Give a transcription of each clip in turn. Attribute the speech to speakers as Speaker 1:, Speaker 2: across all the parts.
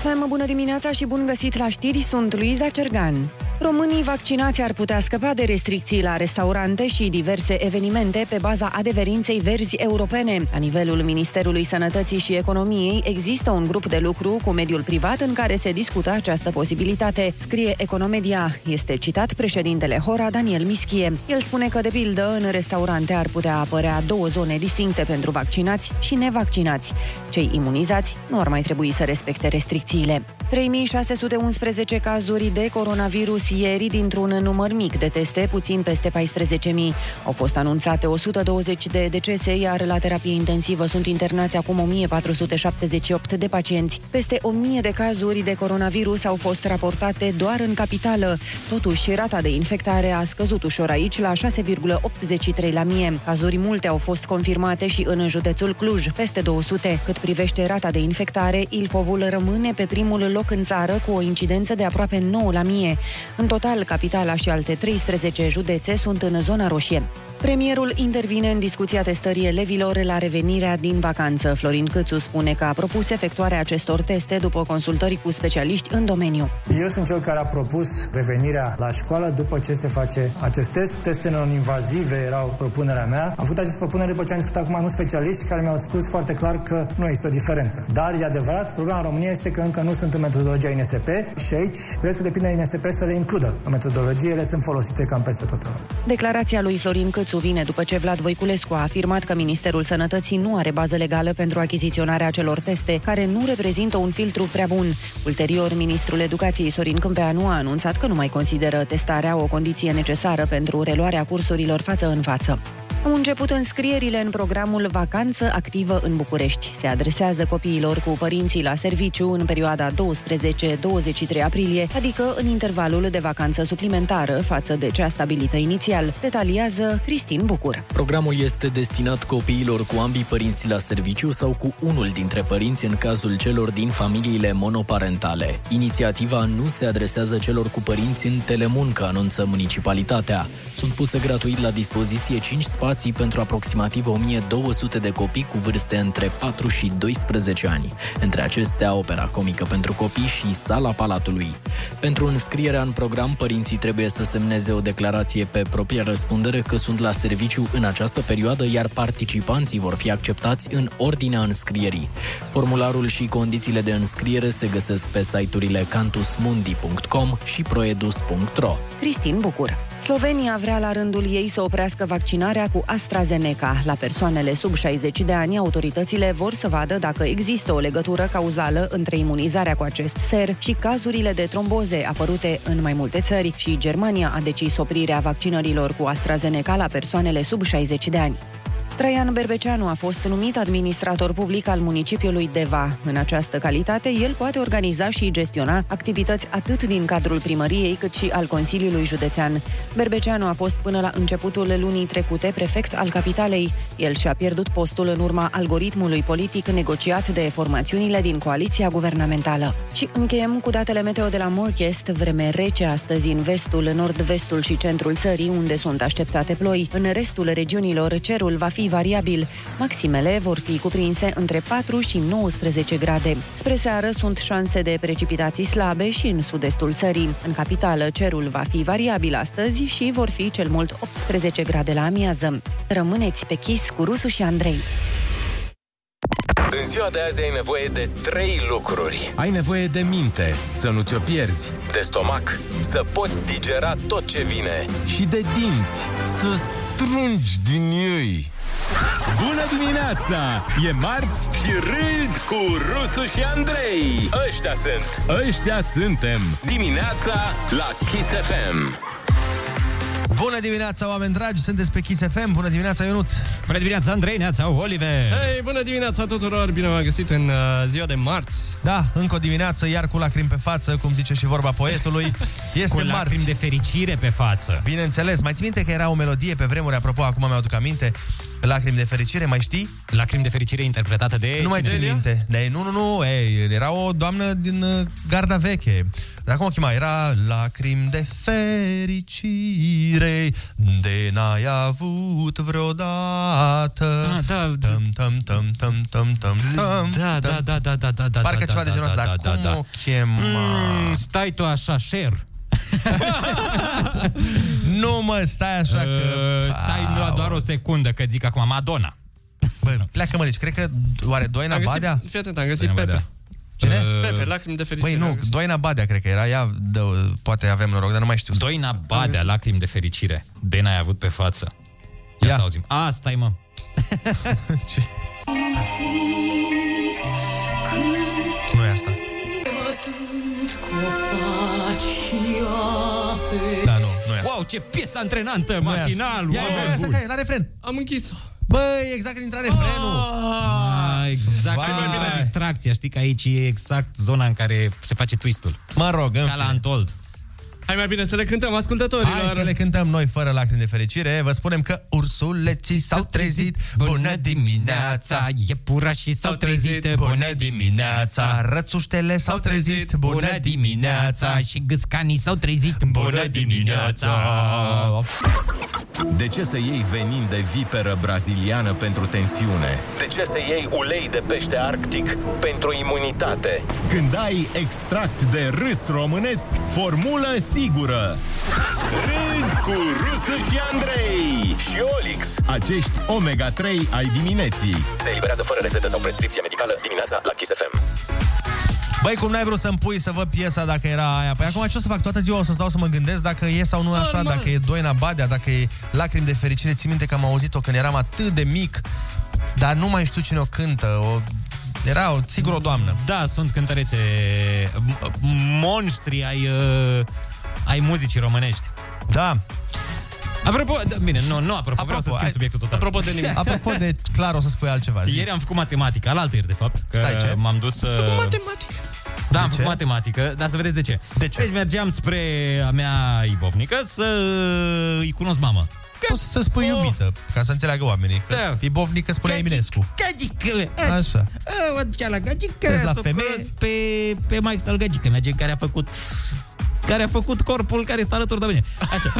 Speaker 1: FM, bună dimineața și bun găsit la știri, sunt Luiza Cergan. Românii vaccinați ar putea scăpa de restricții la restaurante și diverse evenimente pe baza adeverinței verzi europene. La nivelul Ministerului Sănătății și Economiei există un grup de lucru cu mediul privat în care se discută această posibilitate, scrie Economedia. Este citat președintele Hora Daniel Mischie. El spune că, de pildă, în restaurante ar putea apărea două zone distincte pentru vaccinați și nevaccinați. Cei imunizați nu ar mai trebui să respecte restricțiile. 3611 cazuri de coronavirus ieri dintr-un număr mic de teste, puțin peste 14.000. Au fost anunțate 120 de decese, iar la terapie intensivă sunt internați acum 1478 de pacienți. Peste 1000 de cazuri de coronavirus au fost raportate doar în capitală. Totuși, rata de infectare a scăzut ușor aici la 6,83 la mie. Cazuri multe au fost confirmate și în județul Cluj, peste 200. Cât privește rata de infectare, Ilfovul rămâne pe primul loc în țară cu o incidență de aproape 9 la mie. În total, capitala și alte 13 județe sunt în zona roșie. Premierul intervine în discuția testării elevilor la revenirea din vacanță. Florin Câțu spune că a propus efectuarea acestor teste după consultări cu specialiști în domeniu.
Speaker 2: Eu sunt cel care a propus revenirea la școală după ce se face acest test. Teste non-invazive erau propunerea mea. Am făcut acest propunere după ce am discutat cu mai mulți specialiști care mi-au spus foarte clar că nu există o diferență. Dar e adevărat, problema în România este că încă nu sunt în metodologia INSP și aici cred că depinde de INSP să le includă în metodologie. Ele sunt folosite cam peste tot.
Speaker 1: Declarația lui Florin Câțu Războiu vine după ce Vlad Voiculescu a afirmat că Ministerul Sănătății nu are bază legală pentru achiziționarea acelor teste, care nu reprezintă un filtru prea bun. Ulterior, ministrul Educației Sorin Câmpeanu a anunțat că nu mai consideră testarea o condiție necesară pentru reluarea cursurilor față în față. Au început înscrierile în programul Vacanță Activă în București. Se adresează copiilor cu părinții la serviciu în perioada 12-23 aprilie, adică în intervalul de vacanță suplimentară față de cea stabilită inițial, detaliază Cristin Bucur.
Speaker 3: Programul este destinat copiilor cu ambii părinți la serviciu sau cu unul dintre părinți în cazul celor din familiile monoparentale. Inițiativa nu se adresează celor cu părinți în telemuncă, anunță municipalitatea. Sunt puse gratuit la dispoziție 5 spații spații pentru aproximativ 1200 de copii cu vârste între 4 și 12 ani. Între acestea, opera comică pentru copii și sala palatului. Pentru înscrierea în program, părinții trebuie să semneze o declarație pe propria răspundere că sunt la serviciu în această perioadă, iar participanții vor fi acceptați în ordinea înscrierii. Formularul și condițiile de înscriere se găsesc pe site-urile cantusmundi.com și proedus.ro.
Speaker 1: Cristin Bucur. Slovenia vrea la rândul ei să oprească vaccinarea cu AstraZeneca. La persoanele sub 60 de ani, autoritățile vor să vadă dacă există o legătură cauzală între imunizarea cu acest ser și cazurile de tromboze apărute în mai multe țări și Germania a decis oprirea vaccinărilor cu AstraZeneca la persoanele sub 60 de ani. Traian Berbeceanu a fost numit administrator public al municipiului Deva. În această calitate, el poate organiza și gestiona activități atât din cadrul primăriei cât și al Consiliului Județean. Berbeceanu a fost până la începutul lunii trecute prefect al capitalei. El și-a pierdut postul în urma algoritmului politic negociat de formațiunile din coaliția guvernamentală. Și încheiem cu datele meteo de la Morchest, vreme rece astăzi în vestul, nord-vestul și centrul țării, unde sunt așteptate ploi. În restul regiunilor, cerul va fi fi variabil. Maximele vor fi cuprinse între 4 și 19 grade. Spre seară sunt șanse de precipitații slabe și în sud-estul țării. În capitală, cerul va fi variabil astăzi și vor fi cel mult 18 grade la amiază. Rămâneți pe chis cu Rusu și Andrei.
Speaker 4: În ziua de azi ai nevoie de trei lucruri.
Speaker 5: Ai nevoie de minte, să nu ți-o pierzi.
Speaker 4: De stomac, să poți digera tot ce vine.
Speaker 5: Și de dinți, să strungi din ei. Bună dimineața! E marți
Speaker 4: și râzi cu Rusu și Andrei. Ăștia sunt.
Speaker 5: Ăștia suntem.
Speaker 4: Dimineața la Kiss FM.
Speaker 6: Bună dimineața, oameni dragi! Sunteți pe Kiss FM. Bună dimineața, Ionut!
Speaker 7: Bună dimineața, Andrei, neața, Oliver!
Speaker 8: Hei, bună dimineața tuturor! Bine v-am găsit în uh, ziua de marți!
Speaker 6: Da, încă o dimineață, iar cu lacrimi pe față, cum zice și vorba poetului. Este
Speaker 7: cu
Speaker 6: marți.
Speaker 7: de fericire pe față.
Speaker 6: Bineînțeles, mai ții minte că era o melodie pe vremuri, apropo, acum mi-aduc aminte, Lacrimi de fericire, mai știi?
Speaker 7: Lacrimi de fericire interpretată de...
Speaker 6: nu mai
Speaker 7: cine?
Speaker 6: țin minte. Ne, nu, nu, nu, ei, era o doamnă din uh, garda veche. Dar cum o chema? Era lacrimi de fericire de n-ai avut vreodată.
Speaker 8: Ah, da, da,
Speaker 6: Tam, tam, tam, tam, tam, tam, tam.
Speaker 8: da, da, da, da, da, da, da,
Speaker 6: Parcă
Speaker 8: da,
Speaker 6: ceva
Speaker 8: da,
Speaker 6: de genul
Speaker 8: da,
Speaker 6: ăsta,
Speaker 8: da,
Speaker 6: dar cum
Speaker 8: da, da.
Speaker 6: o chema?
Speaker 7: Mm, Stai tu așa, share.
Speaker 6: Nu mă, stai așa că...
Speaker 7: Uh, stai nu, doar o secundă, că zic acum Madonna.
Speaker 6: Bă, pleacă mă, deci cred că oare Doina
Speaker 8: Am
Speaker 6: Badea?
Speaker 8: găsit, fii atent, am găsit
Speaker 7: Doina
Speaker 8: Pepe.
Speaker 7: Badea.
Speaker 6: Cine?
Speaker 7: Uh,
Speaker 8: Pepe, lacrimi de fericire.
Speaker 6: Băi,
Speaker 8: am
Speaker 6: nu,
Speaker 8: găsit.
Speaker 6: Doina Badea cred că era, ea, dă, poate avem noroc, dar nu mai știu.
Speaker 7: Doina Badea, lacrimi de fericire. De n-ai avut pe față. Ia,
Speaker 6: Ia.
Speaker 7: să auzim. A, stai mă.
Speaker 6: Ce? Nu e asta. Da, nu, nu e asta.
Speaker 7: Wow, ce piesă antrenantă,
Speaker 6: Nu e asta.
Speaker 7: mașinal,
Speaker 6: Ia, ia, ia,
Speaker 7: oameni
Speaker 6: stai,
Speaker 7: buni.
Speaker 6: stai, la refren.
Speaker 8: Am închis-o.
Speaker 6: Băi, exact când intra refrenul.
Speaker 7: Ah, exact,
Speaker 6: Vai.
Speaker 7: când era distracția, știi că aici e exact zona în care se face twistul.
Speaker 6: Mă rog, în
Speaker 7: Ca la
Speaker 6: fine.
Speaker 7: Antold.
Speaker 8: Hai mai bine să le cântăm
Speaker 6: Hai
Speaker 8: ascultătorilor.
Speaker 6: să le cântăm noi fără lacrimi de fericire Vă spunem că ursuleții s-au trezit Bună dimineața
Speaker 7: Iepurașii s-au trezit,
Speaker 6: Bună dimineața Rățuștele s-au trezit Bună dimineața
Speaker 7: Și gâscanii s-au trezit, bună dimineața
Speaker 4: De ce să iei venin de viperă braziliană pentru tensiune? De ce să iei ulei de pește arctic pentru imunitate? Când ai extract de râs românesc, formulă sigură! Râs cu Rusu și Andrei și Olix. Acești omega-3 ai dimineții. Se eliberează fără rețetă sau prescripție medicală dimineața la Kiss FM.
Speaker 6: Băi, cum n-ai vrut să-mi pui să văd piesa dacă era aia Păi acum ce o să fac toată ziua? O să stau să mă gândesc dacă e sau nu așa Dacă e Doina Badea, dacă e Lacrimi de fericire Țin minte că am auzit-o când eram atât de mic Dar nu mai știu cine o cântă o... Era o, sigur o doamnă
Speaker 7: Da, sunt cântărețe m- m- monștri ai, uh, ai muzicii românești.
Speaker 6: Da,
Speaker 7: Apropo, da, bine, nu, nu apropo, apropo vreau
Speaker 6: Apropo,
Speaker 7: să schimb
Speaker 6: hai.
Speaker 7: subiectul total.
Speaker 8: Apropo de nimic.
Speaker 6: apropo de clar o să spui altceva zi.
Speaker 7: Ieri am făcut matematică, alaltă ieri, de fapt. Că
Speaker 6: Stai, ce?
Speaker 7: M-am dus... Uh,
Speaker 8: Matematică.
Speaker 7: da, am
Speaker 6: ce?
Speaker 7: făcut matematică, dar să vedeți de ce.
Speaker 6: De ce?
Speaker 7: Deci mergeam spre a mea ibovnică să îi cunosc mamă.
Speaker 6: Poți să spui
Speaker 7: Oh.
Speaker 6: iubită, ca să înțeleagă oamenii Că
Speaker 7: Da.
Speaker 6: Ibovnică spune Eminescu
Speaker 7: Gagicăle!
Speaker 6: Așa.
Speaker 7: Mă eh, ducea la gagică
Speaker 6: Vezi la
Speaker 7: să o
Speaker 6: femeie?
Speaker 7: cunosc pe, pe Mike al gagică mea, gen care a făcut care a făcut corpul care stă alături de mine. Așa.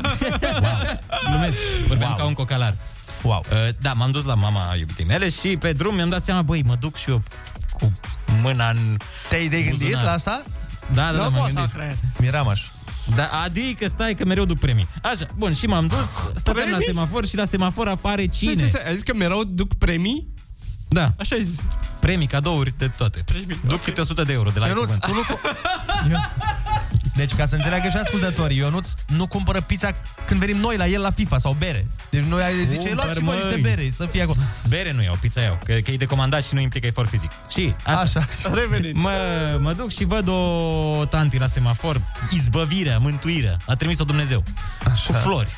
Speaker 7: Glumesc. Vorbeam
Speaker 6: Wow.
Speaker 7: ca un cocalar.
Speaker 6: Wow.
Speaker 7: Uh, Da, m-am dus la mama iubitei mele și pe drum mi-am dat seama, băi, mă duc și eu cu mâna în...
Speaker 6: Te-ai de gândit
Speaker 7: buzunar.
Speaker 6: la asta?
Speaker 7: Da, da, da,
Speaker 8: Nu
Speaker 7: m-am
Speaker 8: pot să
Speaker 7: gândit.
Speaker 8: cred.
Speaker 6: Miramaș
Speaker 7: Da, adică stai că mereu duc premii. Așa, bun, și m-am dus, stăteam la
Speaker 8: Premii?
Speaker 7: semafor și la semafor apare
Speaker 8: Stai, stai,
Speaker 7: cine?
Speaker 8: stai, Ai zis că mereu duc premii?
Speaker 7: Da,
Speaker 8: Așa ai zis.
Speaker 7: premii, cadouri de toate.
Speaker 8: Premii,
Speaker 7: Duc
Speaker 8: ok.
Speaker 7: câte 100 de euro de la
Speaker 6: Ionuț,
Speaker 7: Cuvânt.
Speaker 6: tu nu... cu- Deci, ca să înțeleagă și ascultătorii, Ionuț nu cumpără pizza când venim noi la el la FIFA sau bere. Deci noi ai zice,
Speaker 7: Cumpăr,
Speaker 6: luați și voi niște
Speaker 7: măi."
Speaker 6: bere, să fie acolo.
Speaker 7: Bere nu iau, pizza iau, că, că e de comandat și nu implică efort fizic. Și așa.
Speaker 6: Așa, așa.
Speaker 8: Revenim.
Speaker 7: Mă, mă duc și văd o tanti la semafor, izbăvirea, mântuirea, a trimis-o Dumnezeu, așa. cu flori.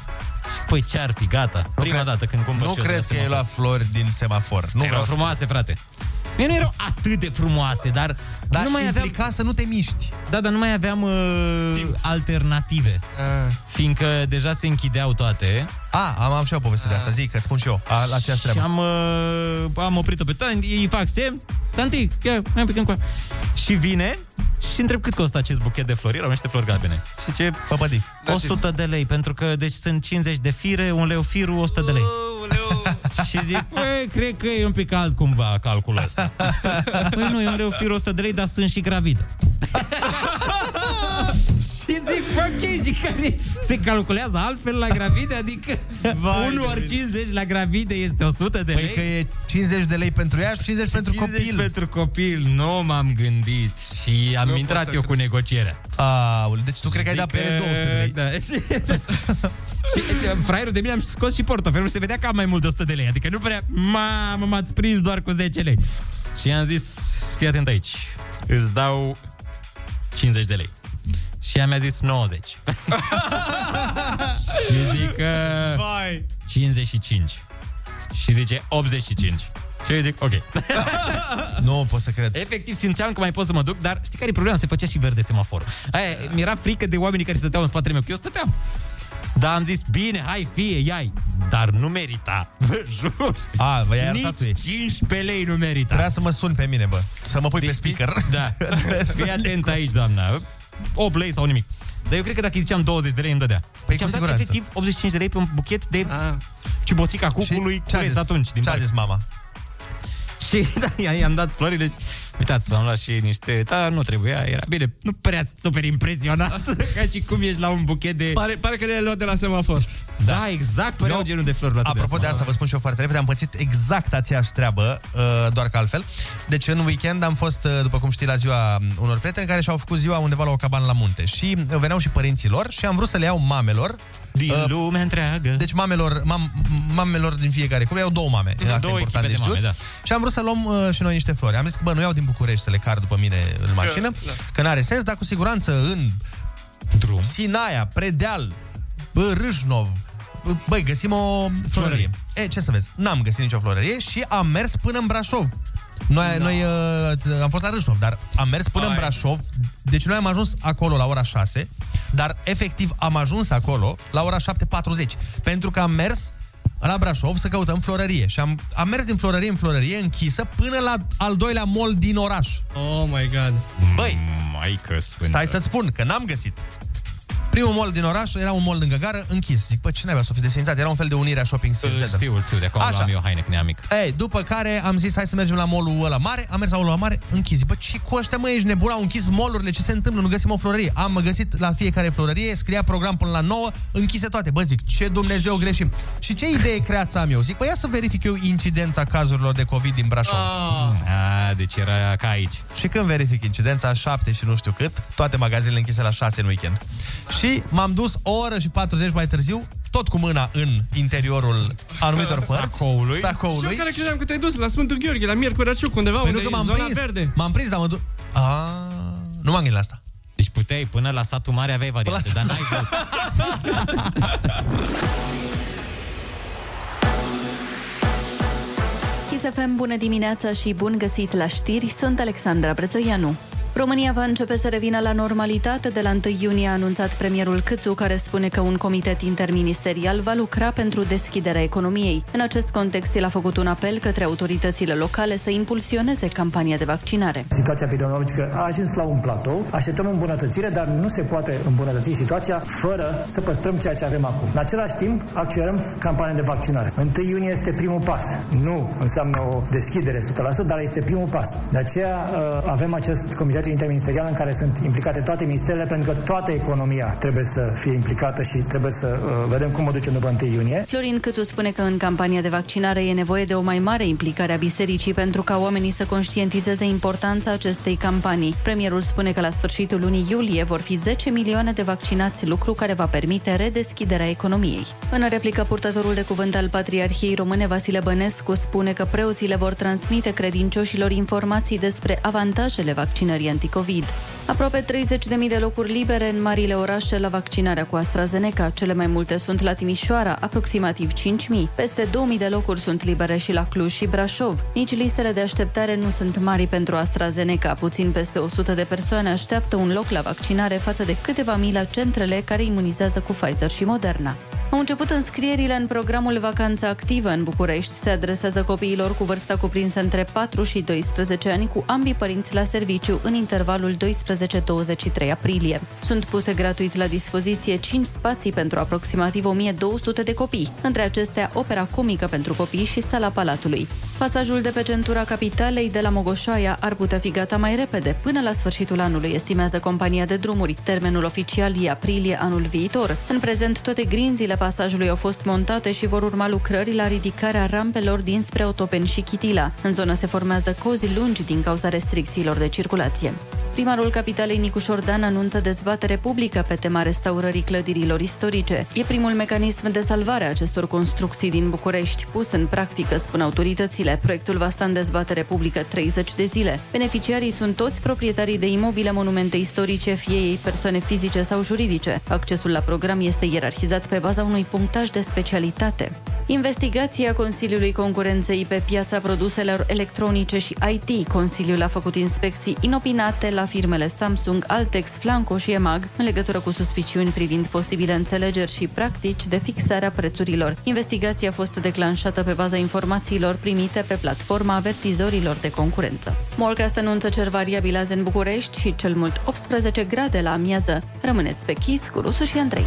Speaker 7: Și păi ce ar fi, gata, nu prima
Speaker 6: cred-
Speaker 7: dată când cumpăr
Speaker 6: Nu
Speaker 7: și eu de
Speaker 6: cred
Speaker 7: la
Speaker 6: că e
Speaker 7: semafor.
Speaker 6: la flori din semafor. Nu
Speaker 7: Erau
Speaker 6: vreau să...
Speaker 7: frumoase, frate. Bine, nu erau atât de frumoase, dar,
Speaker 6: Dar
Speaker 7: nu mai aveam,
Speaker 6: implica să nu te miști.
Speaker 7: da, dar nu mai aveam uh, alternative.
Speaker 6: Ah.
Speaker 7: Fiindcă deja se închideau toate
Speaker 6: A, am, am și eu o poveste de asta, zic, că spun și eu, a, la aceeași
Speaker 7: Și
Speaker 6: treabă.
Speaker 7: am, uh, am oprit-o pe tanti, îi fac semn, tanti, ia, mai picăm cu Și vine și întreb cât costă acest buchet de flori, erau niște flori galbene. Și ce?
Speaker 6: Păpădi.
Speaker 7: 100 de lei, pentru că deci sunt 50 de fire, un leu firul, 100 de lei. Și zic, păi, cred că e un pic alt cumva calculul ăsta. Păi nu, e un leu fir 100 de lei, dar sunt și gravidă. și zic, bă, ok, și care se calculează altfel la gravide, adică
Speaker 6: Vai
Speaker 7: 1
Speaker 6: de
Speaker 7: ori
Speaker 6: mine.
Speaker 7: 50 la gravide este 100 de
Speaker 6: Păi
Speaker 7: lei.
Speaker 6: că e 50 de lei pentru ea și 50 pentru
Speaker 7: 50
Speaker 6: copil.
Speaker 7: pentru copil, nu m-am gândit și am
Speaker 8: Nu pot
Speaker 7: intrat
Speaker 8: să
Speaker 7: eu
Speaker 8: cred.
Speaker 7: cu negocierea.
Speaker 6: Aoleu, deci tu cred că ai dat pe ele 200 de lei.
Speaker 7: Da. și e, fraierul de mine am scos și portofelul și se vedea că am mai mult de 100 de lei. Adică nu prea, mamă, m-ați prins doar cu 10 lei. Și i-am zis, fii atent aici, îți dau 50 de lei. Și ea mi-a zis 90. și zic că 55. Și zice 85. Și eu îi zic, ok.
Speaker 6: Nu pot să cred.
Speaker 7: Efectiv simțeam că mai pot să mă duc, dar știi care e problema? Se făcea și verde semaforul. Aia, mi era frică de oamenii care stăteau în spatele meu, că eu stăteam. Dar am zis, bine, hai, fie, iai. Dar nu merita, vă jur.
Speaker 6: A, vă i-ai arătat tu ei.
Speaker 7: Nici 15 lei nu merita.
Speaker 6: Trebuia să mă sun pe mine, bă. Să mă pui pe speaker.
Speaker 7: Da. Fii atent aici, doamna. 8 lei sau nimic. Dar eu cred că dacă îi ziceam 20 de lei, îmi dădea. Deci
Speaker 6: Păi cu
Speaker 7: am dat
Speaker 6: siguranță.
Speaker 7: efectiv 85 de lei pe un buchet de A. ciuboțica cucului
Speaker 6: ce a
Speaker 7: cules
Speaker 6: zis?
Speaker 7: atunci. Din
Speaker 6: Ce a
Speaker 7: parc.
Speaker 6: zis mama?
Speaker 7: Și da, i- i-am dat florile și uitați, v-am luat și niște... Da, nu trebuia, era bine. Nu prea super impresionat, ca și cum ești la un buchet de...
Speaker 8: Pare, pare că le-ai luat de la semafor.
Speaker 7: Da, exact, păreau
Speaker 6: Eu-
Speaker 7: genul de flori luate
Speaker 6: Apropo de asta, vă spun și eu foarte repede, am pățit exact aceeași treabă, uh, doar că altfel. Deci în weekend am fost, uh, după cum știi, la ziua um, unor prieteni care și-au făcut ziua undeva la o cabană la munte. Și uh, veneau și părinții lor și am vrut să le iau mamelor.
Speaker 7: Din
Speaker 6: uh,
Speaker 7: lumea întreagă.
Speaker 6: Deci mamelor, mam, mamelor din fiecare cuplă, iau două mame. Asta
Speaker 7: două
Speaker 6: e important
Speaker 7: echipe de
Speaker 6: știut.
Speaker 7: mame, da.
Speaker 6: Și am vrut să luăm uh, și noi niște flori. Am zis că, bă, nu iau din București să le car după mine în mașină, că, că n-are sens, dar cu siguranță în
Speaker 7: drum.
Speaker 6: Sinaia, Predeal, bă, Râșnov. Băi, găsim o florărie.
Speaker 7: Florărie.
Speaker 6: E, ce să vezi? N-am găsit nicio florărie și am mers până în Brașov. Noi,
Speaker 7: Da.
Speaker 6: no. noi uh, am fost la Râșnov, dar am mers până Ai. în
Speaker 7: Ai.
Speaker 6: Brașov. Deci noi am ajuns acolo la ora 6, dar efectiv am ajuns acolo la ora 7.40. Pentru că am mers la Brașov să căutăm florărie. Și am, am mers din florărie în florărie închisă până la al doilea mall din oraș.
Speaker 8: Oh my god.
Speaker 6: Băi,
Speaker 7: Maică sfântă.
Speaker 6: Stai să-ți spun, că n-am găsit. Primul mall din oraș era un mall lângă gară, închis. Zic, bă, ce n-ai să fi desfințat? Era un fel de unire a shopping
Speaker 7: Îl
Speaker 6: center.
Speaker 7: Știu, îl știu, de acolo
Speaker 6: Așa.
Speaker 7: am eu haine când eram mic.
Speaker 6: Ei, după care am zis, hai să mergem la mallul ăla mare. Am mers la mallul ăla mare, închis. Zic, Bă, ce cu ăștia, mă, ești nebun? Au închis mallurile, ce se întâmplă? Nu găsim o florărie. Am găsit la fiecare florărie, scria program până la 9, închise toate. Bă, zic, ce Dumnezeu greșim. Și ce idee creață am eu? Zic, bă, ia să verific eu incidența cazurilor de COVID din Brașov.
Speaker 8: Ah.
Speaker 7: A, deci Ah. era ca aici.
Speaker 6: Și când verific incidența, 7 și nu știu cât, toate magazinele închise la 6 în weekend. Și m-am dus o oră și 40 mai târziu, tot cu mâna în interiorul anumitor părți.
Speaker 7: Sacoului.
Speaker 8: Și eu
Speaker 6: Sacoului.
Speaker 8: care credeam că te-ai dus la Sfântul Gheorghe, la Miercurea Ciuc, undeva,
Speaker 6: Păi nu
Speaker 8: unde
Speaker 6: că
Speaker 8: e
Speaker 6: m-am
Speaker 8: zona
Speaker 6: prins.
Speaker 8: verde.
Speaker 6: M-am prins, dar mă duc... A, Ah, nu m-am gândit la asta.
Speaker 7: Deci puteai până la satul mare aveai variante,
Speaker 6: Până la
Speaker 7: dar n-ai vrut.
Speaker 9: Kiss FM, bună dimineața și bun găsit la știri, sunt Alexandra Brezoianu. România va începe să revină la normalitate. De la 1 iunie a anunțat premierul Câțu, care spune că un comitet interministerial va lucra pentru deschiderea economiei. În acest context, el a făcut un apel către autoritățile locale să impulsioneze campania de vaccinare.
Speaker 2: Situația epidemiologică a ajuns la un platou, așteptăm îmbunătățire, dar nu se poate îmbunătăți situația fără să păstrăm ceea ce avem acum. În același timp, accelerăm campania de vaccinare. 1 iunie este primul pas. Nu înseamnă o deschidere 100%, dar este primul pas. De aceea uh, avem acest comitet interministerial în care sunt implicate toate ministerele, pentru că toată economia trebuie să fie implicată și trebuie să uh, vedem cum o ducem după 1 iunie.
Speaker 9: Florin Câțu spune că în campania de vaccinare e nevoie de o mai mare implicare a bisericii pentru ca oamenii să conștientizeze importanța acestei campanii. Premierul spune că la sfârșitul lunii iulie vor fi 10 milioane de vaccinați, lucru care va permite redeschiderea economiei. În replică, purtătorul de cuvânt al Patriarhiei Române Vasile Bănescu spune că preoții le vor transmite credincioșilor informații despre avantajele vaccinării anticovid. Aproape 30.000 de locuri libere în marile orașe la vaccinarea cu AstraZeneca. Cele mai multe sunt la Timișoara, aproximativ 5.000. Peste 2.000 de locuri sunt libere și la Cluj și Brașov. Nici listele de așteptare nu sunt mari pentru AstraZeneca. Puțin peste 100 de persoane așteaptă un loc la vaccinare față de câteva mii la centrele care imunizează cu Pfizer și Moderna. Au început înscrierile în programul Vacanță Activă în București. Se adresează copiilor cu vârsta cuprinsă între 4 și 12 ani cu ambii părinți la serviciu în intervalul 12-23 aprilie. Sunt puse gratuit la dispoziție 5 spații pentru aproximativ 1200 de copii, între acestea opera comică pentru copii și sala Palatului. Pasajul de pe centura capitalei de la Mogoșoaia ar putea fi gata mai repede, până la sfârșitul anului, estimează compania de drumuri. Termenul oficial e aprilie anul viitor. În prezent, toate grinzile pasajului au fost montate și vor urma lucrări la ridicarea rampelor dinspre Otopen și Chitila. În zonă se formează cozi lungi din cauza restricțiilor de circulație. Primarul capitalei Nicu Șordan anunță dezbatere publică pe tema restaurării clădirilor istorice. E primul mecanism de salvare a acestor construcții din București, pus în practică, spun autoritățile. Proiectul va sta în dezbatere publică 30 de zile. Beneficiarii sunt toți proprietarii de imobile monumente istorice, fie ei persoane fizice sau juridice. Accesul la program este ierarhizat pe baza unui punctaj de specialitate. Investigația Consiliului Concurenței pe piața produselor electronice și IT. Consiliul a făcut inspecții inopinate la firmele Samsung, Altex, Flanco și EMAG în legătură cu suspiciuni privind posibile înțelegeri și practici de fixare a prețurilor. Investigația a fost declanșată pe baza informațiilor primite pe platforma avertizorilor de concurență. Molcast anunță cer variabil azi în București și cel mult 18 grade la amiază. Rămâneți pe chis cu Rusu și Andrei.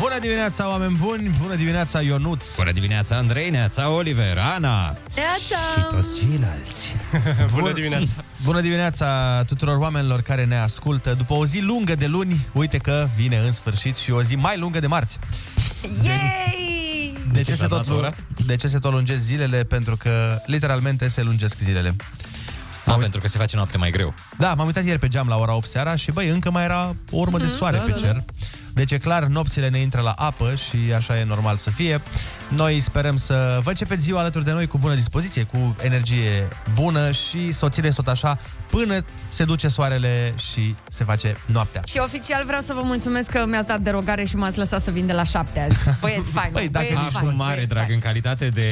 Speaker 6: Bună dimineața, oameni buni! Bună dimineața, Ionuț!
Speaker 7: Bună dimineața, Andrei, Neața, Oliver, Ana
Speaker 10: Neața!
Speaker 7: toți ceilalți.
Speaker 6: Bun- Bună dimineața tuturor oamenilor care ne ascultă. După o zi lungă de luni, uite că vine în sfârșit și o zi mai lungă de marți.
Speaker 10: Yay!
Speaker 8: Deci
Speaker 6: De ce, se tot lung, de ce se tot lungesc zilele? Pentru că literalmente se lungesc zilele.
Speaker 7: A, Da, pentru că se face noapte mai greu.
Speaker 6: Da, m-am uitat ieri pe geam la ora 8 seara și băi, încă mai era o urmă de
Speaker 7: Mhm.
Speaker 6: soare
Speaker 7: Da,
Speaker 6: pe
Speaker 7: da, da.
Speaker 6: cer. Deci e clar, nopțile ne intră la apă și așa e normal să fie. Noi sperăm să vă începeți ziua alături de noi cu bună dispoziție, cu energie bună și să o țineți tot așa până se duce soarele și se face noaptea.
Speaker 10: Și oficial vreau să vă mulțumesc că mi-ați dat derogare și m-ați lăsat să vin de la șapte azi. Băieți, fain.
Speaker 7: Păi, dacă
Speaker 10: băieți,
Speaker 7: ești
Speaker 10: fain,
Speaker 7: cu mare
Speaker 10: băieți,
Speaker 7: drag în calitate de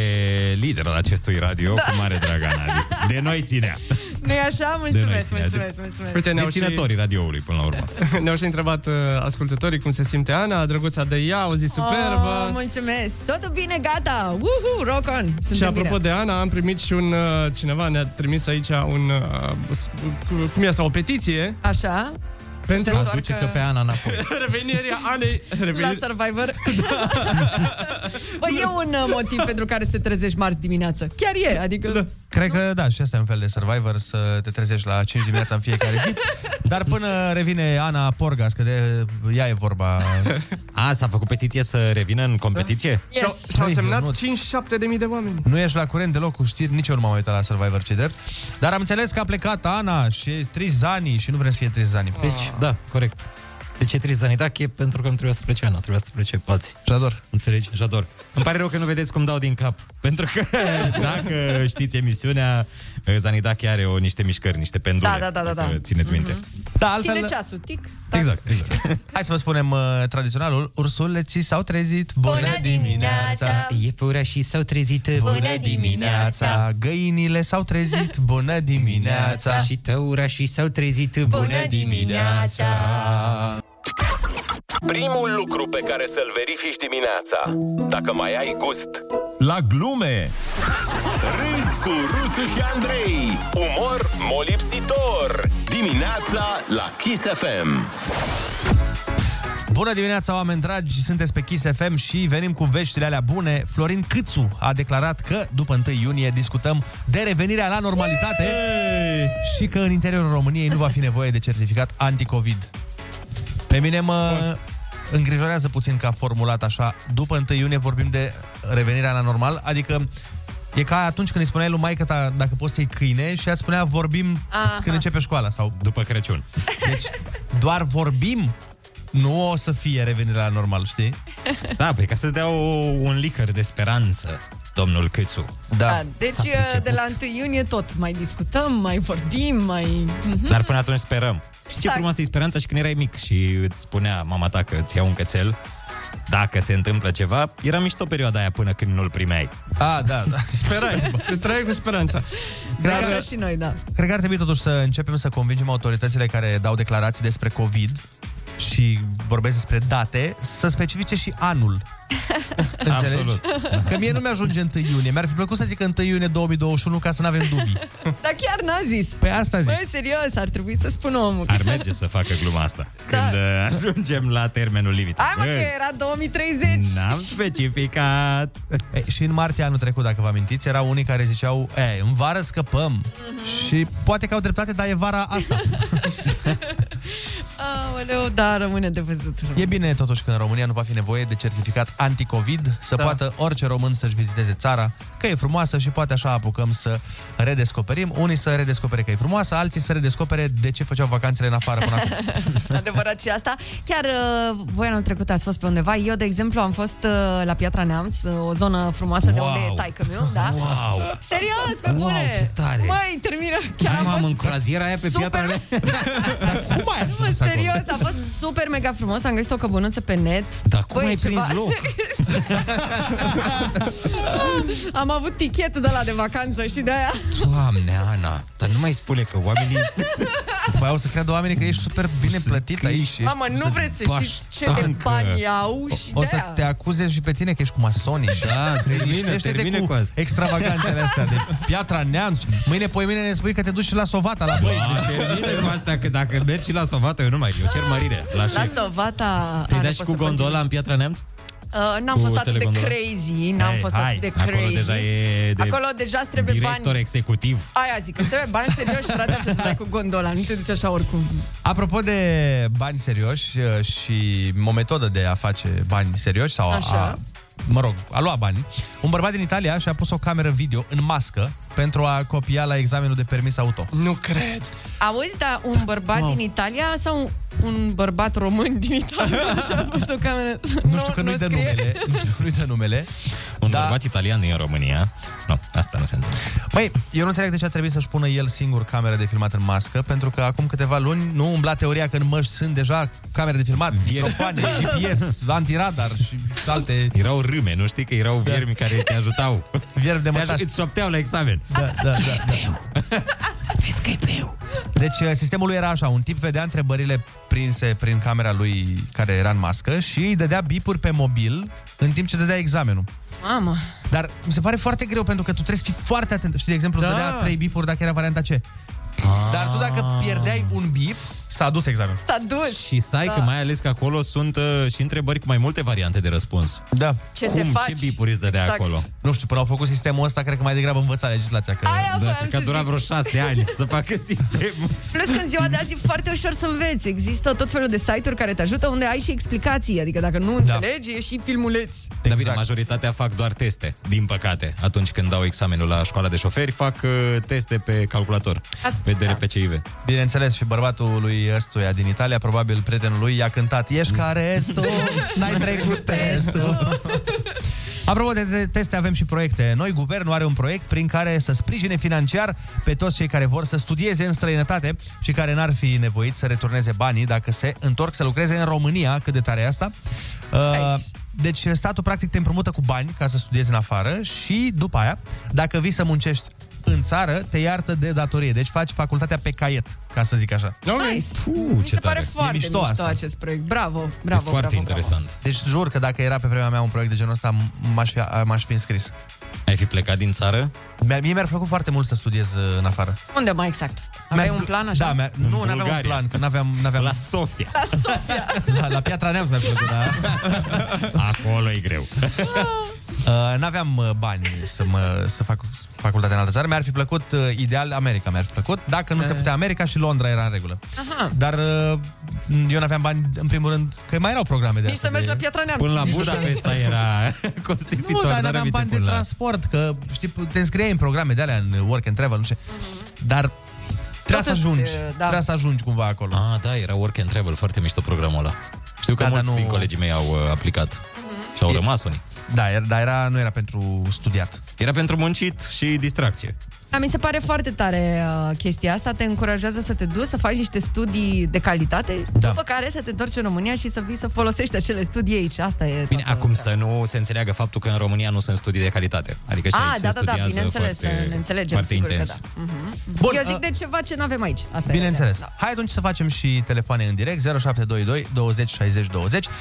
Speaker 7: lider al acestui radio,
Speaker 10: Da.
Speaker 7: da. cu mare drag, Ana, adică de noi ținea.
Speaker 10: fain. Nu-i așa? Mulțumesc,
Speaker 6: adică
Speaker 10: mulțumesc, mulțumesc.
Speaker 7: Deținătorii radioului, până la urmă.
Speaker 8: Ne-au și întrebat uh, ascultătorii cum se simte Ana, drăguța de ea, o zi superbă.
Speaker 10: Oh, mulțumesc. Totul bine, gata. Uhu, rock on. Suntem
Speaker 8: și apropo
Speaker 10: bine.
Speaker 8: de Ana, am primit și un uh, cineva ne-a trimis aici un uh, s- cu- cum e asta, o petiție
Speaker 10: Așa. Să se
Speaker 8: pentru
Speaker 10: întoarcă
Speaker 7: Ana înapoi.
Speaker 8: revenirea Anei
Speaker 10: La
Speaker 8: revenirea...
Speaker 10: Survivor Băi, e un uh, motiv pentru care se trezești marți dimineață Chiar e, adică da.
Speaker 6: Cred că da, și asta e un fel de Survivor, să te trezești la 5 dimineața în fiecare zi. Dar până revine Ana Porgas, că de ea e vorba.
Speaker 7: A, s-a făcut petiție să revină în competiție?
Speaker 8: Și-au, și-au semnat 5-7 de mii de oameni.
Speaker 6: Nu ești la curent deloc cu știri, nici eu nu m-am uitat la Survivor, ce drept. Dar am înțeles că a plecat Ana și e Trizani și nu vrem să fie Trizani.
Speaker 10: Ah.
Speaker 7: Deci, da, corect. De ce Trizanidac e pentru că nu trebuia să plece Ana, trebuia să plece alții.
Speaker 6: Jador.
Speaker 7: Înțelegi? Jador. Îmi pare rău că nu vedeți cum dau din cap. Pentru că dacă știți emisiunea, Zanidac are o, niște mișcări, niște pendule.
Speaker 10: Da, da, da, da, da.
Speaker 7: dacă Țineți minte. Mm-hmm.
Speaker 6: Da,
Speaker 10: Ține
Speaker 6: altfel...
Speaker 10: ceasul, tic
Speaker 7: Exact. exact.
Speaker 6: Hai să vă spunem uh, tradiționalul. Ursuleții s-au trezit.
Speaker 10: Bună dimineața!
Speaker 7: Iepurașii s-au trezit.
Speaker 10: Bună dimineața!
Speaker 6: Găinile s-au trezit. Bună dimineața!
Speaker 7: Și tăurașii s-au trezit.
Speaker 10: Bună dimineața!
Speaker 4: Primul lucru pe care să-l verifici dimineața, dacă mai ai gust.
Speaker 5: La glume!
Speaker 4: Râzi cu Rusu și Andrei. Umor molipsitor. Dimineața la Kiss FM.
Speaker 6: Bună dimineața, oameni dragi! Sunteți pe Kiss FM și venim cu veștile alea bune. Florin Câțu a declarat că după 1 iunie discutăm de revenirea la normalitate și că în interiorul României nu va fi nevoie de certificat anticovid. Pe mine mă îngrijorează puțin că a formulat așa. După 1 iunie vorbim de revenirea la normal, adică E ca atunci când îi spuneai lui maică ta dacă poți să iei câine și ea îți spunea vorbim
Speaker 10: Aha.
Speaker 6: Aha. când începe școala sau Deci,
Speaker 7: După Crăciun.
Speaker 6: doar vorbim, nu o să fie revenirea la normal, știi?
Speaker 7: Da, păi ca să-ți dea o, un licăr de speranță, domnul Câțu.
Speaker 10: Da,
Speaker 7: S-a
Speaker 10: deci
Speaker 7: priceput.
Speaker 10: de la 1 iunie tot mai discutăm, mai vorbim, mai... Mhm.
Speaker 7: Dar până atunci sperăm. Și ce
Speaker 10: Da.
Speaker 7: frumoasă e speranța și când erai mic și îți spunea mama ta că îți iau un cățel, dacă se întâmplă ceva, era mișto perioada aia până când nu-l primeai.
Speaker 6: A, da, da.
Speaker 8: Sperai, te trăiai cu speranța.
Speaker 10: Dar așa și noi, da.
Speaker 6: Cred că ar trebui totuși să începem să convingem autoritățile care dau declarații despre COVID și vorbesc despre date, să specifice și anul. Înțelegi?
Speaker 7: Absolut.
Speaker 6: Că mie nu mi-ajunge 1 iunie. Mi-ar fi plăcut să zic 1 iunie 2021 ca să nu avem dubii.
Speaker 10: Dar chiar n-a zis.
Speaker 6: Pe asta zic.
Speaker 10: Băi, serios, ar trebui să spun omul.
Speaker 7: Păi Ar merge să facă gluma asta.
Speaker 10: Da.
Speaker 7: Când uh, ajungem la termenul limită.
Speaker 10: Hai mă, că
Speaker 7: Bă,
Speaker 10: era 2030.
Speaker 7: N-am specificat.
Speaker 6: E, și în martie anul trecut, dacă vă amintiți, erau unii care ziceau, e, în vară scăpăm. Și poate că au dreptate, dar e vara asta.
Speaker 10: Aoleu, da, rămâne de văzut.
Speaker 6: E bine totuși că în România nu va fi nevoie de certificat anticovid, să da. poată orice român să-și viziteze țara, că e frumoasă și poate așa apucăm să redescoperim. Unii să redescopere că e frumoasă, alții să redescopere de ce făceau vacanțele în afară până acum.
Speaker 10: Adevărat și asta. Chiar uh, voi anul trecut ați fost pe undeva. Eu, de exemplu, am fost uh, la Piatra Neamț, uh, o zonă frumoasă de
Speaker 7: Wow.
Speaker 10: unde e taică meu, da?
Speaker 7: Wow.
Speaker 10: Serios, pe
Speaker 7: Wow,
Speaker 10: bune!
Speaker 7: ce tare!
Speaker 10: Măi, termină! Chiar am
Speaker 7: Mamă,
Speaker 10: fost
Speaker 7: în croaziera aia pe
Speaker 10: super
Speaker 7: piatra alea.
Speaker 10: Mă, serios, a fost super mega frumos, am găsit o căbunuță pe net.
Speaker 7: Dar cum
Speaker 10: Băi,
Speaker 7: ai
Speaker 10: ceva-
Speaker 7: prins loc?
Speaker 10: am avut tichet de la de vacanță și de aia.
Speaker 7: Doamne, Ana, dar nu mai spune că oamenii...
Speaker 6: Păi o să creadă oamenii că ești super bine plătit aici.
Speaker 10: Mamă, nu vreți să știți ce de
Speaker 7: uh,
Speaker 10: bani au și
Speaker 6: O
Speaker 10: de
Speaker 6: să
Speaker 10: aia.
Speaker 6: te acuze și pe tine că ești cu masonii. Da,
Speaker 7: termină, termină cu asta.
Speaker 6: extravaganțele astea de piatra neamț. Mâine, poi mâine ne spui că te duci și la Sovata, la băi.
Speaker 7: Ba, termină cu asta, că dacă mergi și la Sovata, eu nu mai... Eu cer mărire la șef.
Speaker 10: Lasă, vata
Speaker 7: Te-ai
Speaker 10: are
Speaker 7: dat și cu
Speaker 10: poți să
Speaker 7: gondola în Piatra Neamț?
Speaker 10: Uh, n-am
Speaker 7: Cu
Speaker 10: fost atât de
Speaker 7: telegondola?
Speaker 10: crazy, n-am
Speaker 7: Hai,
Speaker 10: fost
Speaker 7: hai,
Speaker 10: atât de crazy.
Speaker 7: acolo deja e de
Speaker 10: Acolo deja îți trebuie
Speaker 7: Director
Speaker 10: bani.
Speaker 7: executiv.
Speaker 10: Aia zic, îți trebuie bani serioși, frate, să te dai cu gondola, nu te duci așa oricum.
Speaker 6: Apropo de bani serioși uh, și o metodă de a face bani serioși sau a-
Speaker 10: Așa.
Speaker 6: a mă rog, a luat bani. Un bărbat din Italia și-a pus o cameră video în mască pentru a copia la examenul de permis auto.
Speaker 8: Nu cred.
Speaker 10: Auzi, dar un bărbat
Speaker 6: Da. Wow.
Speaker 10: din Italia sau un, un bărbat român din Italia și a pus o cameră?
Speaker 6: Nu știu că nu-i dă
Speaker 10: scrie.
Speaker 6: numele. Nu știu că nu-i dă numele.
Speaker 7: Un da. bărbat italian e în România. Nu, asta nu se întâmplă.
Speaker 6: Băi, eu nu înțeleg de ce a trebuit să-și pună el singur camera de filmat în mască, pentru că acum câteva luni nu umbla teoria că în măști sunt deja camere de filmat, microfoane, GPS, antiradar și alte
Speaker 7: Erau râme, nu știi că erau viermi da. care te ajutau.
Speaker 6: viermi de
Speaker 7: Te
Speaker 6: mătași.
Speaker 7: aj- îți șopteau la examen.
Speaker 6: Da, da, da, da. Deci uh, sistemul lui era așa, un tip vedea întrebările prinse prin camera lui care era în mască și îi dădea bipuri pe mobil în timp ce dădea examenul.
Speaker 10: Mamă,
Speaker 6: Dar mi se pare foarte greu pentru că tu trebuie să fii foarte atent. Știi, de exemplu, da.
Speaker 8: Da.
Speaker 6: dădea 3 bipuri dacă era varianta C. Dar tu dacă pierdeai un bip, s-a dus examenul.
Speaker 10: s-a dus.
Speaker 7: Ah. Și stai da.
Speaker 10: Da.
Speaker 7: că mai ales că acolo sunt uh, și întrebări cu mai multe variante de răspuns.
Speaker 6: Da.
Speaker 10: Ce
Speaker 7: Cum,
Speaker 10: te faci?
Speaker 7: ce bipuri îți dădea
Speaker 10: Exact.
Speaker 7: acolo?
Speaker 6: Nu știu, până au făcut sistemul ăsta, cred că mai degrabă învăța legislația. Că...
Speaker 10: Aia
Speaker 7: Da,
Speaker 10: voiam
Speaker 7: cred că a
Speaker 10: să
Speaker 7: durat
Speaker 10: zic.
Speaker 7: vreo șase ani să facă sistemul.
Speaker 10: Plus că în ziua de azi e foarte ușor să înveți. Există tot felul de site-uri care te ajută unde ai și explicații. Adică dacă
Speaker 6: Da.
Speaker 10: nu înțelegi, e și filmuleți.
Speaker 7: Exact. Dar bine, majoritatea fac doar teste, din păcate. Atunci când dau examenul la școala de șoferi, fac uh, teste pe calculator.
Speaker 10: Asta- da.
Speaker 7: Vedere pe CIV.
Speaker 6: Bineînțeles, și bărbatul lui ăstuia din Italia, probabil prietenul lui, i-a cântat Ești ca restul, n-ai trecut testul. Apropo de te- teste, avem și proiecte. Noi, guvernul are un proiect prin care să sprijine financiar pe toți cei care vor să studieze în străinătate și care n-ar fi nevoiți să returneze banii dacă se întorc să lucreze în România, cât de tare e asta. Uh, deci statul practic te împrumută cu bani ca să studiezi în afară și după aia, dacă vii să muncești în țară, te iartă de datorie. Deci faci facultatea pe caiet, ca să zic așa.
Speaker 10: Nice.
Speaker 7: Puh,
Speaker 10: Mi
Speaker 7: ce
Speaker 10: se
Speaker 7: tare.
Speaker 10: pare
Speaker 7: E
Speaker 10: foarte
Speaker 6: mișto
Speaker 10: mișto, mișto
Speaker 6: asta.
Speaker 10: acest proiect. Bravo, bravo,
Speaker 7: foarte
Speaker 10: bravo,
Speaker 7: interesant.
Speaker 6: Deci jur că dacă era pe vremea mea un proiect de genul ăsta, m- m-aș fi, m-aș fi înscris.
Speaker 7: Ai fi plecat din țară?
Speaker 6: Mi-ar, mie mi-ar plăcut foarte mult să studiez uh, în afară.
Speaker 10: Bravo. Unde mai exact? Aveai
Speaker 6: Mi-ar-
Speaker 10: un plan așa?
Speaker 6: Da, mi-ar, nu, nu aveam un
Speaker 7: Bulgaria.
Speaker 6: plan, că n-aveam... n-aveam Da,
Speaker 7: La Sofia.
Speaker 6: la, la Piatra Neamț mi-ar plăcut, da.
Speaker 7: Acolo e greu.
Speaker 6: Uh, n-aveam uh, bani să, mă, să fac facultatea în altă țară. Mi-ar fi plăcut, uh, ideal, America mi-ar fi plăcut. Dacă
Speaker 10: Eh.
Speaker 6: nu se putea America și Londra era în regulă.
Speaker 10: Aha.
Speaker 6: Dar uh, eu n-aveam bani, în primul rând, că mai erau programe de
Speaker 10: Nici să
Speaker 6: astea
Speaker 10: mergi
Speaker 6: de...
Speaker 10: la Piatra Neamț.
Speaker 7: Până la
Speaker 10: zici.
Speaker 7: Budapesta era costisitor.
Speaker 6: Nu, dar
Speaker 7: n-ar
Speaker 6: n-aveam
Speaker 7: fi
Speaker 6: bani de
Speaker 7: până la-
Speaker 6: transport, că știi, te înscriai în programe de alea, în work and travel, nu știu. Dar
Speaker 10: Tot
Speaker 6: trebuia să
Speaker 10: îți,
Speaker 6: ajungi,
Speaker 10: Mhm. da.
Speaker 6: trebuia să ajungi cumva acolo.
Speaker 7: Ah, da, era work and travel, foarte mișto programul ăla. Știu că
Speaker 6: Da,
Speaker 7: da,
Speaker 6: dar
Speaker 7: mulți
Speaker 6: nu-
Speaker 7: din colegii mei au uh, aplicat
Speaker 10: Mhm.
Speaker 7: și au
Speaker 6: E-
Speaker 7: rămas unii.
Speaker 6: Da, era, dar era, nu era
Speaker 10: Da,
Speaker 6: pentru studiat.
Speaker 7: Era pentru muncit și distracție.
Speaker 10: A, mi se pare foarte tare uh, chestia asta. Te încurajează să te duci, să faci niște studii de calitate,
Speaker 6: Da.
Speaker 10: da. după care să te întorci în România și să vii să folosești acele studii aici. Asta e.
Speaker 7: Bine,
Speaker 10: toată-
Speaker 7: acum să nu se înțeleagă faptul că în România nu sunt studii de calitate. Adică și
Speaker 10: Ah,
Speaker 7: aici
Speaker 10: da,
Speaker 7: se
Speaker 10: da, da,
Speaker 7: studiază
Speaker 10: bineînțeles,
Speaker 7: foarte,
Speaker 10: să ne înțelegem,
Speaker 7: foarte
Speaker 10: sigur că
Speaker 7: intens.
Speaker 10: da.
Speaker 6: Bun,
Speaker 10: Eu
Speaker 6: uh,
Speaker 10: zic de ceva ce nu avem aici. Asta e.
Speaker 6: Bineînțeles.
Speaker 10: Da.
Speaker 6: Hai atunci să facem și telefoane în direct 0722 20 60 20. Uh,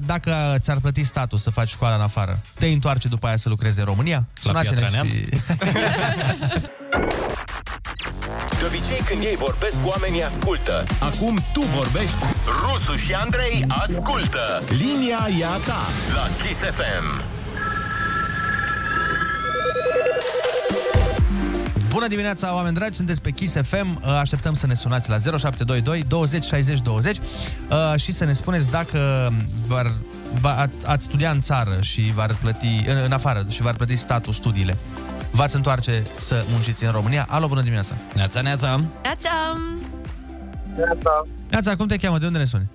Speaker 6: dacă ți-ar plăti statul să faci școala în afară, te întoarce după aia să lucrezi în România?
Speaker 7: La Piatra
Speaker 6: și...
Speaker 4: De obicei când ei vorbesc, oamenii ascultă. Acum tu vorbești. Rusu și Andrei ascultă. Linia e a ta la Kiss FM.
Speaker 6: Bună dimineața, oameni dragi, sunteți pe Kiss FM. Uh, Așteptăm să ne sunați ă, la 0722 20 60 20 uh, și să ne spuneți dacă v-ar va, ați, ați studia în țară și v-ar plăti, în, în afară, și v-ar plăti statul studiile, v-ați întoarce să munciți în România. Alo, bună dimineața!
Speaker 7: Neața, neața!
Speaker 10: Neața!
Speaker 6: Neața, cum te cheamă? De unde ne suni?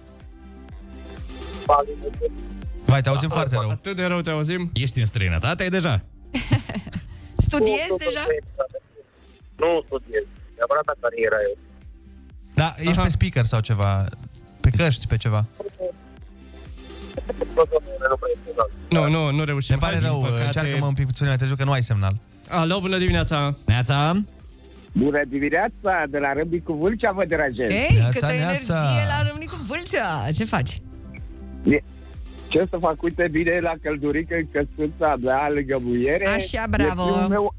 Speaker 6: Vai, te auzim foarte rău.
Speaker 8: Atât de rău te auzim.
Speaker 7: Ești în străinătate deja?
Speaker 10: Studiezi deja?
Speaker 11: Nu studiez. Mi-am arătat cariera eu.
Speaker 6: Da, ești pe speaker sau ceva, pe căști, pe ceva.
Speaker 8: Nu, nu, nu reușim.
Speaker 6: Ne pare
Speaker 8: Azi,
Speaker 6: rău,
Speaker 8: din păcate-
Speaker 6: încearcă-mă un pic puțin mai târziu că nu ai semnal.
Speaker 8: Alo, bună dimineața!
Speaker 7: Neața!
Speaker 12: Bună dimineața, de la Râmnicu Vâlcea vă deranjez.
Speaker 10: Ei, câtă energie la Râmnicu Vâlcea! Ce faci?
Speaker 12: E- Ce să fac, uite, bine la căldurică în căsuța mea, lângă muiere.
Speaker 10: Așa, bravo.
Speaker 12: E primul meu.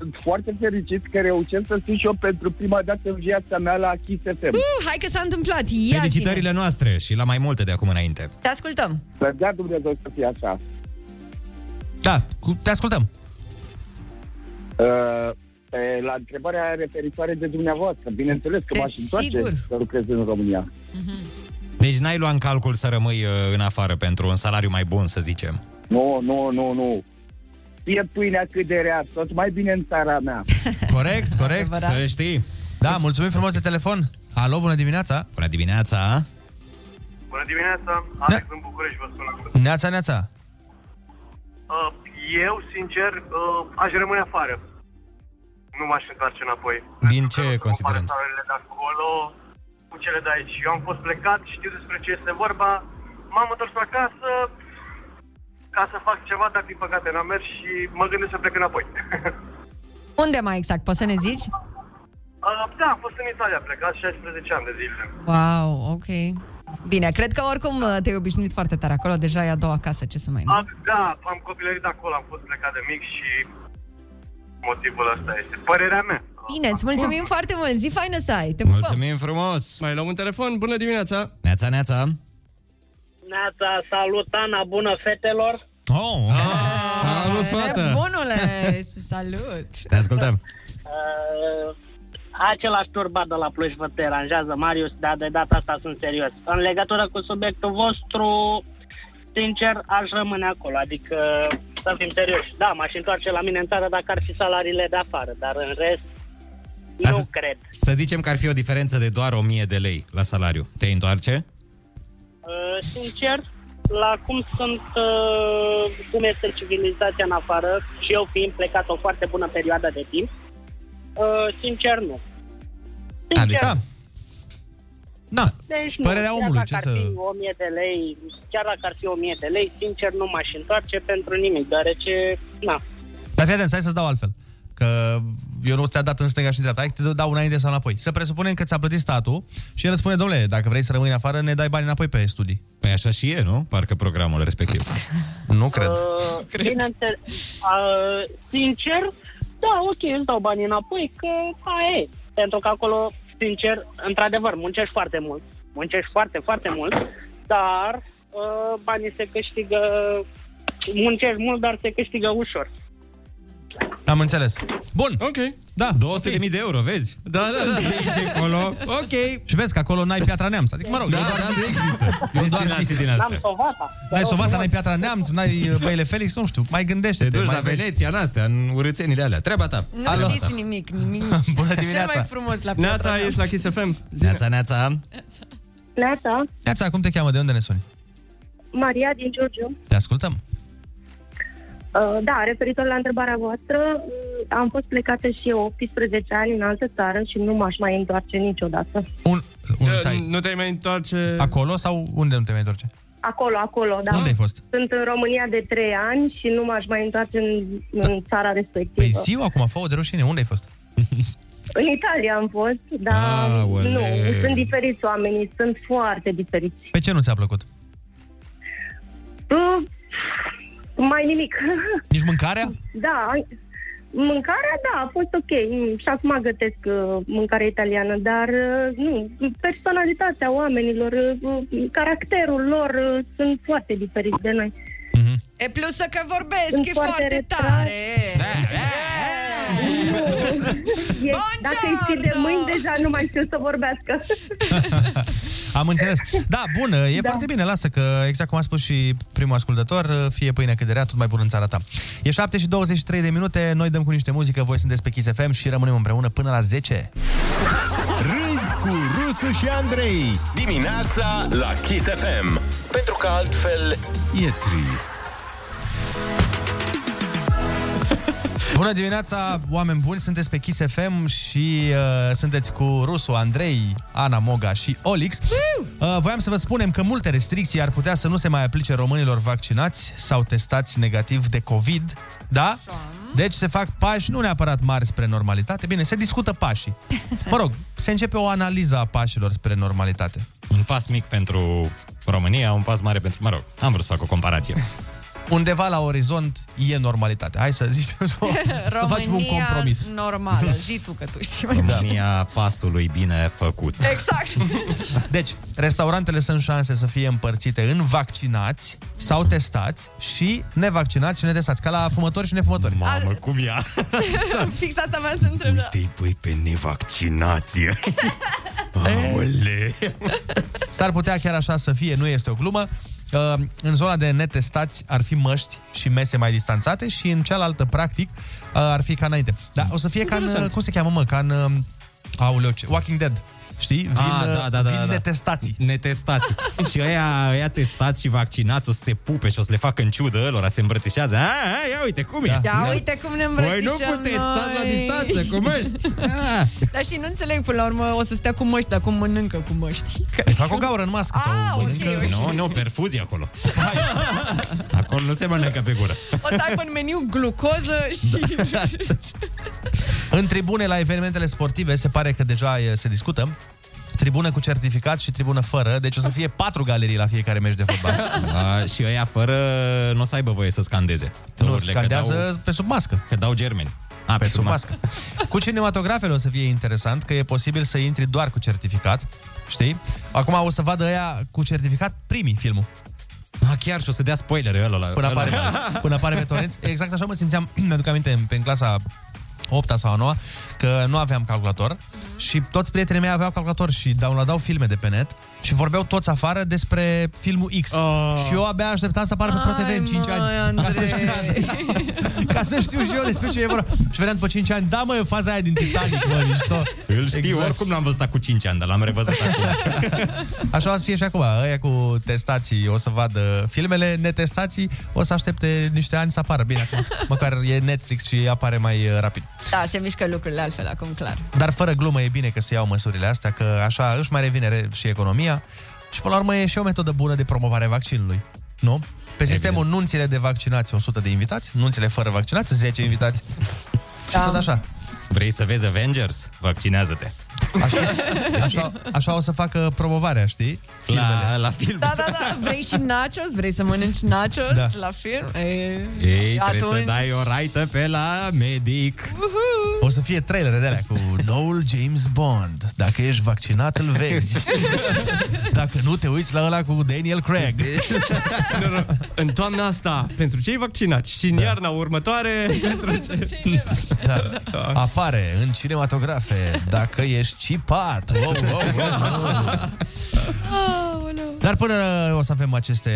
Speaker 12: Sunt foarte fericit că reușesc să fiu și eu pentru prima dată în viața mea la Kiss FM.
Speaker 10: Uh, hai că s-a întâmplat! Ia
Speaker 7: Felicitările noastre și la mai multe de acum înainte.
Speaker 10: Te ascultăm!
Speaker 12: Să dea Dumnezeu să fie așa.
Speaker 6: Da, cu, te ascultăm.
Speaker 12: Uh, pe- la întrebarea referitoare de dumneavoastră, bineînțeles că m-aș întoarce să lucrez în România.
Speaker 7: Deci n-ai luat în calcul să rămâi uh, în afară pentru un salariu mai bun, să zicem.
Speaker 12: Nu, nu, nu, nu. Fie pâinea cât de rea, tot mai bine în țara mea.
Speaker 6: Corect, corect. Să
Speaker 7: știi.
Speaker 6: Da, mulțumim frumos de telefon. Alo, bună dimineața!
Speaker 7: Bună dimineața!
Speaker 13: Bună dimineața, Alex din București vă sună.
Speaker 6: Neața, neața!
Speaker 13: Uh, Eu, sincer, uh, aș rămâne afară. Nu m-aș întoarce înapoi.
Speaker 7: Din ce considerăm?
Speaker 13: Salariile de acolo cu cele de aici. Eu am fost plecat, știu despre ce este vorba. M-am întors acasă ca să fac ceva, dar din păcate n-am mers și mă gândesc să plec înapoi.
Speaker 10: Unde mai exact? Poți să ne zici?
Speaker 13: Uh, da, am fost în Italia, plecat 16 ani de zile.
Speaker 10: Wow, ok. Bine, cred că oricum uh, te-ai obișnuit foarte tare acolo, deja e a doua acasă, ce să mai...
Speaker 13: Am, da, am copilărit acolo, am fost plecat de mic și motivul ăsta este. Părerea mea.
Speaker 10: Bine, îți mulțumim foarte mult, zi faină să ai, te pupăm!
Speaker 7: Mulțumim frumos!
Speaker 8: Mai luăm un telefon, bună dimineața!
Speaker 7: Neața, neața!
Speaker 14: Neața, salut, Ana, bună fetelor!
Speaker 7: Oh! Salut,
Speaker 10: Bunule, salut!
Speaker 7: Te
Speaker 6: Da.
Speaker 7: ascultăm!
Speaker 14: Uh, același turbat de la Cluj vă deranjează, Marius, dar de data asta sunt serios. În legătură cu subiectul vostru, sincer, aș rămâne acolo, adică să fim serioși. Da, m-aș întoarce la mine în țară dacă ar fi salariile de afară, dar în rest, nu
Speaker 7: Asta-
Speaker 14: cred.
Speaker 7: Să zicem că ar fi o diferență de doar 1000 de lei la salariu. Te întoarce?
Speaker 14: Uh, sincer, la cum sunt, uh, cum este civilizația în afară și eu fiind plecat o foarte bună perioadă de timp, uh, sincer nu.
Speaker 6: Adică? Da. Da.
Speaker 14: Deci nu,
Speaker 6: Părerea
Speaker 14: chiar
Speaker 6: omului,
Speaker 14: dacă
Speaker 6: ce
Speaker 14: ar
Speaker 6: să...
Speaker 14: fi 1000 de lei, chiar dacă ar fi 1000 de lei, sincer nu m-aș întoarce pentru nimic, deoarece, na,
Speaker 6: Dar fii atent, stai să-ți dau altfel. Că eu nu ți-a dat în stânga și în dreapta, hai că te dau înainte sau înapoi. Să presupunem că ți-a plătit statul și el îți spune, domnule, dacă vrei să rămâi în afară, ne dai bani înapoi pe studii.
Speaker 7: Păi așa și e, nu? Parcă programul respectiv.
Speaker 6: Nu cred.
Speaker 14: Uh, bineînțeles, uh, sincer, da, ok, îți dau banii înapoi, că aia e. Pentru că acolo, sincer, într-adevăr, muncești foarte mult. Muncești foarte, foarte mult, dar uh, banii se câștigă... Muncești mult, dar se câștigă ușor.
Speaker 6: Am înțeles. Bun.
Speaker 8: Ok.
Speaker 6: Da.
Speaker 7: 200 de mii de euro, vezi? Da,
Speaker 6: da, da.
Speaker 7: Ești acolo. Ok.
Speaker 6: Și vezi că acolo n-ai piatra neamț. Adică, mă rog,
Speaker 7: Da,
Speaker 6: eu doar
Speaker 7: da,
Speaker 6: zic.
Speaker 7: nu există.
Speaker 6: Eu doar
Speaker 7: Destinații
Speaker 6: zic.
Speaker 7: din
Speaker 14: N-am sovata.
Speaker 6: N-ai sovata, n-ai piatra neamț, n-ai uh, băile Felix, nu știu. Mai gândește-te.
Speaker 7: Te duci
Speaker 6: mai
Speaker 7: la
Speaker 6: vezi.
Speaker 7: Veneția, în astea, în urâțenile alea. Treaba ta.
Speaker 10: Nu știți nimic, nimic.
Speaker 6: Bună
Speaker 10: Cel
Speaker 6: dimineața.
Speaker 10: mai frumos la
Speaker 8: Neața,
Speaker 10: Piatra
Speaker 8: ești la Kiss FM.
Speaker 7: Neața, neața.
Speaker 15: Neața,
Speaker 6: Neața, cum te cheamă? De unde ne suni?
Speaker 15: Maria din Giurgiu.
Speaker 6: Te ascultăm.
Speaker 15: Uh, Da, referitor la întrebarea voastră, uh, am fost plecată și eu 18 ani în altă țară și nu m-aș mai întoarce niciodată.
Speaker 8: Nu te-ai mai întoarce...
Speaker 6: Acolo sau unde nu te mai întorce?
Speaker 15: Acolo, acolo, da.
Speaker 6: Unde ai fost?
Speaker 15: Sunt în România de 3 ani și nu m-aș mai întoarce în, în țara respectivă.
Speaker 6: Da. Păi ziua acum, fă de rușine. Unde ai fost?
Speaker 15: În Italia am fost, dar
Speaker 6: Aoleu.
Speaker 15: nu, sunt diferiți oamenii, sunt foarte diferiți.
Speaker 6: Pe ce nu ți-a plăcut?
Speaker 15: Uh, Mai nimic.
Speaker 6: Nici mâncarea?
Speaker 15: Da, mâncarea, da, a fost ok. Mm, Și acum gătesc uh, mâncare italiană, dar uh, nu, personalitatea oamenilor, uh, uh, caracterul lor uh, sunt foarte diferiți de noi.
Speaker 10: E plus că vorbesc,
Speaker 15: Sunt
Speaker 10: e
Speaker 15: foarte
Speaker 10: foarte
Speaker 15: retras.
Speaker 10: tare!
Speaker 15: E, dacă îi ții de mâini, deja nu mai știu să vorbească.
Speaker 6: Am înțeles. Da, bun, e
Speaker 15: Da.
Speaker 6: da. foarte bine, lasă că, exact cum a spus și primul ascultător, fie pâinea cât de rea, tot mai bun în țara ta. E 7 și 23 de minute, noi dăm cu niște muzică, voi sunteți pe Kiss FM și rămânem împreună până la 10.
Speaker 5: Râzi cu Rusu și Andrei Dimineața la Kiss FM Pentru că altfel e trist
Speaker 6: Bună dimineața, oameni buni, sunteți pe Kiss FM și uh, sunteți cu Rusu, Andrei, Ana Moga și Olix. Uh, voiam să vă spunem că multe restricții ar putea să nu se mai aplice românilor vaccinați sau testați negativ de COVID, da? Deci se fac pași nu neapărat mari spre normalitate. Bine, se discută pașii. Mă rog, se începe o analiză a pașilor spre normalitate.
Speaker 7: Un pas mic pentru România, un pas mare pentru... Mă rog, am vrut să fac o comparație.
Speaker 6: Undeva la orizont e normalitate. Hai să zici, să facem un
Speaker 10: România
Speaker 6: compromis. Da.
Speaker 10: normală. Zi tu că tu știi mai bine.
Speaker 7: România pasului bine făcut.
Speaker 10: Exact.
Speaker 6: Deci, restaurantele sunt șanse să fie împărțite în vaccinați sau testați și nevaccinați și netestați, ca la fumători și nefumători.
Speaker 7: Mamă, cum ea?
Speaker 10: Fix asta vreau să întreb. da.
Speaker 7: Te pui pe nevaccinație. Aole.
Speaker 6: S-ar putea chiar așa să fie, nu este o glumă. Uh, În zona de netestați ar fi măști și mese mai distanțate și în cealaltă, practic, uh, ar fi ca înainte. Dar o să fie ca în,
Speaker 7: Interesant.
Speaker 6: cum se cheamă, mă, ca în, uh, aoleu, ce- Walking Dead. Știi? Vin,
Speaker 7: Ah,
Speaker 6: uh,
Speaker 7: da, da, da,
Speaker 6: vin
Speaker 7: da.
Speaker 6: netestații.
Speaker 7: Netestați. și ăia, ăia testați și vaccinați o să se pupe și o să le facă în ciudă lor, se îmbrățișează. A, a, ia uite cum e.
Speaker 10: Ia uite cum ne
Speaker 7: Voi
Speaker 10: îmbrățișăm
Speaker 7: Păi nu puteți,
Speaker 10: noi.
Speaker 7: stați la distanță, cu măști. Ah.
Speaker 10: Dar și nu înțeleg, până la urmă, o să stea cu măști, dar cum mănâncă cu măști. Că...
Speaker 6: Îi fac o gaură în mască
Speaker 10: Ah,
Speaker 6: sau
Speaker 10: ok, ok.
Speaker 7: Nu, nu, perfuzie acolo. acolo nu se mănâncă pe gură.
Speaker 10: O să aibă în meniu glucoză și...
Speaker 6: În tribune la evenimentele sportive se pare că deja e, se discută. Tribună cu certificat și tribună fără, deci o să fie patru galerii la fiecare meci de fotbal.
Speaker 7: A, și ăia fără nu o să aibă voie să scandeze. Să
Speaker 6: Nu,
Speaker 7: urle,
Speaker 6: scandează
Speaker 7: că dau,
Speaker 6: pe sub mască.
Speaker 7: Că dau germeni. A,
Speaker 6: Pe sub mască. Cu cinematografele o să fie interesant, că e posibil să intri doar cu certificat, știi? Acum o să vadă ea cu certificat primii filmul.
Speaker 7: A, Ah, chiar și o să dea spoilere ăla la
Speaker 6: Până
Speaker 7: ăla
Speaker 6: apare,
Speaker 7: la alții.
Speaker 6: până apare pe torrent. Exact așa mă simțeam, mi-aduc aminte, în- în clasa 8 sau 9 că nu aveam calculator și toți prietenii mei aveau calculator și downloadau filme de pe net și vorbeau toți afară despre filmul X. Și eu abia așteptam să apară pe ProTV în 5 ani. Ca să, știu, ca să știu și eu despre ce e vorba. Și vedeam după 5 ani, da mă, e faza aia din Titanic, mă, mișto. Exact.
Speaker 7: Îl știu, oricum l-am văzut cu 5 ani, dar l-am revăzut acum.
Speaker 6: Așa o să fie și acum. Ăia cu testații o să vadă filmele, netestații o să aștepte niște ani să apară. Bine, acum, măcar e Netflix și apare mai uh, rapid.
Speaker 10: Da, se mișcă lucrurile altfel acum, clar.
Speaker 6: Dar fără glumă e bine că se iau măsurile astea, că așa își mai revine re- și economia. Și până la urmă e și o metodă bună de promovare a vaccinului. Nu? Pe sistemul nunțile de vaccinați 100 de invitați, nunțile fără vaccinați 10 invitați. Și tot așa.
Speaker 7: Vrei să vezi Avengers? Vaccinează-te.
Speaker 6: Deci Așa, așa o să facă promovarea, știi?
Speaker 7: La, la film.
Speaker 10: Da, da, da, vrei și nachos? Vrei să mănânci nachos
Speaker 7: Da.
Speaker 10: la film? E,
Speaker 7: Ei, trebuie să dai o raită pe la medic.
Speaker 10: Uhu.
Speaker 6: O să fie trailere de alea cu noul James Bond. Dacă ești vaccinat, îl vezi. Dacă nu, te uiți la ăla cu Daniel Craig.
Speaker 8: Nu, nu. În toamna asta, pentru cei vaccinați și în da. iarna următoare, pentru ce...
Speaker 6: Da. Apare în cinematografe. Dacă ești cipat. Wow, wow, wow, wow. Dar până o să avem aceste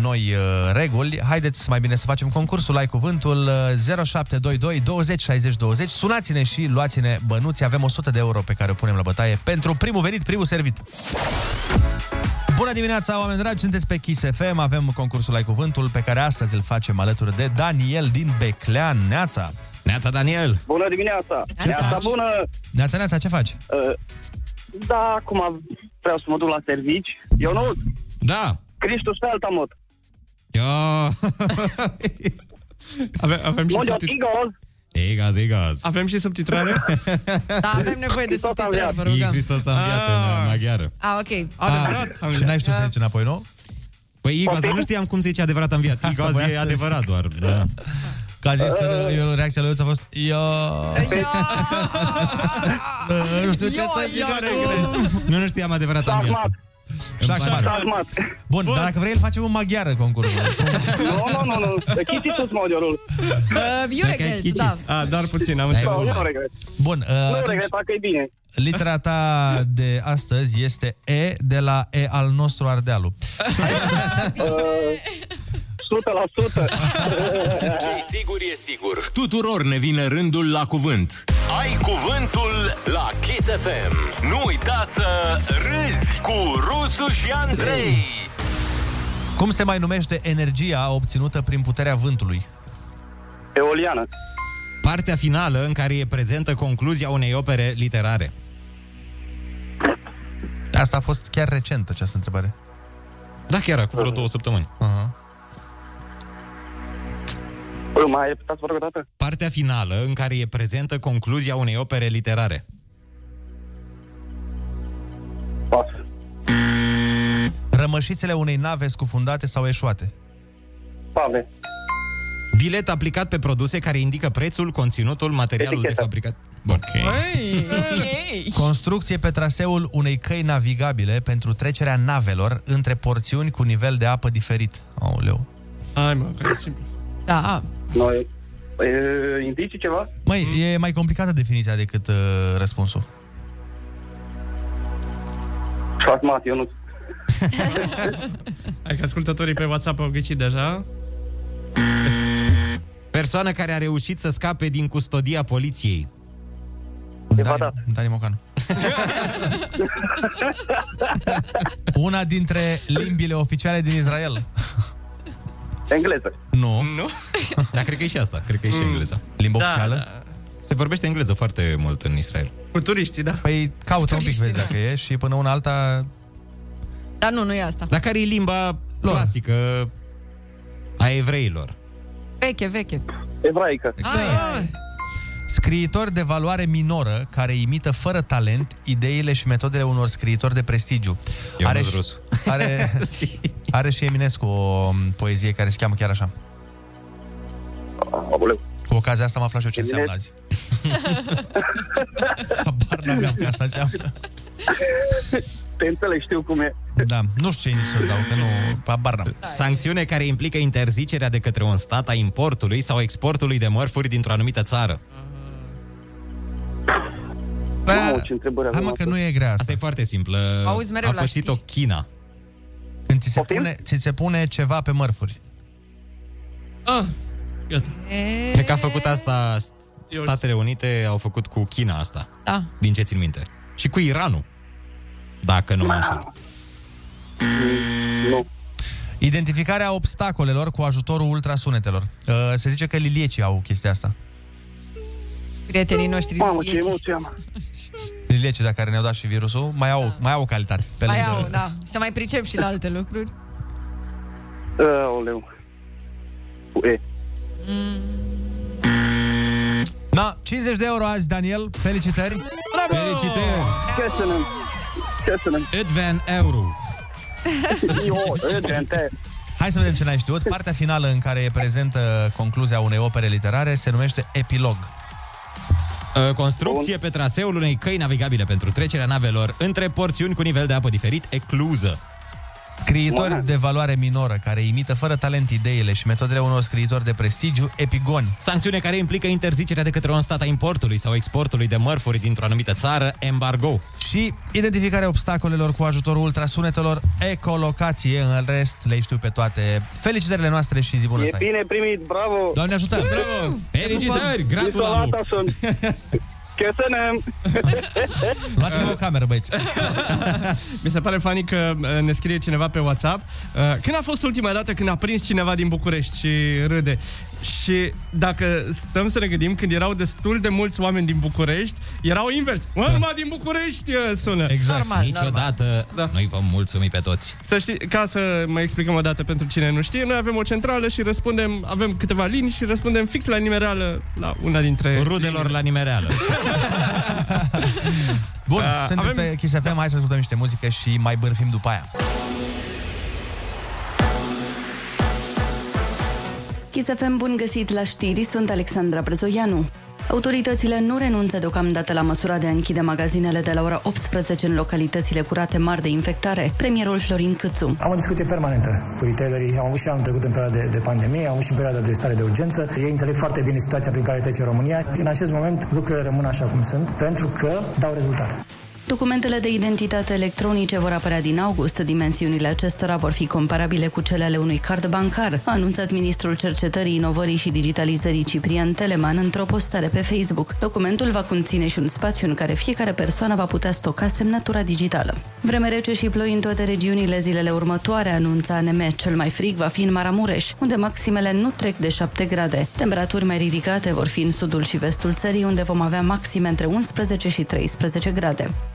Speaker 6: noi uh, reguli, haideți mai bine să facem concursul Ai Cuvântul uh, 0722 20 60 20. Sunați-ne și luați-ne bănuți. Avem 100 de euro pe care o punem la bătaie pentru primul venit, primul servit. Bună dimineața, oameni dragi! Sunteți pe Kiss FM, avem concursul Ai Cuvântul pe care astăzi îl facem alături de Daniel din Beclean. Neața!
Speaker 7: Neața, Daniel!
Speaker 11: Bună dimineața!
Speaker 6: Ce
Speaker 11: Neața
Speaker 6: faci?
Speaker 11: bună!
Speaker 6: Neața, Neața, ce faci?
Speaker 11: Uh, Da, acum vreau să mă duc la servici. Eu nu
Speaker 7: Da!
Speaker 11: Cristu pe alta mod.
Speaker 8: Avem, avem și
Speaker 11: Mondio
Speaker 8: subtit...
Speaker 11: Igor!
Speaker 7: Egaz, egaz.
Speaker 8: Avem și subtitrare?
Speaker 10: Da, avem nevoie de subtitrare, vă
Speaker 7: E
Speaker 10: rugăm.
Speaker 7: Hristos a înviat în maghiară.
Speaker 10: A, ok.
Speaker 6: Ah, uh, și n-ai știut să zici înapoi, nu?
Speaker 7: Păi Igaz, dar nu știam cum zice adevărat a înviat. Igaz
Speaker 6: voiam
Speaker 7: e
Speaker 6: să
Speaker 7: adevărat doar, da.
Speaker 6: Că a zis, uh, eu, reacția lui Ionuț a fost Ia... Nu știu ce
Speaker 7: Eu,
Speaker 6: să zic
Speaker 7: Iacob!
Speaker 6: regret.
Speaker 7: Nu, nu știam adevărat a înviat.
Speaker 6: Șlacmat. Bun, Bun, dar dacă vrei, îl facem în maghiară concursul.
Speaker 12: Nu, nu, nu. Chitiți-ți modiorul.
Speaker 10: Eu regret, da.
Speaker 6: A, doar puțin, am
Speaker 12: înțeles. Nu, eu nu regret.
Speaker 6: Bun, uh,
Speaker 12: Nu
Speaker 6: atunci,
Speaker 12: regret, dacă e bine.
Speaker 6: litera ta de astăzi este E de la E al nostru Ardealu.
Speaker 4: ce sigur e sigur. Tuturor ne vine rândul la cuvânt. Ai cuvântul la Kiss FM. Nu uita să râzi cu Rusu și Andrei.
Speaker 6: Cum se mai numește energia obținută prin puterea vântului?
Speaker 7: Eoliană. Partea finală în care e prezentă concluzia unei opere literare.
Speaker 6: Asta a fost chiar recent această întrebare.
Speaker 7: Da, chiar acum vreo două săptămâni.
Speaker 6: Aha.
Speaker 7: Mai repetați o dată? Partea finală în care e prezentă concluzia unei opere literare.
Speaker 6: Rămășițele unei nave scufundate sau eșuate.
Speaker 7: Pave. Bilet aplicat pe produse care indică prețul, conținutul, materialul de fabricat. Bun.
Speaker 6: Construcție pe traseul unei căi navigabile pentru trecerea navelor între porțiuni cu nivel de apă diferit. Aoleu.
Speaker 8: Hai mă, că e simplu.
Speaker 10: Da.
Speaker 12: Noi. E, indicii ceva?
Speaker 6: Măi, e mai complicată definiția decât uh, răspunsul.
Speaker 12: Șlacmat, eu nu.
Speaker 8: Hai că ascultătorii pe WhatsApp au ghicit deja.
Speaker 7: Persoană care a reușit să scape din custodia poliției.
Speaker 6: Dani, Dani Mocanu. Una dintre limbile oficiale din Israel.
Speaker 12: Engleză.
Speaker 6: Nu.
Speaker 7: Nu? Dar Da, cred că e și asta. Cred că e și
Speaker 6: Mm.
Speaker 7: engleza.
Speaker 6: Limba
Speaker 7: da,
Speaker 6: oficială?
Speaker 7: Da. Se vorbește engleză foarte mult în Israel.
Speaker 8: Cu turiștii, da.
Speaker 6: Păi caută un pic, vezi dacă e, și până una alta...
Speaker 10: Dar nu, nu e asta.
Speaker 7: Dar care e limba clasică a evreilor?
Speaker 10: Veche, veche.
Speaker 12: Evraică.
Speaker 10: Ah,
Speaker 6: Scriitor de valoare minoră care imită fără talent ideile și metodele unor scriitori de prestigiu.
Speaker 7: Eu
Speaker 6: are,
Speaker 7: nu-s
Speaker 6: și,
Speaker 7: rus.
Speaker 6: are, are și Eminescu o m, poezie care se cheamă chiar așa. Cu ocazia asta am aflat și eu ce înseamnă azi. Habar n-aveam că asta înseamnă.
Speaker 12: Te înțeleg, știu cum e.
Speaker 6: Da, nu știu ce nici să dau, că nu... Habar n-am.
Speaker 7: Sancțiune care implică interzicerea de către un stat a importului sau exportului de mărfuri dintr-o anumită țară.
Speaker 6: Mamă,
Speaker 12: ce întrebări
Speaker 6: Hai mă că nu e grea asta.
Speaker 7: Asta e foarte simplă.
Speaker 10: Auzi, mereu
Speaker 7: a
Speaker 10: la
Speaker 7: pășit-o China.
Speaker 6: Când ți se, pune, ți se pune ceva pe mărfuri.
Speaker 8: Ah, gata.
Speaker 7: Cred că a făcut asta Statele Unite au făcut cu China asta,
Speaker 10: da.
Speaker 7: din ce țin minte. Și cu Iranul, dacă nu mă înșel.
Speaker 12: Mm,
Speaker 6: Identificarea obstacolelor cu ajutorul ultrasunetelor. Uh, Se zice că liliecii au chestia asta.
Speaker 10: prietenii noștri. Mamă, ce emoție
Speaker 12: am.
Speaker 6: Liliecii, dacă care ne-au dat și virusul, mai au, da. mai au o calitate. Pe
Speaker 10: Mai
Speaker 6: lângă...
Speaker 10: au, da. Să mai pricep și la alte lucruri.
Speaker 12: Aoleu. Cu E.
Speaker 6: Da, 50 Mm. de euro azi, Daniel. Felicitări!
Speaker 12: Bravo!
Speaker 7: Felicitări!
Speaker 12: Köszönöm. Köszönöm.
Speaker 7: 50 euro.
Speaker 12: Jó, 50.
Speaker 6: Hai să vedem ce n-ai știut. Partea finală în care e prezentă concluzia unei opere literare se numește epilog.
Speaker 12: Da.
Speaker 7: Uh, Construcție pe traseul unei căi navigabile pentru trecerea navelor între porțiuni cu nivel de apă diferit, ecluză. Ah.
Speaker 6: Scriitori de valoare minoră care imită fără talent ideile și metodele unor scriitori de prestigiu, epigoni.
Speaker 7: Sancțiune care implică interzicerea de către un stat a importului sau exportului de mărfuri dintr-o anumită țară, embargo.
Speaker 6: Și identificarea obstacolelor cu ajutorul ultrasunetelor, ecolocație, în rest le știu pe toate. Felicitările noastre și zi bună
Speaker 12: E
Speaker 6: să ai. Da.
Speaker 12: bine primit, bravo.
Speaker 6: Doamne ajută!
Speaker 12: Bravo!
Speaker 7: Felicitări,
Speaker 12: gratulăm! sunt. Köszönöm.
Speaker 6: Luați-vă o cameră, băieți.
Speaker 8: Mi se pare funny că uh, ne scrie cineva pe WhatsApp. uh, Când a fost ultima dată când a prins cineva din București și râde? Și dacă stăm să ne gândim, când erau destul de mulți oameni din București, erau invers.
Speaker 7: Da.
Speaker 8: Mă, numai din București uh, sună.
Speaker 7: Exact. Niciodată noi vă mulțumim pe toți.
Speaker 8: Să știi, ca să mă explicăm o dată pentru cine nu știe, noi avem o centrală și răspundem, avem câteva linii și răspundem fix la nimereală la una dintre...
Speaker 7: Rudelor la nimereală.
Speaker 6: Bun,
Speaker 8: Uh,
Speaker 7: Da,
Speaker 6: uh, sunteți
Speaker 8: avem-
Speaker 6: avem... pe Kiss FM, hai să ascultăm niște muzică și mai bârfim după aia.
Speaker 9: Chisafem, bun găsit la știri, sunt Alexandra Brezoianu. Autoritățile nu renunță deocamdată la măsura de a închide magazinele de la ora 18 în localitățile curate mari de infectare. Premierul Florin Câțu.
Speaker 2: Am o discuție permanentă cu retailerii, am avut și anul trecut în perioada de, de pandemie, am avut și în perioada de stare de urgență. Ei înțeleg foarte bine situația prin care trece România. În acest moment lucrurile rămân așa cum sunt, pentru că dau rezultate.
Speaker 9: Documentele de identitate electronice vor apărea din august. Dimensiunile acestora vor fi comparabile cu cele ale unui card bancar, a anunțat ministrul cercetării, inovării și digitalizării Ciprian Teleman într-o postare pe Facebook. Documentul va conține și un spațiu în care fiecare persoană va putea stoca semnătura digitală. Vreme rece și ploi în toate regiunile zilele următoare, anunța ANM. Cel mai frig va fi în Maramureș, unde maximele nu trec de 7 grade. Temperaturi mai ridicate vor fi în sudul și vestul țării, unde vom avea maxime între 11 și 13 grade.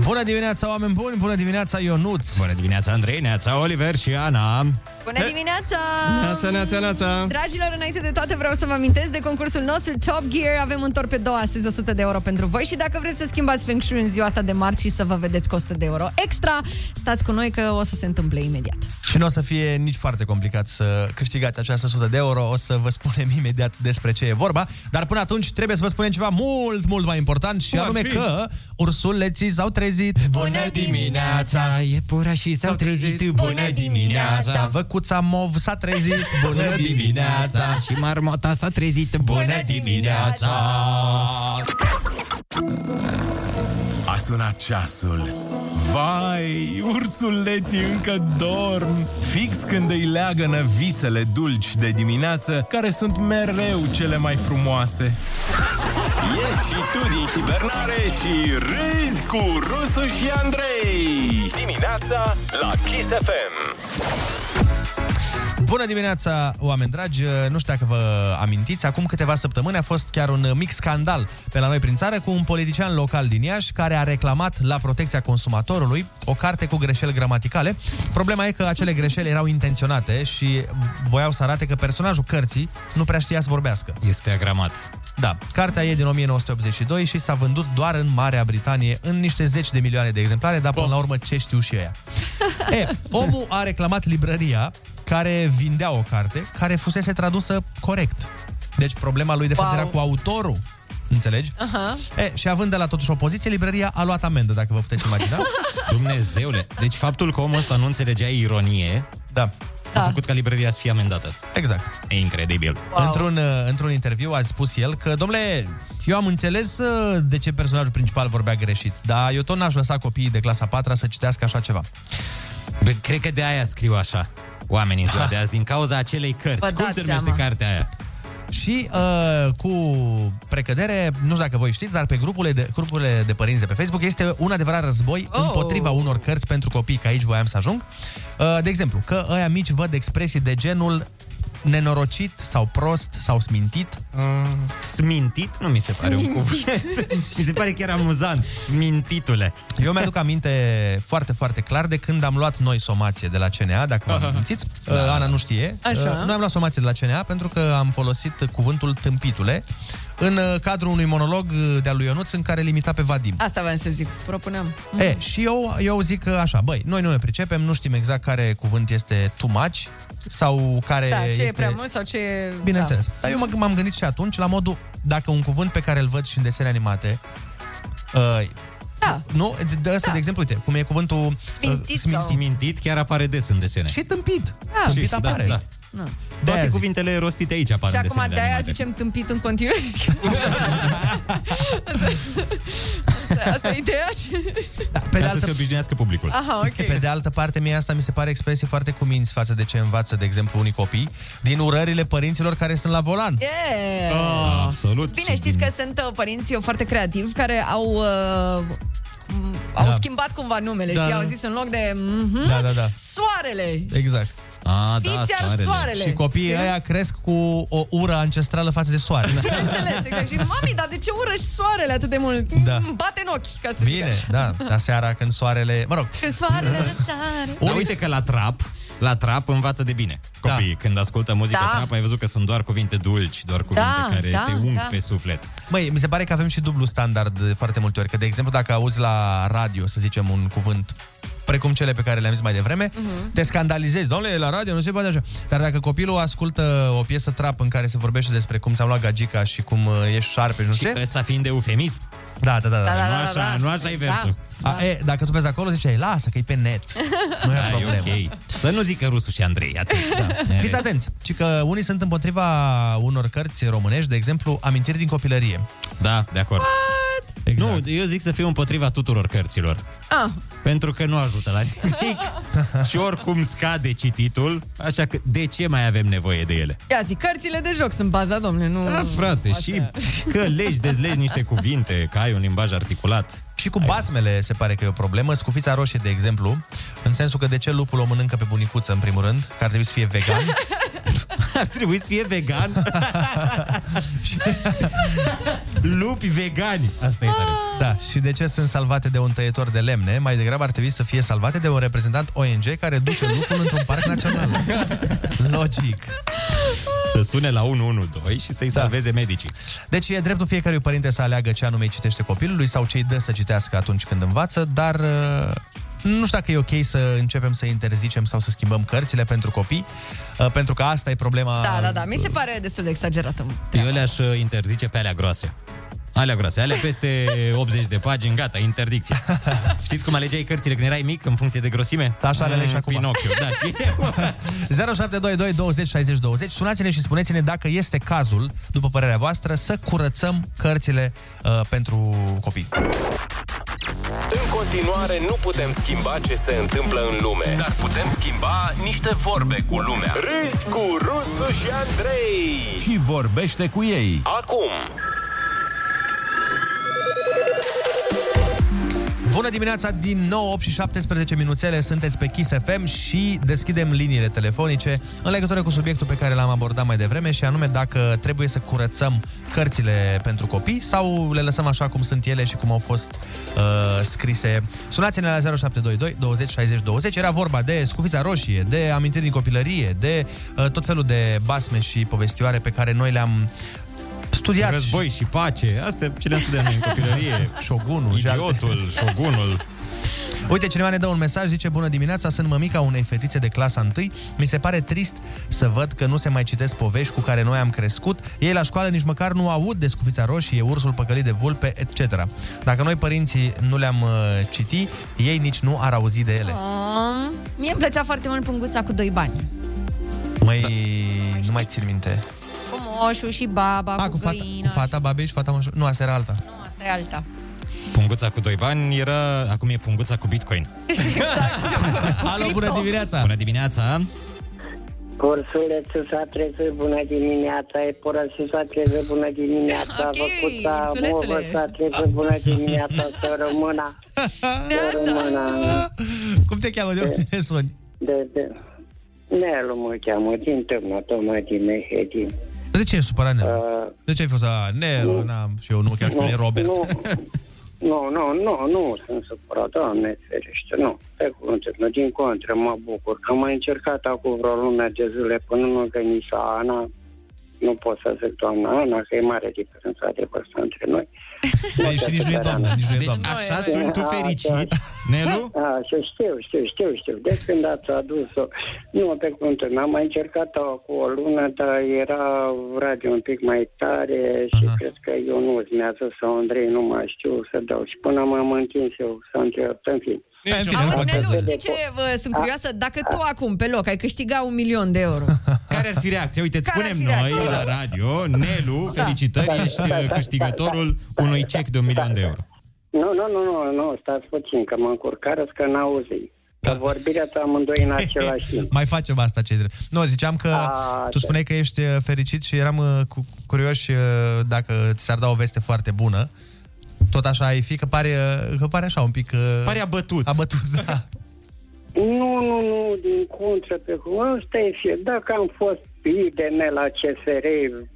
Speaker 6: Bună dimineața, oameni buni! Bună dimineața, Ionuț!
Speaker 7: Bună dimineața, Andrei, Neața, Oliver și Ana!
Speaker 10: Bună dimineața!
Speaker 8: Neața, neața, neața!
Speaker 10: Dragilor, înainte de toate vreau să vă amintesc de concursul nostru Top Gear. Avem în torpedoa astăzi 100 de euro pentru voi și dacă vreți să schimbați Feng Shui în ziua asta de marți și să vă vedeți cu 100 de euro extra, stați cu noi că o să se întâmple imediat.
Speaker 6: Și nu o să fie nici foarte complicat să câștigați această 100 de euro, o să vă spunem imediat despre ce e vorba, dar până atunci trebuie să vă spunem ceva mult, mult mai important și
Speaker 7: Cum ar
Speaker 6: anume
Speaker 7: fi?
Speaker 6: că ursuleții s-au trezit.
Speaker 7: Bună dimineața, e pura și s-au trezit. Bună dimineața,
Speaker 6: văcuța mov s-a trezit.
Speaker 7: Bună dimineața, și marmota s-a trezit. Bună dimineața!
Speaker 5: A sunat ceasul. Vai, ursuleții încă dorm.
Speaker 4: Fix când îi leagănă visele dulci de dimineață, care sunt mereu cele mai frumoase. Ieși și tu din hibernare și râzi cu Rusu și Andrei. Dimineața la Kiss FM.
Speaker 6: Bună dimineața, oameni dragi! Nu știu dacă vă amintiți, acum câteva săptămâni a fost chiar un mic scandal pe la noi prin țară cu un politician local din Iași care a reclamat la protecția consumatorului o carte cu greșeli gramaticale. Problema e că acele greșeli erau intenționate și voiau să arate că personajul cărții nu prea știa să vorbească.
Speaker 7: Este agramat.
Speaker 6: Da, cartea e din 1982 și s-a vândut doar în Marea Britanie în niște zeci de milioane de exemplare, dar până la urmă ce știu și ea. E, omul a reclamat librăria care vindea o carte care fusese tradusă corect. Deci problema lui de fapt
Speaker 10: Wow.
Speaker 6: era cu autorul. Înțelegi?
Speaker 10: Aha.
Speaker 6: E, și având de la totuși o poziție, librăria a luat amendă, dacă vă puteți imagina.
Speaker 7: Dumnezeule, deci faptul că omul ăsta nu înțelegea ironie
Speaker 6: da.
Speaker 7: a făcut ca librăria să fie amendată.
Speaker 6: Exact.
Speaker 7: E incredibil.
Speaker 6: Wow. Într-un, uh, într-un interviu a spus el că, domnule, eu am înțeles uh, de ce personajul principal vorbea greșit, dar eu tot n-aș lăsa copiii de clasa 4 să citească așa ceva.
Speaker 7: Bă, cred că de aia scriu așa oamenii în ziua de azi, din cauza acelei cărți.
Speaker 6: Vă
Speaker 7: Cum
Speaker 6: dați
Speaker 7: se numește
Speaker 6: seama.
Speaker 7: cartea aia?
Speaker 6: Și uh, cu precădere, nu știu dacă voi știți, dar pe grupurile de, grupurile de părinți de pe Facebook este un adevărat război oh. împotriva unor cărți pentru copii, că aici voiam să ajung. Uh, de exemplu, că ăia mici văd expresii de genul nenorocit sau prost sau smintit. Mm.
Speaker 7: Smintit? Nu mi se pare un cuvânt. mi se pare chiar amuzant. Smintitule.
Speaker 6: Eu mi-aduc aminte foarte, foarte clar de când am luat noi somație de la CNA, dacă mă amintiți. Da. Ana nu știe.
Speaker 7: Așa.
Speaker 6: Noi am luat somație de la CNA pentru că am folosit cuvântul tâmpitule în uh, cadrul unui monolog uh, de-al lui Ionuț în care limita pe Vadim.
Speaker 10: Asta v-am să zic, propuneam. Mm.
Speaker 6: E, și eu, eu zic că așa, băi, noi nu ne pricepem, nu știm exact care cuvânt este too much sau care
Speaker 10: Da, ce
Speaker 6: este...
Speaker 10: e prea mult sau ce e...
Speaker 6: Bineînțeles. Da. Dar eu mă- m-am gândit și atunci la modul, dacă un cuvânt pe care îl văd și în desene animate, uh,
Speaker 10: da.
Speaker 6: nu, de, de asta, da. de exemplu, uite, cum e cuvântul uh,
Speaker 10: Sfintit sau-
Speaker 7: Smintit chiar apare des în desene.
Speaker 6: Și tâmpit.
Speaker 10: Da,
Speaker 7: Și-
Speaker 10: tâmpit apare.
Speaker 7: Da, da.
Speaker 10: Da. Nu.
Speaker 7: Toate cuvintele rostite aici apar
Speaker 10: Și
Speaker 7: în
Speaker 10: acum
Speaker 7: desenele
Speaker 10: de aia
Speaker 7: animate.
Speaker 10: zicem tâmpit în continuu. Asta- Asta e ideea?
Speaker 6: Da,
Speaker 7: Pe Ca să se obișnuiască publicul.
Speaker 10: Aha, ok.
Speaker 6: Pe de altă parte, mie asta mi se pare expresie foarte cuminți față de ce învață, de exemplu, unii copii, din urările părinților care sunt la volan.
Speaker 10: Yeah.
Speaker 6: Ah, Absolut.
Speaker 10: Bine, știți că sunt uh, părinți eu, foarte creativi care au... Uh, m- au
Speaker 6: Da.
Speaker 10: schimbat cumva numele,
Speaker 6: Da,
Speaker 10: știi?
Speaker 6: da.
Speaker 10: Au zis în loc de... mhm,
Speaker 6: Da, da, da.
Speaker 10: Soarele!
Speaker 6: Exact.
Speaker 7: A,
Speaker 10: da, Fiți iar soarele. soarele,
Speaker 6: Și copiii
Speaker 10: știi?
Speaker 6: ăia cresc cu o ură ancestrală față de soare.
Speaker 10: Bineînțeles, exact. Și mami, dar de ce urăși soarele atât de mult?
Speaker 6: Da.
Speaker 10: Mm, Bate în ochi, ca să zic
Speaker 6: Bine,
Speaker 10: așa.
Speaker 6: da, dar seara când soarele... Mă rog,
Speaker 10: Că soarele răsare.
Speaker 7: Dar uite că la trap, la trap învață de bine. Copiii, da. când ascultă muzică
Speaker 10: Da.
Speaker 7: da. trap, ai văzut că sunt doar cuvinte dulci, doar cuvinte
Speaker 10: Da,
Speaker 7: care
Speaker 10: da,
Speaker 7: te ung
Speaker 10: da.
Speaker 7: pe suflet.
Speaker 6: Măi, mi se pare că avem și dublu standard de foarte multe ori. Că, de exemplu, dacă auzi la radio, să zicem, un cuvânt precum cele pe care le-am zis mai devreme, uh-huh. te scandalizezi. Doamne, la radio nu se poate așa. Dar dacă copilul ascultă o piesă trap în care se vorbește despre cum s-a luat gagica și cum uh, ești șarpe, nu știu ce...
Speaker 7: Ăsta fiind de eufemism.
Speaker 6: Da, da, da. da,
Speaker 7: Da, da, Nu da, așa- da, da. nu așa e versul.
Speaker 6: Da. A, e, dacă tu vezi acolo, ziceai, lasă că e pe net. Nu e
Speaker 7: da,
Speaker 6: problemă.
Speaker 7: e ok. Să nu zică Rusu și Andrei. Atât. Da.
Speaker 6: Fiți atenți, ci că unii sunt împotriva unor cărți românești, de exemplu, Amintiri din copilărie.
Speaker 7: Da, de acord. Exact. Nu, eu zic să fiu împotriva tuturor cărților.
Speaker 10: Ah,
Speaker 7: Pentru că nu ajută la nimic. și oricum scade cititul, așa că de ce mai avem nevoie de ele?
Speaker 10: ia zi, cărțile de joc sunt baza, domnule, nu...
Speaker 7: Da, frate, și că legi, dezlegi niște cuvinte, că ai un limbaj articulat.
Speaker 6: Și cu basmele se pare că e o problemă. Scufița roșie, de exemplu, în sensul că de ce lupul o mănâncă pe bunicuță, în primul rând, că ar trebui să fie vegan.
Speaker 7: Ar trebui să fie vegan. Lupi vegani. Asta e tare.
Speaker 6: Da, și de ce sunt salvate de un tăietor de lemne? Mai degrabă ar trebui să fie salvate de un reprezentant ONG care duce lupul într-un parc național. Logic. Da.
Speaker 7: Să sune la 112 și să-i salveze medicii.
Speaker 6: Deci e dreptul fiecărui părinte să aleagă ce anume îi citește copilului sau ce îi dă să citească atunci când învață, dar uh, nu știu dacă e ok să începem să interzicem sau să schimbăm cărțile pentru copii, uh, pentru că asta e problema...
Speaker 10: Da, da, da, mi se pare destul de exagerată.
Speaker 7: Eu le-aș uh, interzice pe alea groase. Alea groase, alea peste 80 de pagini, gata, interdicție. Știți cum alegeai cărțile când erai mic în funcție de grosime?
Speaker 6: Așa le aleg și acum.
Speaker 7: Pinocchio, da, și
Speaker 6: 0722 20 60 20 Sunați-ne și spuneți-ne dacă este cazul, după părerea voastră, să curățăm cărțile uh, pentru copii.
Speaker 4: În continuare nu putem schimba ce se întâmplă în lume, dar putem schimba niște vorbe cu lumea. Râzi cu Rusu și Andrei.
Speaker 5: Și vorbește cu ei.
Speaker 4: Acum,
Speaker 6: Bună dimineața din 9, 8 și 17 minuțele, sunteți pe Kiss FM și deschidem liniile telefonice în legătură cu subiectul pe care l-am abordat mai devreme și anume dacă trebuie să curățăm cărțile pentru copii sau le lăsăm așa cum sunt ele și cum au fost uh, scrise. Sunați-ne la 0722 20 60 20. Era vorba de scufița roșie, de amintiri din copilărie, de uh, tot felul de basme și povestioare pe care noi le-am studiat.
Speaker 7: Război și pace, astea ce le-am studiat noi în copilărie.
Speaker 6: Șogunul.
Speaker 7: Idiotul, șogunul.
Speaker 6: Uite, cineva ne dă un mesaj, zice Bună dimineața, sunt mămica unei fetițe de clasa 1 Mi se pare trist să văd că nu se mai citesc povești cu care noi am crescut Ei la școală nici măcar nu aud de scufița roșie, ursul păcălit de vulpe, etc Dacă noi părinții nu le-am uh, citit, ei nici nu ar auzi de ele
Speaker 10: Um, mie îmi plăcea foarte mult punguța cu doi bani.
Speaker 6: Măi, nu mai țin minte
Speaker 10: Cu moșul și baba,
Speaker 6: A,
Speaker 10: cu,
Speaker 6: cu fata, cu
Speaker 10: găina.
Speaker 6: fata babei și fata moșului. Nu, asta era alta
Speaker 10: Nu, asta e alta.
Speaker 7: Punguța cu doi bani era... Acum e punguța cu bitcoin.
Speaker 6: Alo, bună dimineața!
Speaker 7: Bună dimineața!
Speaker 16: Ursulețul s-a trezit, bună dimineața, epurăsul s-a trezit, bună dimineața,
Speaker 10: Ok,
Speaker 16: văcuța,
Speaker 10: ursulețule.
Speaker 16: movă s-a trezit, bună dimineața, să rămâna, să rămâna.
Speaker 6: Cum te cheamă? De unde ne suni?
Speaker 16: De, de. Nelu mă cheamă, din târnă, tocmai din Mehedin.
Speaker 6: De ce ești supărat, Nero? De ce ai fost a Nero? N-am, și eu nu mă cheam și pe mine Robert
Speaker 16: Nu, nu, nu, nu, nu sunt supărat, doamne ferește, nu. Pe cuvântul, nu, din contră, mă bucur. Că am încercat acum vreo lună de zile până nu gănisa Ana, nu pot să zic doamna Ana, că e mare diferența de vârstă între noi.
Speaker 6: Ei, și nici nu e doamnă, Da, nici nu e doamnă.
Speaker 7: Deci așa sunt tu fericit,
Speaker 16: Nelu? Așa, știu, știu, știu, știu. De când ați adus-o. Nu, pe cuvântul, n-am mai încercat-o cu o lună, dar era radio un pic mai tare și Aha. cred că eu nu mi-a zis sau Andrei, nu mai știu să dau. Și până m-am întins eu, s-a întrebat, în fin.
Speaker 10: Auzi, Nelu, știi ce vă, sunt curioasă? Dacă tu acum, pe loc, ai câștiga un milion de euro.
Speaker 7: Care ar fi reacția? Uite, îți
Speaker 10: Care ar
Speaker 7: spunem
Speaker 10: fi
Speaker 7: noi
Speaker 10: reacția?
Speaker 7: la radio, Nelu,
Speaker 16: Da.
Speaker 7: felicitări,
Speaker 16: Da,
Speaker 7: ești uh,
Speaker 16: da, da, da,
Speaker 7: câștigătorul unui cec de un milion de euro.
Speaker 16: Nu, nu, nu, nu, nu, stați puțin, că mă încurcarăți că n-auzi.
Speaker 7: Da.
Speaker 16: Că vorbirea ta amândoi în același timp.
Speaker 6: Mai facem asta, ce drept. Nu, ziceam că A, tu spuneai că ești uh, fericit și eram uh, cu, curioși uh, dacă ți s-ar da o veste foarte bună. Tot așa ai fi, că pare, uh, că pare așa un pic... uh,
Speaker 7: Pare abătut.
Speaker 6: Abătut, da.
Speaker 16: Nu, nu, nu, din contră pe cum ăsta e fie. Dacă am fost IDN la CFR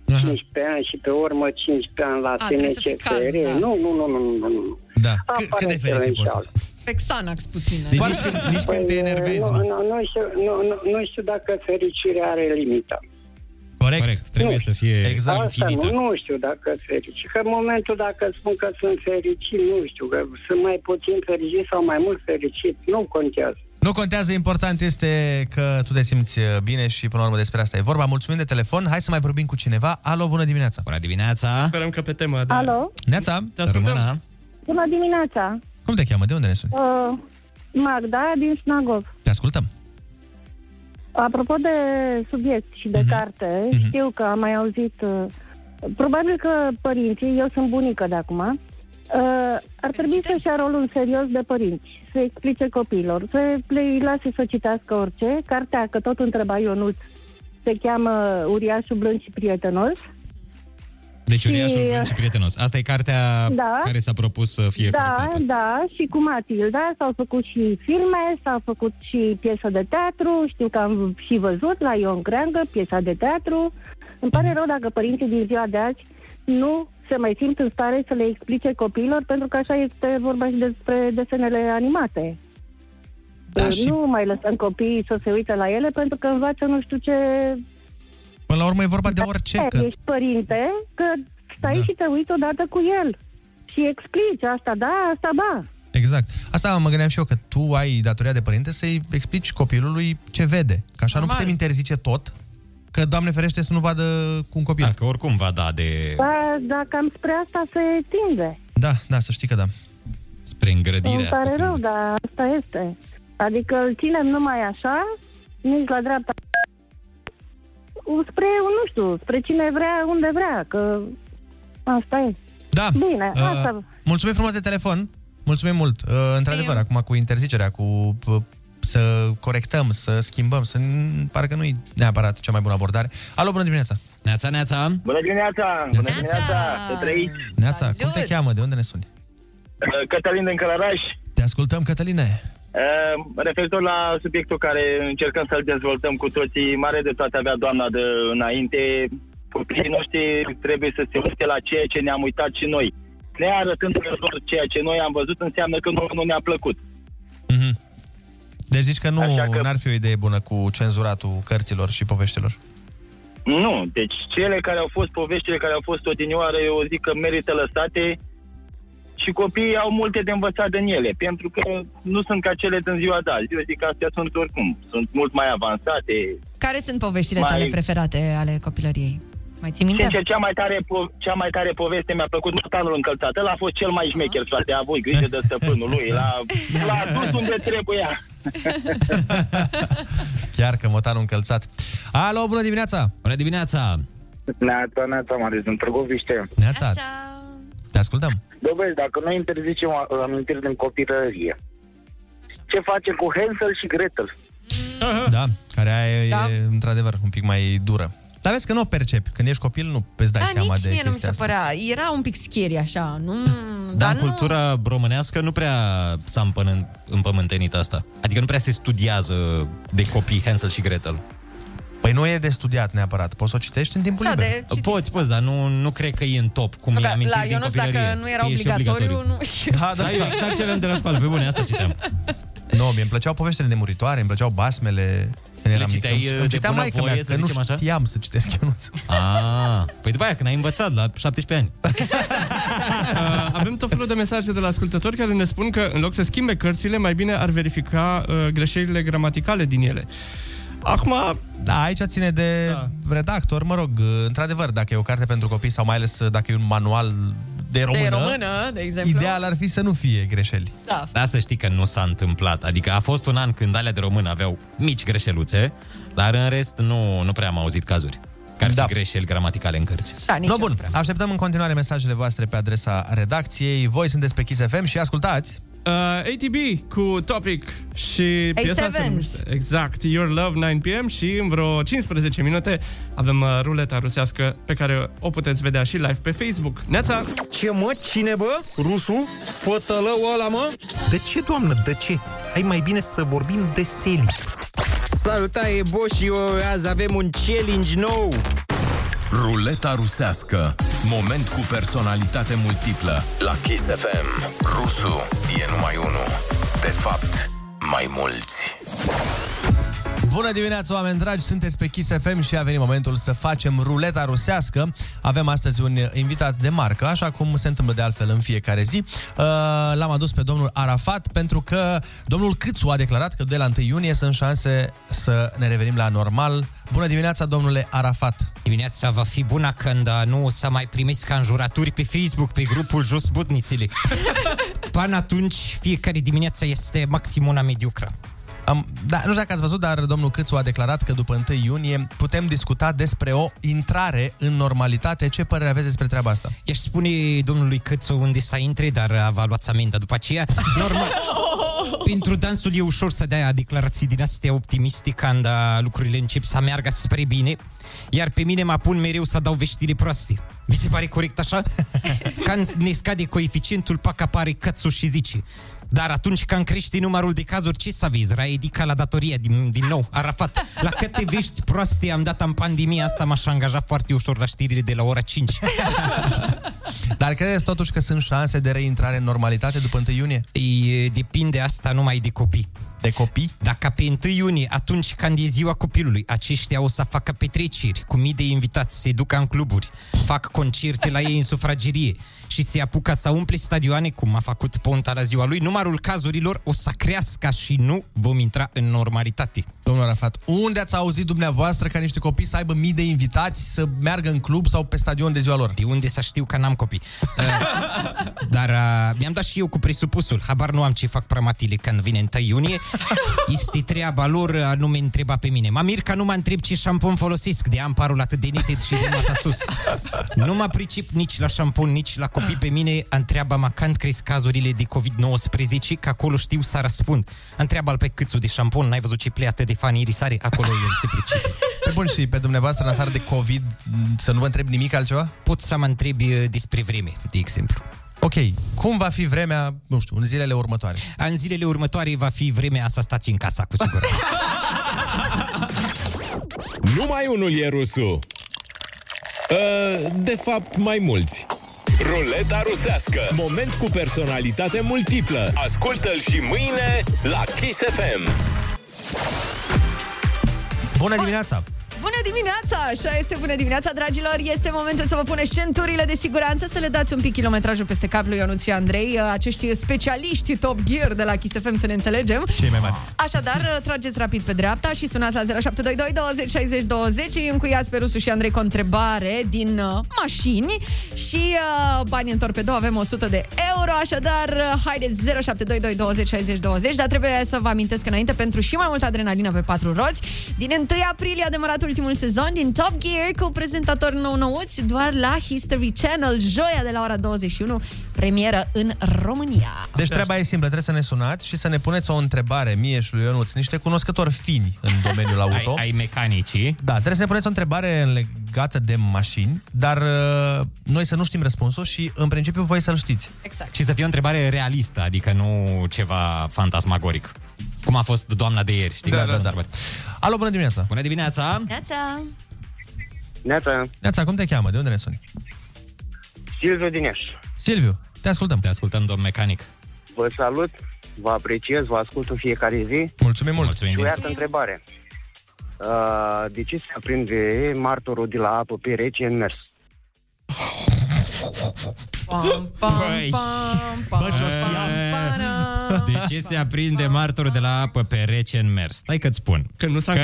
Speaker 16: 15 ani și pe urmă 15 ani la
Speaker 10: A, trebuie să fii
Speaker 16: SNCFR,
Speaker 10: calm, da.
Speaker 16: nu, nu, nu, nu, nu, nu.
Speaker 6: Da.
Speaker 16: Cât de fericit poți
Speaker 10: Pe Xanax puțin.
Speaker 6: Deci nici când- nici când te enervezi,
Speaker 16: Nu,
Speaker 6: mă.
Speaker 16: nu, nu, știu, nu, nu, nu știu dacă fericirea are limită.
Speaker 6: Corect.
Speaker 7: Corect. Trebuie să fie
Speaker 16: Exact. Asta nu, nu știu dacă fericit. Că în momentul dacă spun că sunt fericit, nu știu, că sunt mai puțin fericit sau mai mult fericit, nu contează.
Speaker 6: Nu contează, important este că tu te simți uh, bine și până la urmă despre asta e vorba. Mulțumim de telefon, hai să mai vorbim cu cineva. Alo, bună dimineața! Bună dimineața!
Speaker 8: Sperăm că pe tema de...
Speaker 15: Alo,
Speaker 6: Neața! Te ascultăm!
Speaker 15: bună dimineața.
Speaker 6: Cum te cheamă? De unde ne suni?
Speaker 15: Uh, Magda din Snagov.
Speaker 6: Te ascultăm!
Speaker 15: Apropo de subiect și de
Speaker 12: Mhm.
Speaker 15: carte, știu că am mai auzit, uh, probabil că părinții, eu sunt bunică de acum, uh, ar trebui să-și ia rolul serios de părinți, să explice copiilor, să le lase să citească orice. Cartea, că tot întreba Ionuț, se cheamă Uriașul blând și prietenos.
Speaker 7: Deci
Speaker 15: Și-
Speaker 7: uriașul blând și prietenos. Asta e cartea
Speaker 15: Da.
Speaker 7: care s-a propus uh, să fie
Speaker 15: da,
Speaker 7: comentată.
Speaker 15: da, și cu Matilda s-au făcut și filme, s-au făcut și piesă de teatru, știu că am și văzut la Ion Creangă piesa de teatru. Îmi
Speaker 6: Mhm.
Speaker 15: pare rău dacă părinții din ziua de azi nu se mai simt în stare să le explice copiilor, pentru că așa este vorba și despre desenele animate.
Speaker 6: Da, și...
Speaker 15: Nu mai lăsăm copiii să se uite la ele, pentru că învață nu știu ce...
Speaker 6: Până la urmă e vorba de orice, că Da.
Speaker 15: Ești părinte, că stai și te uiți odată cu el. Și explici asta, da, asta, ba.
Speaker 6: Exact. Asta mă gândeam și eu, că tu ai datoria de părinte să-i explici copilului ce vede. Că așa nu
Speaker 7: Normal.
Speaker 6: putem interzice tot, că, Doamne ferește, să nu vadă cu un copil.
Speaker 7: Da, că oricum va da de...
Speaker 15: Da, dar cam spre asta se tinde.
Speaker 6: Da, da, să știi că da.
Speaker 7: Spre
Speaker 15: Îmi
Speaker 7: îngrădirea.
Speaker 15: pare rău, dar asta este. Adică îl ținem numai așa, nici la dreapta. Spre, nu știu, spre cine vrea, unde vrea, că asta e.
Speaker 6: Da.
Speaker 15: Bine,
Speaker 6: Uh,
Speaker 15: asta...
Speaker 6: Mulțumim frumos de telefon. Mulțumim mult. Uh, într-adevăr, acum cu interzicerea, cu p- să corectăm, să schimbăm, să parcă nu e neapărat cea mai bună abordare. Alo, bună dimineața! Neața, neața!
Speaker 17: Bună dimineața! Bună dimineața! Să trăiți!
Speaker 6: Neața, cum te cheamă? De unde ne suni?
Speaker 17: Uh, Cătălin din Călăraș,
Speaker 6: Te ascultăm, Cătăline!
Speaker 17: uh, referitor la subiectul care încercăm să-l dezvoltăm cu toții, mare dreptate avea doamna de înainte, copiii noștri trebuie să se uite la ceea ce ne-am uitat și noi. Ne arătându-le lor ceea ce noi am văzut înseamnă că nu, nu ne-a plăcut.
Speaker 6: Deci zici că nu că... n-ar fi o idee bună cu cenzuratul cărților și poveștilor.
Speaker 17: Nu, deci cele care au fost poveștile care au fost odinioară, eu zic că merită lăsate și copiii au multe de învățat din ele, pentru că nu sunt ca cele din ziua de azi. Eu zic că astea sunt oricum, sunt mult mai avansate.
Speaker 10: Care sunt poveștile
Speaker 17: Mai-
Speaker 10: tale preferate ale copilăriei? Mai ții minte?
Speaker 17: Sincer, cea mai tare, po- cea mai tare poveste mi-a plăcut Mătanul încălțat. Ăla a fost cel mai șmecher, frate, a avut grijă de stăpânul lui, l-a, l-a dus unde trebuia.
Speaker 6: Chiar că motanul încălțat. Alo, bună dimineața! Bună dimineața!
Speaker 18: Neața, neața, Marius, din Târgoviște.
Speaker 6: Neața! Te ascultăm!
Speaker 18: Bă, băi, dacă noi interzicem a- amintiri din copilărie, ce facem cu Hansel și Gretel?
Speaker 6: Da, care aia e,
Speaker 18: Da.
Speaker 6: da. într-adevăr un pic mai dură. Dar vezi că nu o percepi. Când ești copil nu îți dai
Speaker 10: Da,
Speaker 6: seama
Speaker 10: nici
Speaker 6: de
Speaker 10: mie nu mi
Speaker 6: chestia
Speaker 10: se
Speaker 6: asta. Da,
Speaker 10: părea. Era un pic scary așa, nu...
Speaker 7: Dar în cultura românească nu prea s-a împănân- împământenit asta. Adică nu prea se studiază de copii Hansel și Gretel.
Speaker 6: Păi nu e de studiat neapărat. Poți să o citești în timpul
Speaker 10: Da,
Speaker 6: liber.
Speaker 10: de citit.
Speaker 7: Poți, poți, dar nu, nu cred că e în top cum e
Speaker 10: Că
Speaker 7: amintiri
Speaker 10: la
Speaker 7: din
Speaker 10: Ionuț,
Speaker 7: copilărie.
Speaker 10: dacă nu era
Speaker 7: E și
Speaker 10: obligatoriu, nu...
Speaker 7: Da, da, eu exact ce aveam de la școală, pe bune, asta citeam.
Speaker 6: Nu, mie îmi plăceau poveștile nemuritoare, îmi plăceau basmele. Când eram
Speaker 7: citeai,
Speaker 6: mic. Îmi-
Speaker 7: de
Speaker 6: îmi citea
Speaker 7: bună
Speaker 6: maică
Speaker 7: voie,
Speaker 6: mea,
Speaker 7: să
Speaker 6: că nu
Speaker 7: zicem așa?
Speaker 6: știam să citesc eu.
Speaker 7: Ah, păi după aia când ai învățat la 17 ani.
Speaker 8: Uh, avem tot felul de mesaje de la ascultători care ne spun că în loc să schimbe cărțile, mai bine ar verifica uh, greșelile gramaticale din ele. Acum,
Speaker 6: Da, aici ține de da. redactor, mă rog, într-adevăr, dacă e o carte pentru copii sau mai ales dacă e un manual de română,
Speaker 10: De română, de exemplu.
Speaker 6: ideal ar fi să nu fie greșeli.
Speaker 10: Da.
Speaker 7: Da, să știi că nu s-a întâmplat. Adică a fost un an când alea de român aveau mici greșeluțe, dar în rest nu, nu prea am auzit cazuri. Care da. fi greșeli gramaticale în cărți.
Speaker 10: Da,
Speaker 6: no, bun. Așteptăm în continuare mesajele voastre pe adresa redacției. Voi sunteți pe Kiss FM și ascultați.
Speaker 8: uh, ATB cu Topic și
Speaker 6: A
Speaker 8: piesa se
Speaker 6: Sevens.
Speaker 8: numește, Exact, Your Love 9pm și în vreo 15 minute avem uh, ruleta rusească pe care o puteți vedea și live pe Facebook. Neața!
Speaker 19: Ce mă? Cine bă? Rusu? Fătălău ăla mă? De ce, doamnă, de ce? Hai mai bine să vorbim de Seli.
Speaker 20: Salutare, Bo și eu, azi avem un challenge nou!
Speaker 21: Ruleta rusească. Moment cu personalitate multiplă. La Kiss FM. Rusu e numai unul. De fapt, mai mulți.
Speaker 6: Bună dimineața, oameni dragi! Sunteți pe Kiss FM și a venit momentul să facem ruleta rusească. Avem astăzi un invitat de marcă, așa cum se întâmplă de altfel în fiecare zi. Uh, L-am adus pe domnul Arafat pentru că domnul Câțu a declarat că de la 1 iunie sunt șanse să ne revenim la normal. Bună dimineața, domnule Arafat!
Speaker 7: Dimineața va fi bună când uh, nu o să mai primiți ca înjurături pe Facebook, pe grupul Jos Budnițele. Până atunci, fiecare dimineață este maxim una mediocră.
Speaker 6: Am, da, nu știu dacă ați văzut, dar domnul Câțu a declarat că după 1 iunie putem discuta despre o intrare în normalitate. Ce părere aveți despre treaba asta?
Speaker 7: I-aș spune domnului Cățu unde s-a intre, dar uh, va luați amenda după aceea. Normal. Pentru dansul e ușor să dea declarații din astea optimiste când uh, lucrurile încep să meargă spre bine, iar pe mine mă pun mereu să dau veștile proaste. Vi se pare corect așa? Când ne scade coeficientul, pac apare Cățu și zice dar atunci când crește numărul de cazuri, ce să vezi? Raedica la datoria din, din nou, Arafat. La câte vești proaste am dat în pandemia asta, m-aș angaja foarte ușor la știrile de la ora 5.
Speaker 6: Dar credeți totuși că sunt șanse de reintrare în normalitate după 1 iunie?
Speaker 7: E, depinde asta numai de copii.
Speaker 6: De copii?
Speaker 7: Dacă pe 1 iunie, atunci când e ziua copilului, aceștia o să facă petreceri cu mii de invitați, se ducă în cluburi, fac concerte la ei în sufragerie și se apucă să umple stadioane, cum a făcut Ponta la ziua lui, numărul cazurilor o să crească și nu vom intra în normalitate.
Speaker 6: Domnul Arafat, unde ați auzit dumneavoastră ca niște copii să aibă mii de invitați să meargă în club sau pe stadion de ziua lor?
Speaker 7: De unde să știu că n-am copii? Uh, Dar uh, mi-am dat și eu cu presupusul. Habar nu am ce fac pramatile când vine 1 iunie. Este treaba lor, uh, nu mi întreba pe mine. Mă mir că nu mă întreb ce șampon folosesc, de am parul atât de nited și de mata sus. Nu mă pricip nici la șampon, nici la copii pe mine. Întreaba mă când cresc cazurile de COVID-19, că acolo știu să răspund. Întreaba-l pe câțu de șampon, n-ai văzut ce pleată de fani irisare, acolo el se pricepe.
Speaker 6: Pe bun și pe dumneavoastră, în afară de COVID, m, să nu vă întreb nimic altceva?
Speaker 7: Pot să mă întreb uh, despre vreme, de exemplu.
Speaker 6: Ok, cum va fi vremea, nu știu, în zilele următoare?
Speaker 7: În zilele următoare va fi vremea să stați în casa, cu siguranță.
Speaker 4: Numai unul e rusul. Uh, De fapt, mai mulți. Ruleta rusească. Moment cu personalitate multiplă. Ascultă-l și mâine la Kiss FM.
Speaker 6: Bună dimineața!
Speaker 10: Bună dimineața! Așa este, bună dimineața, dragilor! Este momentul să vă puneți centurile de siguranță, să le dați un pic kilometrajul peste cap lui Ionuț și Andrei, uh, acești specialiști Top Gear de la Kiss FM, să ne înțelegem.
Speaker 6: Cei mai mari.
Speaker 10: Așadar, uh, trageți rapid pe dreapta și sunați la 0722 20 60 20, îi încuiați pe Rusu și Andrei cu o întrebare din uh, mașini și uh, bani întorc pe două, avem 100 de euro, așadar uh, haideți 0722 20 60 20, dar trebuie să vă amintesc înainte pentru și mai multă adrenalină pe patru roți. Din 1 aprilie a demarat ultimul sezon din Top Gear cu prezentator nou nouți doar la History Channel, joia de la ora 21, premieră în România.
Speaker 6: Deci treaba e simplă, trebuie să ne sunați și să ne puneți o întrebare mie și lui Ionuț, niște cunoscători fini în domeniul auto.
Speaker 12: Ai, ai mecanicii.
Speaker 6: Da, trebuie să ne puneți o întrebare legată de mașini, dar uh, noi să nu știm răspunsul și în principiu voi să-l știți.
Speaker 10: Exact.
Speaker 12: Și să fie o întrebare realistă, adică nu ceva fantasmagoric. Cum a fost doamna de ieri, știi?
Speaker 6: Da,
Speaker 12: că a
Speaker 6: da,
Speaker 12: fost
Speaker 6: da.
Speaker 12: întrebare.
Speaker 6: Alo, bună dimineața!
Speaker 12: Bună dimineața!
Speaker 10: Neața!
Speaker 6: Neața! Neața, cum te cheamă? De unde ne suni?
Speaker 16: Silviu Dineș,
Speaker 6: Silviu, te ascultăm. Te
Speaker 12: ascultăm, domn mecanic.
Speaker 16: vă salut, vă apreciez, vă ascult în fiecare zi.
Speaker 6: Mulțumim mult!
Speaker 16: Și o iată întrebare. Uh, de ce se aprinde martorul de la apă pe rece în mers?
Speaker 10: Pam, pam,
Speaker 12: Băi.
Speaker 10: pam, pam,
Speaker 12: Bă, și-o știam.
Speaker 10: pam,
Speaker 12: De ce se aprinde martorul de la apă pe rece în mers? Stai că-ți spun. Că nu s-a că...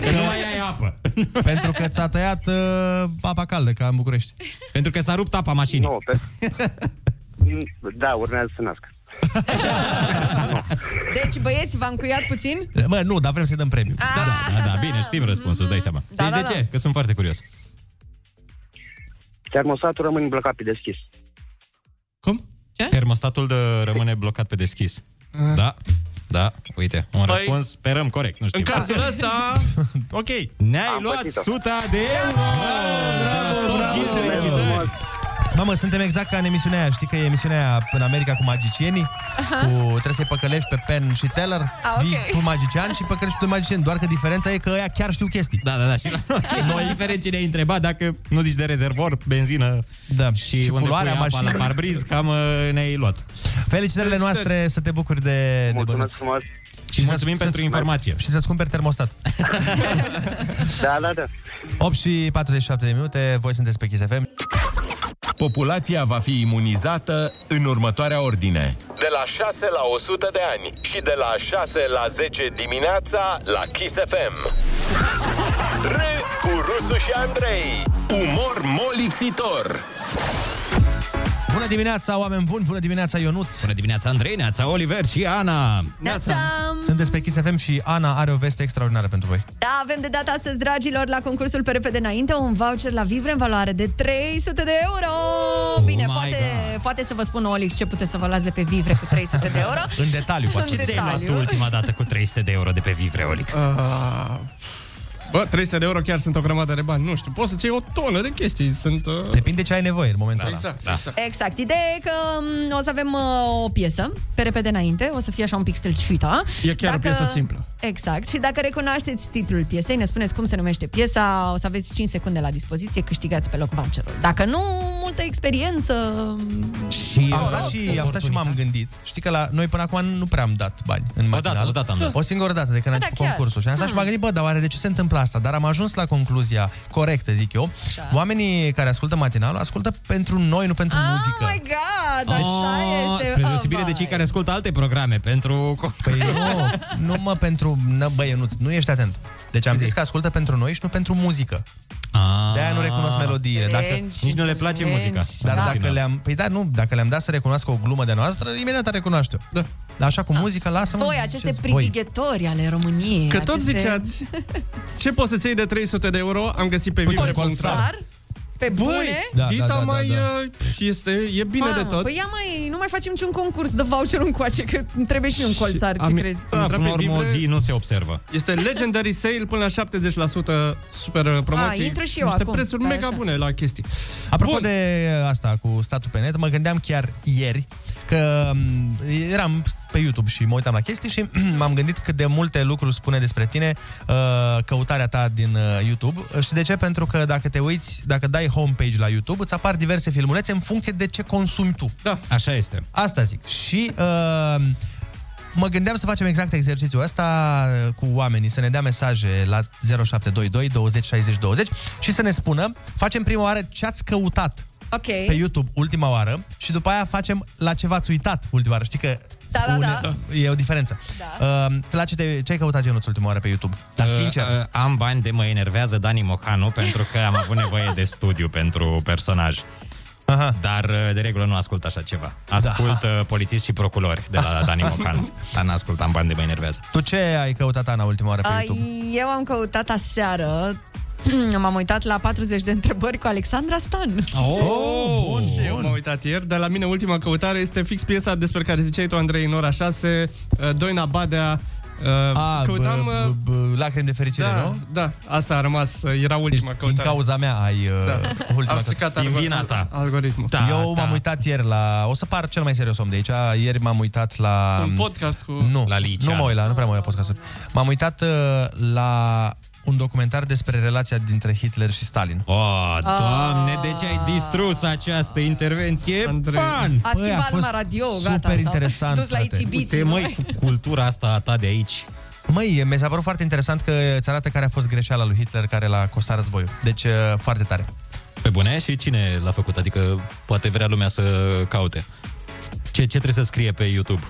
Speaker 12: că nu mai ai apă.
Speaker 6: Pentru că ți-a tăiat uh, apa caldă, ca în București.
Speaker 12: Pentru că s-a rupt apa mașinii.
Speaker 16: Nu, pe... da, urmează să nască.
Speaker 10: Deci, băieți, v-am cuiat puțin?
Speaker 6: Mă, nu, dar vrem să-i dăm premiu.
Speaker 12: Da, da, da, bine, știm răspunsul, îți dai seama.
Speaker 10: Da,
Speaker 12: deci
Speaker 10: da,
Speaker 12: de
Speaker 10: da.
Speaker 12: ce? Că sunt foarte curios.
Speaker 16: Termostatul rămâne blocat pe deschis.
Speaker 12: Ce? Termostatul de rămâne blocat pe deschis. Da, da, uite, un
Speaker 22: Păi-
Speaker 12: răspuns sperăm corect, nu știu.
Speaker 22: În cazul ăsta...
Speaker 6: ok.
Speaker 12: Ne-ai
Speaker 22: Am
Speaker 12: luat
Speaker 22: pățit-o.
Speaker 12: 100 de euro! Bravo, bravo, bravo, bravo,
Speaker 6: Mamă, suntem exact ca în emisiunea aia. Știi că e emisiunea aia în America cu magicienii?
Speaker 10: Aha.
Speaker 6: Cu, trebuie să-i păcălești pe Penn și Teller.
Speaker 10: A, ok.
Speaker 6: Vii tu magician și păcălești tu magician. Doar că diferența e că ăia chiar știu chestii.
Speaker 7: Da, da, da. Și la noi diferent cine ai întrebat dacă nu zici de rezervor, benzină da. și,
Speaker 6: Și
Speaker 7: unde
Speaker 6: culoarea
Speaker 7: pui apa la
Speaker 6: mașinii.
Speaker 7: parbriz, cam uh, ne-ai luat.
Speaker 6: Felicitările noastre, să te bucuri de, de bănuți.
Speaker 17: frumos.
Speaker 7: Și mulțumim pentru informație.
Speaker 6: Și să-ți cumperi termostat.
Speaker 17: Da, da, da.
Speaker 6: 8 și 47 de minute, voi sunteți pe Kiss FM.
Speaker 4: Populația va fi imunizată în următoarea ordine. De la 6 la 100 de ani și de la 6 la 10 dimineața la Kiss FM. Râzi cu Rusu și Andrei. Umor molipsitor.
Speaker 6: Bună dimineața, oameni buni! Bună dimineața, Ionuț! Bună dimineața, Andrei, Neața, Oliver și Ana!
Speaker 10: Neața!
Speaker 6: Sunteți pe Kiss FM și Ana are o veste extraordinară pentru voi.
Speaker 10: Da, avem de data astăzi, dragilor, la concursul pe repede înainte, un voucher la Vivre în valoare de 300 de euro! Bine,
Speaker 6: my
Speaker 10: poate, poate să vă spun Olix ce puteți să vă luați de pe Vivre cu 300 de euro.
Speaker 6: În detaliu,
Speaker 10: poate. În
Speaker 7: Ce ți-ai luat
Speaker 10: detaliu.
Speaker 7: tu ultima dată cu 300 de euro de pe Vivre, Olix?
Speaker 6: Uh,
Speaker 8: Ah. Bă, 300 de euro chiar sunt o grămadă de bani. Nu știu, poți să-ți iei o tonă de chestii. Sunt... Uh...
Speaker 6: Depinde ce ai nevoie în momentul ăla.
Speaker 8: da, Exact, da. exact.
Speaker 10: Exact. Ideea e că m, o să avem uh, o piesă pe repede înainte, o să fie așa un pic strălciuită.
Speaker 8: E chiar o piesă simplă.
Speaker 10: Exact. Și dacă recunoașteți titlul piesei, ne spuneți cum se numește piesa, o să aveți 5 secunde la dispoziție, câștigați pe loc voucherul. Dacă nu, multă experiență.
Speaker 6: Și am
Speaker 10: noroc.
Speaker 6: stat și, am stat și m-am gândit. Știi că la noi până acum nu prea am dat bani în matinal.
Speaker 7: dată, o dată am dat.
Speaker 6: O singură dată de când am
Speaker 7: Da,
Speaker 6: început
Speaker 7: chiar.
Speaker 6: concursul. Și am stat și m-am
Speaker 10: Hmm.
Speaker 6: gândit, bă, dar oare de ce se întâmplă asta? Dar am ajuns la concluzia corectă, zic eu. Oamenii care ascultă matinalul ascultă pentru noi, nu pentru muzică.
Speaker 10: Oh my god, așa
Speaker 7: Oh,
Speaker 10: este.
Speaker 7: Spre
Speaker 10: Oh,
Speaker 7: deosebire de cei care ascultă alte programe pentru...
Speaker 6: Păi nu, nu mă pentru... Nă, băi, nu, nu ești atent. Deci am zis că ascultă pentru noi și nu pentru muzică. De-aia nu recunosc melodiile. Dacă,
Speaker 7: Înțelegi, Ah. Nici nu le place înțelegi. muzica.
Speaker 6: Dar
Speaker 7: Da.
Speaker 6: dacă le-am... Păi da, nu, dacă le-am dat să recunoască o glumă de noastră, imediat ar recunoaște-o. Da. Dar așa cu muzica, lasă-mă...
Speaker 10: Voi, aceste
Speaker 6: ce- voi.
Speaker 10: privighetori ale României.
Speaker 8: Că tot
Speaker 10: aceste-
Speaker 8: ziceați. Ce poți să-ți iei de 300 de euro? Am găsit pe Vivre.
Speaker 10: Colțar? Pe bune?
Speaker 8: Băi, da, Dita da, da, mai da, da. este, e bine
Speaker 10: Mamă,
Speaker 8: de tot.
Speaker 10: Păi ia mai, nu mai facem niciun concurs de voucher încoace, că îmi trebuie și mie un colțar, ce
Speaker 8: Am-
Speaker 10: crezi?
Speaker 8: am intrat pe Vivre.
Speaker 7: nu se observă.
Speaker 8: Este Legendary Sale până la 70% super uh, promoții.
Speaker 10: A, Ah, intră și eu
Speaker 8: Niște
Speaker 10: acum.
Speaker 8: prețuri
Speaker 10: Stai
Speaker 8: mega
Speaker 10: așa.
Speaker 8: bune la chestii.
Speaker 6: Apropo Bun. de asta cu statul pe net, mă gândeam chiar ieri că m, eram pe YouTube și mă uitam la chestii și m-am gândit cât de multe lucruri spune despre tine uh, căutarea ta din uh, YouTube. Și de ce? Pentru că dacă te uiți, dacă dai homepage la YouTube, îți apar diverse filmulețe în funcție de ce consumi tu.
Speaker 8: Da,
Speaker 7: așa este.
Speaker 6: Asta zic. Și uh, mă gândeam să facem exact exercițiul ăsta uh, cu oamenii, să ne dea mesaje la 0722 20 60 20 și să ne spună, facem prima oară ce ați căutat
Speaker 10: Ok.
Speaker 6: pe YouTube ultima oară și după aia facem la ce v-ați uitat ultima oară. Știi că
Speaker 10: Da, da, da.
Speaker 6: e o diferență. Da. Uh, la ce, te, ce ai căutat, Ionuț, ultima oară pe YouTube? Dar sincer,
Speaker 7: Uh, uh, am bani de mă enervează Dani Mocanu pentru că am avut nevoie de studiu pentru personaj.
Speaker 6: Aha.
Speaker 7: Dar uh, de regulă nu ascult așa ceva. Ascult da. polițiști și procurori de la Dani Mocanu. Dar nu ascult, am bani de mă enervează.
Speaker 6: tu ce ai căutat, Ana, ultima oară pe
Speaker 10: A,
Speaker 6: YouTube?
Speaker 10: Ah, Eu am căutat aseară M-am uitat la 40 de întrebări cu Alexandra Stan.
Speaker 6: Oh,
Speaker 8: bun. Și Oh, eu m-am uitat ieri, dar la mine ultima căutare este fix piesa despre care ziceai tu, Andrei, în ora 6, uh, Doina Badea, Uh,
Speaker 6: A,
Speaker 8: căutam...
Speaker 6: b-
Speaker 8: uh,
Speaker 6: b- b- lacrimi de fericire,
Speaker 8: da,
Speaker 6: nu?
Speaker 8: Da, asta a rămas, uh, era
Speaker 6: Deci,
Speaker 8: ultima
Speaker 6: Din
Speaker 8: căutare.
Speaker 6: cauza mea ai uh,
Speaker 8: Da.
Speaker 6: ultima
Speaker 8: Am stricat
Speaker 6: căutare. Da,
Speaker 8: algor- Algoritmul.
Speaker 6: Eu
Speaker 7: Da,
Speaker 6: m-am uitat ieri la... O să par cel mai serios om de aici. Ieri m-am uitat la...
Speaker 8: Un podcast cu... Ah.
Speaker 6: Nu, la Licia. nu mă uit la, nu prea mă uit la podcasturi. M-am uitat uh, la un documentar despre relația dintre Hitler și Stalin.
Speaker 7: Oh,
Speaker 10: Ah.
Speaker 7: Doamne, de ce ai distrus această intervenție? Fan!
Speaker 10: A schimbat lumea radio, gata.
Speaker 6: super
Speaker 10: s-a
Speaker 6: interesant,
Speaker 10: Dus la
Speaker 6: frate.
Speaker 10: ițibiții.
Speaker 7: Uite, măi,
Speaker 8: Ah.
Speaker 7: cu cultura asta a ta de aici.
Speaker 6: Măi, mi s-a părut foarte interesant că îți arată care a fost greșeala lui Hitler care l-a costat războiul. Deci, uh, foarte tare.
Speaker 7: Pe bune? Și cine l-a făcut? Adică poate vrea lumea să caute. Ce, ce trebuie să scrie pe YouTube?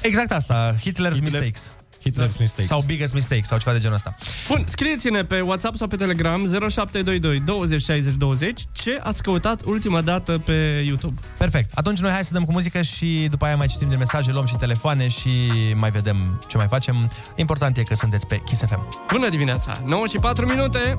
Speaker 6: Exact asta, Hitler's Mistakes. Da.
Speaker 7: Hitler's Mistakes.
Speaker 6: Sau Biggest Mistakes, sau ceva de genul ăsta.
Speaker 8: Bun, scrieți-ne pe WhatsApp sau pe Telegram 0722 20 60 20 ce ați căutat ultima dată pe YouTube.
Speaker 6: Perfect. Atunci noi hai să dăm cu muzică și după aia mai citim de mesaje, luăm și telefoane și mai vedem ce mai facem. Important e că sunteți pe Kiss FM.
Speaker 8: Bună dimineața! 9 și 4 minute!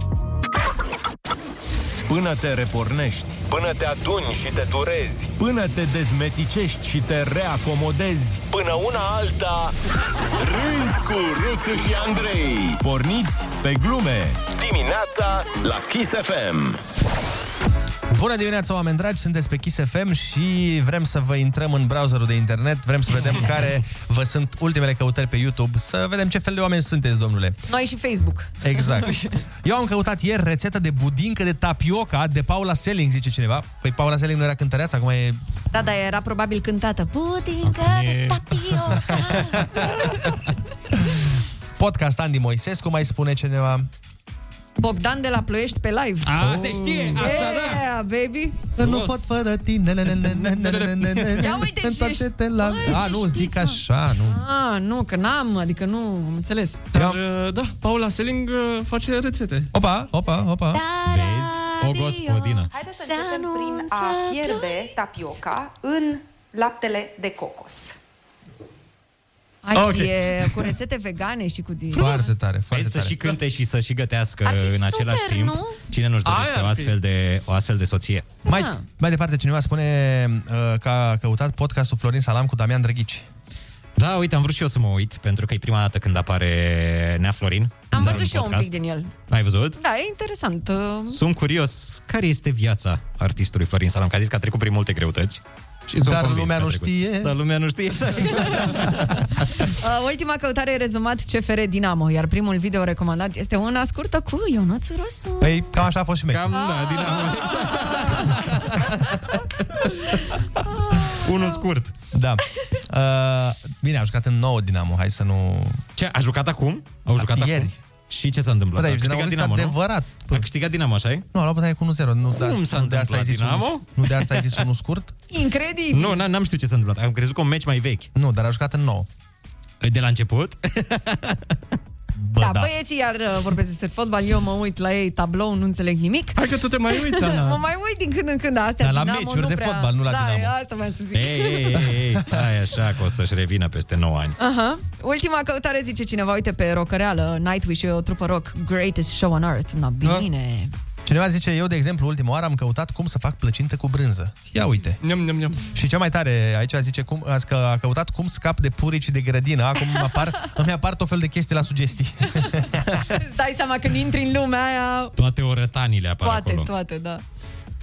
Speaker 4: Până te repornești, până te aduni și te durezi, până te dezmeticești și te reacomodezi, până una alta, râzi cu Rusu și Andrei. Porniți pe glume dimineața la Kiss FM.
Speaker 6: Bună dimineața, oameni dragi! Sunteți pe Kiss FM și vrem să vă intrăm în browserul de internet, vrem să vedem care vă sunt ultimele căutări pe YouTube, să vedem ce fel de oameni sunteți, domnule.
Speaker 10: Noi și Facebook.
Speaker 6: Exact. Eu am căutat ieri rețeta de budincă de tapioca de Paula Selling, zice cineva. Păi Paula Selling nu era cântăreață, acum e...
Speaker 10: Da, da, era probabil cântată. Putincă de tapioca.
Speaker 6: Podcast Andy Moisescu, mai spune cineva.
Speaker 10: Bogdan de la Ploiești pe live.
Speaker 8: Ah,
Speaker 6: A, se știe, asta
Speaker 10: da. Yeah, baby.
Speaker 6: Să nu pot fără tine. le, le, le, le, le, le, le, le,
Speaker 10: Ia uite ce
Speaker 6: întoarce-te
Speaker 10: ești.
Speaker 6: la...
Speaker 10: Băi, ce
Speaker 6: A, nu, zic
Speaker 10: știți, mă?
Speaker 6: așa, nu.
Speaker 10: Ah, nu, că n-am, adică nu, am înțeles.
Speaker 8: Dar, uh, da, Paula Selling uh, face rețete.
Speaker 6: Opa, opa, opa.
Speaker 7: Vezi? O gospodină.
Speaker 3: Haideți să începem prin a fierbe tapioca în laptele de cocos.
Speaker 10: Ai
Speaker 7: Ok.
Speaker 10: și e cu rețete vegane și cu... din-
Speaker 6: Foarte tare, foarte
Speaker 7: Vezi, să și cânte și să și gătească
Speaker 10: Ar fi
Speaker 7: în
Speaker 10: super,
Speaker 7: același timp.
Speaker 10: nu?
Speaker 7: Cine nu-și
Speaker 10: Aia
Speaker 7: dorește
Speaker 10: ar
Speaker 7: o
Speaker 10: fi.
Speaker 7: astfel, de, o astfel de soție?
Speaker 10: Ah.
Speaker 6: Mai, mai departe, cineva spune uh, că a căutat podcastul Florin Salam cu Damian Drăghici.
Speaker 7: Da, uite, am vrut și eu să mă uit, pentru că e prima dată când apare Nea Florin.
Speaker 10: Am
Speaker 7: Da,
Speaker 10: văzut
Speaker 7: în
Speaker 10: și eu un
Speaker 7: podcast.
Speaker 10: pic din el.
Speaker 7: Ai văzut?
Speaker 10: Da, e interesant. Uh,
Speaker 7: Sunt curios care este viața artistului Florin Salam, că a zis că a trecut prin multe greutăți. Și sunt
Speaker 6: Dar
Speaker 7: convins
Speaker 6: lumea
Speaker 7: că a
Speaker 6: nu
Speaker 7: trecut.
Speaker 6: știe.
Speaker 7: Dar lumea nu știe. Exact,
Speaker 10: Uh, ultima căutare e rezumat CFR Dinamo, iar primul video recomandat este una scurtă cu Ionuț Rusu.
Speaker 6: Păi cam așa a fost și Ah. mei.
Speaker 7: Cam, da, din Unul scurt.
Speaker 6: Da. Uh, bine, a jucat în 9 Dinamo, hai să nu... Da,
Speaker 7: Ce, a jucat acum? Au jucat
Speaker 6: Ieri.
Speaker 7: acum? Și ce s-a întâmplat?
Speaker 6: Bă, da,
Speaker 7: a
Speaker 6: ești
Speaker 7: câștigat
Speaker 6: dinamovist
Speaker 7: Dinamo, nu?
Speaker 6: adevărat.
Speaker 7: A câștigat Dinamo, așa e?
Speaker 6: Nu, a luat bătaie cu 1-0. Nu,
Speaker 7: Cum
Speaker 6: da,
Speaker 7: s-a
Speaker 6: nu de asta
Speaker 7: întâmplat
Speaker 6: ai zis
Speaker 7: Dinamo?
Speaker 6: unul- Nu de asta ai zis unul scurt?
Speaker 10: Incredibil!
Speaker 7: Nu, n- n-am știut ce s-a întâmplat. Am crezut că un meci mai vechi.
Speaker 6: Nu, dar a jucat în 9.
Speaker 7: De la început?
Speaker 10: Bă, da, băieții iar uh, vorbesc despre fotbal, eu mă uit la ei tablou, nu înțeleg nimic.
Speaker 8: Hai că tu te mai uiți, Ana.
Speaker 10: mă mai uit din când în când, astea
Speaker 7: Dar la
Speaker 10: Dinamo,
Speaker 7: meciuri
Speaker 10: nu
Speaker 7: de
Speaker 10: prea...
Speaker 7: fotbal, nu la
Speaker 10: da,
Speaker 7: Dinamo.
Speaker 10: asta mai să zic.
Speaker 7: Ei, ei, ei, ei, stai așa că o să-și revină peste 9 ani.
Speaker 10: Aha. Ultima căutare zice cineva, uite pe rocăreală, Nightwish e o trupă rock, Greatest Show on Earth. Na, bine.
Speaker 6: Da. Cineva zice, eu, de exemplu, ultima oară am căutat cum să fac plăcintă cu brânză. Ia uite.
Speaker 8: Niam, niam, niam.
Speaker 6: Și cea mai tare aici zice cum, azi că a căutat cum scap de purici de grădină. Acum îmi apar, îmi apar tot fel de chestii la sugestii.
Speaker 10: Îți dai seama când intri în lumea aia,
Speaker 7: Toate orătanile apar
Speaker 10: toate,
Speaker 7: acolo.
Speaker 10: toate, da.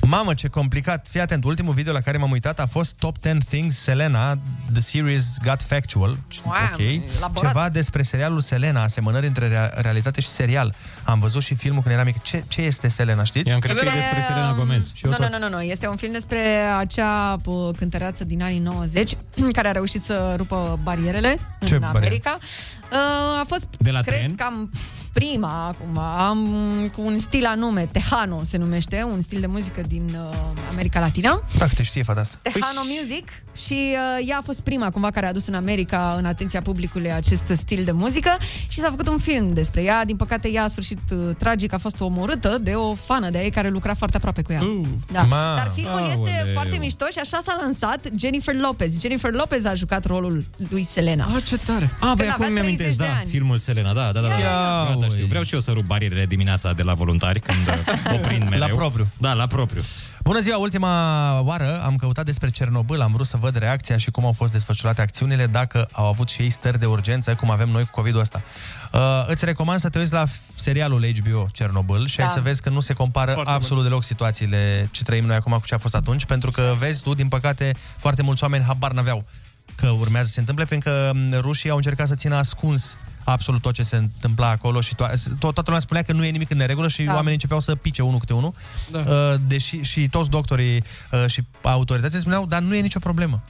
Speaker 6: Mamă, ce complicat! Fii atent, ultimul video la care m-am uitat a fost Top 10 Things Selena, The Series Got Factual.
Speaker 10: Wow,
Speaker 6: ok.
Speaker 10: elaborat.
Speaker 6: Ceva despre serialul Selena, asemănări între rea- realitate și serial. Am văzut și filmul când eram mic. Ce, ce este Selena, știți?
Speaker 7: I-am
Speaker 10: crezut că e despre Selena
Speaker 6: Gomez. Și eu
Speaker 10: Nu,
Speaker 6: tot.
Speaker 10: nu, nu, nu, nu, este un film despre acea bă, cântăreață din anii 90 care a reușit să rupă barierele
Speaker 6: Ce
Speaker 10: în
Speaker 6: bariere?
Speaker 10: America. Uh, A fost,
Speaker 7: De la
Speaker 10: cred,
Speaker 7: tren?
Speaker 10: cam prima acum, am, cu un stil anume, Tejano se numește, un stil de muzică din uh, America Latina.
Speaker 6: Dacă te Da, știe fata
Speaker 7: Păi
Speaker 6: asta.
Speaker 10: Tejano Păi Music și uh, ea a fost prima cumva care a adus în America în atenția publicului acest stil de muzică și s-a făcut un film despre ea. Din păcate ea a sfârșit uh, tragic, a fost omorâtă de o fană de a ei care lucra foarte aproape cu ea.
Speaker 7: Uh.
Speaker 10: Da.
Speaker 7: Ma.
Speaker 10: Dar filmul este
Speaker 7: Aoleu.
Speaker 10: foarte mișto și așa s-a lansat Jennifer Lopez. Jennifer Lopez a jucat rolul lui Selena.
Speaker 8: Ah, ce tare!
Speaker 7: Ah,
Speaker 10: Când
Speaker 7: băi,
Speaker 10: avea
Speaker 7: acum mi
Speaker 10: 30
Speaker 7: amintesc,
Speaker 10: de
Speaker 7: da,
Speaker 10: ani.
Speaker 7: filmul Selena, da, da, da. da. Gata, știu. Vreau și eu să rup barierele dimineața de la voluntari când uh, o prind mereu.
Speaker 6: La propriu.
Speaker 7: Da, la propriu.
Speaker 6: Bună ziua! Ultima oară am căutat despre Cernobâl, am vrut să văd reacția și cum au fost desfășurate acțiunile, dacă au avut și ei stări de urgență, cum avem noi cu COVID-ul ăsta. Uh, îți recomand să te uiți la serialul HBO Cernobâl și
Speaker 5: Da.
Speaker 6: ai să vezi că nu se compară absolut deloc situațiile ce trăim noi acum cu ce a fost atunci, pentru că
Speaker 7: Exact.
Speaker 6: vezi tu, din păcate, foarte mulți oameni habar n-aveau că urmează să se întâmple, pentru că m, rușii au încercat să țină ascuns absolut tot ce se întâmpla acolo și to- to- toată lumea spunea că nu e nimic în neregulă și
Speaker 5: Da.
Speaker 6: da. oamenii începeau să pice unul câte unul.
Speaker 5: Da.
Speaker 6: Da. Deși și toți doctorii uh, și autoritățile spuneau, dar nu e nicio problemă.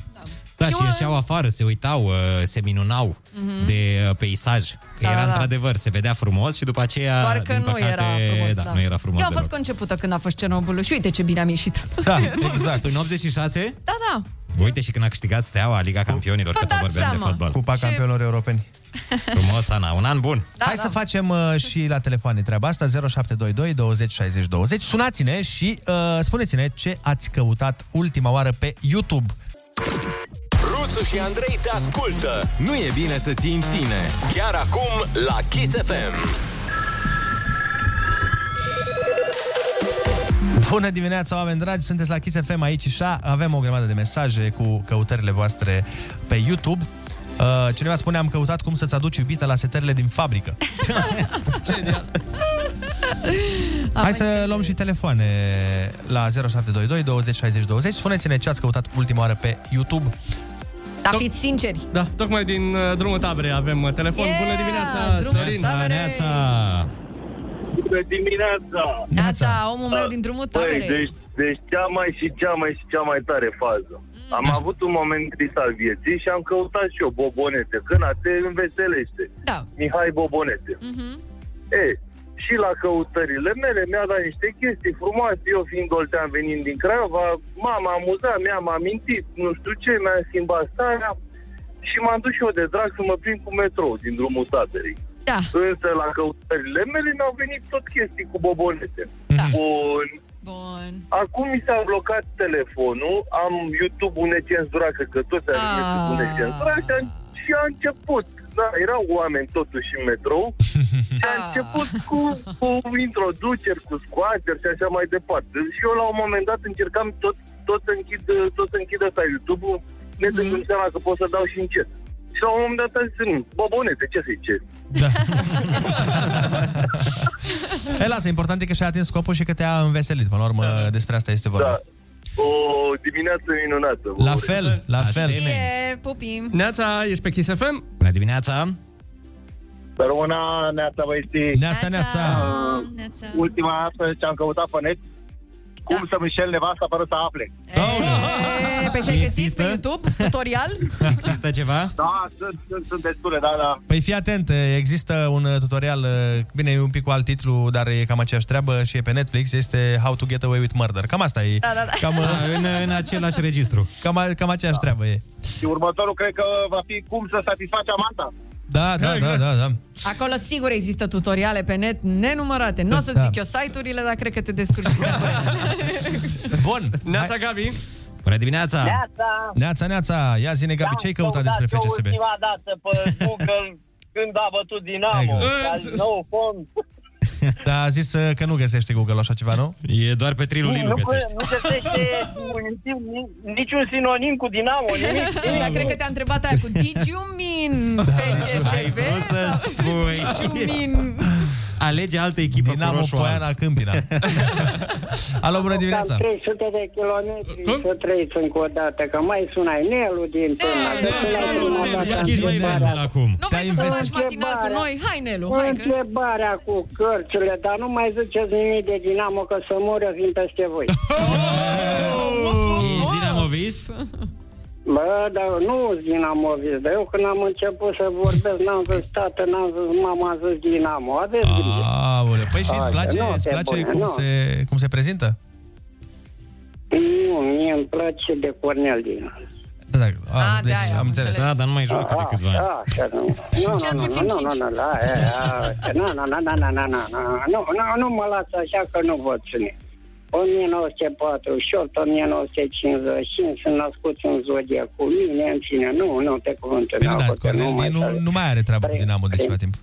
Speaker 7: Da, și ieșeau afară, se uitau, uh, se minunau
Speaker 10: Mhm.
Speaker 7: de uh, peisaj. Că
Speaker 10: Da,
Speaker 7: era
Speaker 10: da, da.
Speaker 7: într-adevăr, se vedea frumos și după aceea,
Speaker 10: Doar că
Speaker 7: din
Speaker 10: nu
Speaker 7: păcate,
Speaker 10: era frumos.
Speaker 7: da, nu era frumos
Speaker 10: Eu am fost
Speaker 7: deloc.
Speaker 10: concepută când a fost Cernobâlul și uite ce bine am ieșit.
Speaker 7: exact. În 86,
Speaker 10: da, da.
Speaker 7: uite și când a câștigat Steaua Liga Campionilor,
Speaker 10: Vă
Speaker 7: că tot
Speaker 10: dați
Speaker 7: vorbeam de
Speaker 10: seama.
Speaker 7: fotbal.
Speaker 6: Cupa
Speaker 10: Ce-
Speaker 6: campionilor europeni.
Speaker 7: Frumos, Ana, un an bun.
Speaker 6: Da, Hai da. să facem uh, și la telefoane treaba asta, 0722 20 60 20. Sunați-ne și uh, spuneți-ne ce ați căutat ultima oară pe YouTube.
Speaker 4: Rusu și Andrei te ascultă. Nu e bine să ții în tine. Chiar acum la Kiss FM.
Speaker 6: Bună dimineața, oameni dragi! Sunteți la Kiss FM aici și avem o grămadă de mesaje cu căutările voastre pe YouTube. Uh, cineva spune, am căutat cum să-ți aduci iubita la setările din fabrică. Hai să luăm și telefoane la 0722 20 60 20. Spuneți-ne ce ați căutat ultima oară pe YouTube.
Speaker 10: Dar fiți sinceri.
Speaker 8: Da, tocmai din uh, drumul taberei avem uh, telefon.
Speaker 10: Yeah,
Speaker 8: Bună dimineața,
Speaker 10: drumul
Speaker 8: Sorin!
Speaker 10: taberei.
Speaker 8: Neața!
Speaker 12: Bună dimineața!
Speaker 10: Neața, omul meu din drumul
Speaker 12: Băi,
Speaker 10: taberei.
Speaker 12: deci, deci cea mai și cea mai și cea mai tare fază. Am avut un moment trist al vieții și am căutat și eu Bobonete. Căna te înveselește.
Speaker 10: Da.
Speaker 12: Mihai
Speaker 13: Mm.
Speaker 12: Bobonete. E, și la căutările mele mi-a dat niște chestii frumoase. Eu fiind oltean venind din Craiova, m-am amuzat, mi-am amintit, nu știu ce, mi-am schimbat starea. Și m-am dus și eu de drag să mă plimb cu metrou din drumul taberei.
Speaker 10: Da.
Speaker 12: Însă la căutările mele mi-au venit tot chestii cu bobonete. Da. Bun.
Speaker 10: Bun.
Speaker 12: Acum mi s-a blocat telefonul, am YouTube-ul necenzurat, cred că toți avem YouTube-ul necenzurat și a, și a început. Da, erau oameni totuși în metrou și a început cu, cu introduceri, cu scoateri și așa mai departe. Și eu la un moment dat încercam tot, tot să închid, tot să închid asta YouTube-ul, ne mm-hmm. seama că pot să dau și încet. Și la un moment dat am zis, "Mm, bobonete, ce să-i cer?
Speaker 6: E, lasă, important e că și-a atins scopul și că te-a înveselit. Până la urmă, despre asta este vorba. Da.
Speaker 12: O dimineață minunată. vă
Speaker 6: La
Speaker 12: urez.
Speaker 6: fel, la fel.
Speaker 10: E, pupim.
Speaker 8: Neața, ești pe Kiss FM?
Speaker 23: Bună dimineața!
Speaker 17: Dar una, neața, băieții.
Speaker 6: Neața, neața.
Speaker 10: Neața.
Speaker 17: Ultima dată ce am căutat pe net,
Speaker 10: Da.
Speaker 17: cum să-mi înșel nevasta fără să afle.
Speaker 10: E, pe și-ai găsit pe YouTube tutorial?
Speaker 23: Există ceva?
Speaker 17: Da, sunt, sunt, sunt destule, da, da.
Speaker 6: Păi fii atent, există un uh, tutorial, uh, bine, e un pic cu alt titlu, dar e cam aceeași treabă și e pe Netflix, este How to Get Away with Murder. Cam asta e.
Speaker 23: Da, da, da.
Speaker 6: Cam, uh,
Speaker 23: Da, în- în același registru.
Speaker 6: Cam, a- cam aceeași da. treabă e.
Speaker 17: Și următorul cred că va fi cum să satisfaci amanta.
Speaker 6: Da, da, da, da, da.
Speaker 10: Acolo sigur există tutoriale pe net nenumărate. Nu o să
Speaker 6: Da.
Speaker 10: zic eu site-urile, dar cred că te descurci.
Speaker 6: Bun.
Speaker 8: Neața, Gabi!
Speaker 23: Bună dimineața!
Speaker 14: Neața!
Speaker 23: Da.
Speaker 6: Neața, neața. Ia zine, Gabi, ce-ai căutat despre
Speaker 14: eu
Speaker 6: FCSB?
Speaker 14: ultima dată pe Google când a bătut Dinamo.
Speaker 6: Exact.
Speaker 14: Al nou fond.
Speaker 6: Da, a zis uh, că nu găsește Google așa ceva, nu?
Speaker 7: E doar pe trilul
Speaker 14: Nu, nu găsește niciun- niciun sinonim cu Dinamo, nimic.
Speaker 10: Dar cred că te-a întrebat aia cu Did you mean
Speaker 7: da.
Speaker 10: FCSB?
Speaker 7: să spui.
Speaker 10: Did you mean...
Speaker 7: Alege altă echipă
Speaker 6: Dinamo
Speaker 7: cu roșu
Speaker 6: Poiana Câmpina. Alo, bună dimineața.
Speaker 16: Cam 300 de kilometri să trăiți încă o dată, că mai sunai Nelu din tână.
Speaker 7: acum.
Speaker 10: Nu vrei tu să faci matinal cu noi? Hai, Nelu, hai că...
Speaker 16: Întrebarea cu cărțile, dar nu mai ziceți nimic de Dinamo, că să mor eu vin peste voi.
Speaker 7: Oh! Ești dinamovist?
Speaker 16: Bă, dar eu nu sunt dinamovist, dar eu când am început să vorbesc, n-am zis tată, n-am zis mama, am zis Dinamo. Aveți
Speaker 7: Ah.
Speaker 16: grijă.
Speaker 6: Aoleu, păi și îți
Speaker 16: Haide,
Speaker 6: place,
Speaker 16: nu,
Speaker 6: îți
Speaker 16: pe
Speaker 6: place
Speaker 16: bune,
Speaker 6: cum,
Speaker 16: nu.
Speaker 6: se, cum se prezintă?
Speaker 16: Nu, mie îmi place de Cornel Dinu.
Speaker 6: Da, da, a, deci am înțeles.
Speaker 23: Da, dar nu mai joacă de câțiva ani.
Speaker 16: Da, că nu. Nu,
Speaker 10: Cel
Speaker 16: nu, nu,
Speaker 10: puțin
Speaker 16: nu,
Speaker 10: cinci.
Speaker 16: nu, nu, la, e, a, nu, nu, nu, nu, nu, nu, nu, nu, nu, nu mă las așa că nu vă ține. 1948, 1955, sunt născuți în zodia cu mine, în fine, nu, nu, pe cuvântul
Speaker 6: Bine,
Speaker 16: meu,
Speaker 6: da,
Speaker 16: că nu
Speaker 6: Cornel
Speaker 16: mai
Speaker 6: Dinu nu mai are treabă cu Dinamo de ceva timp.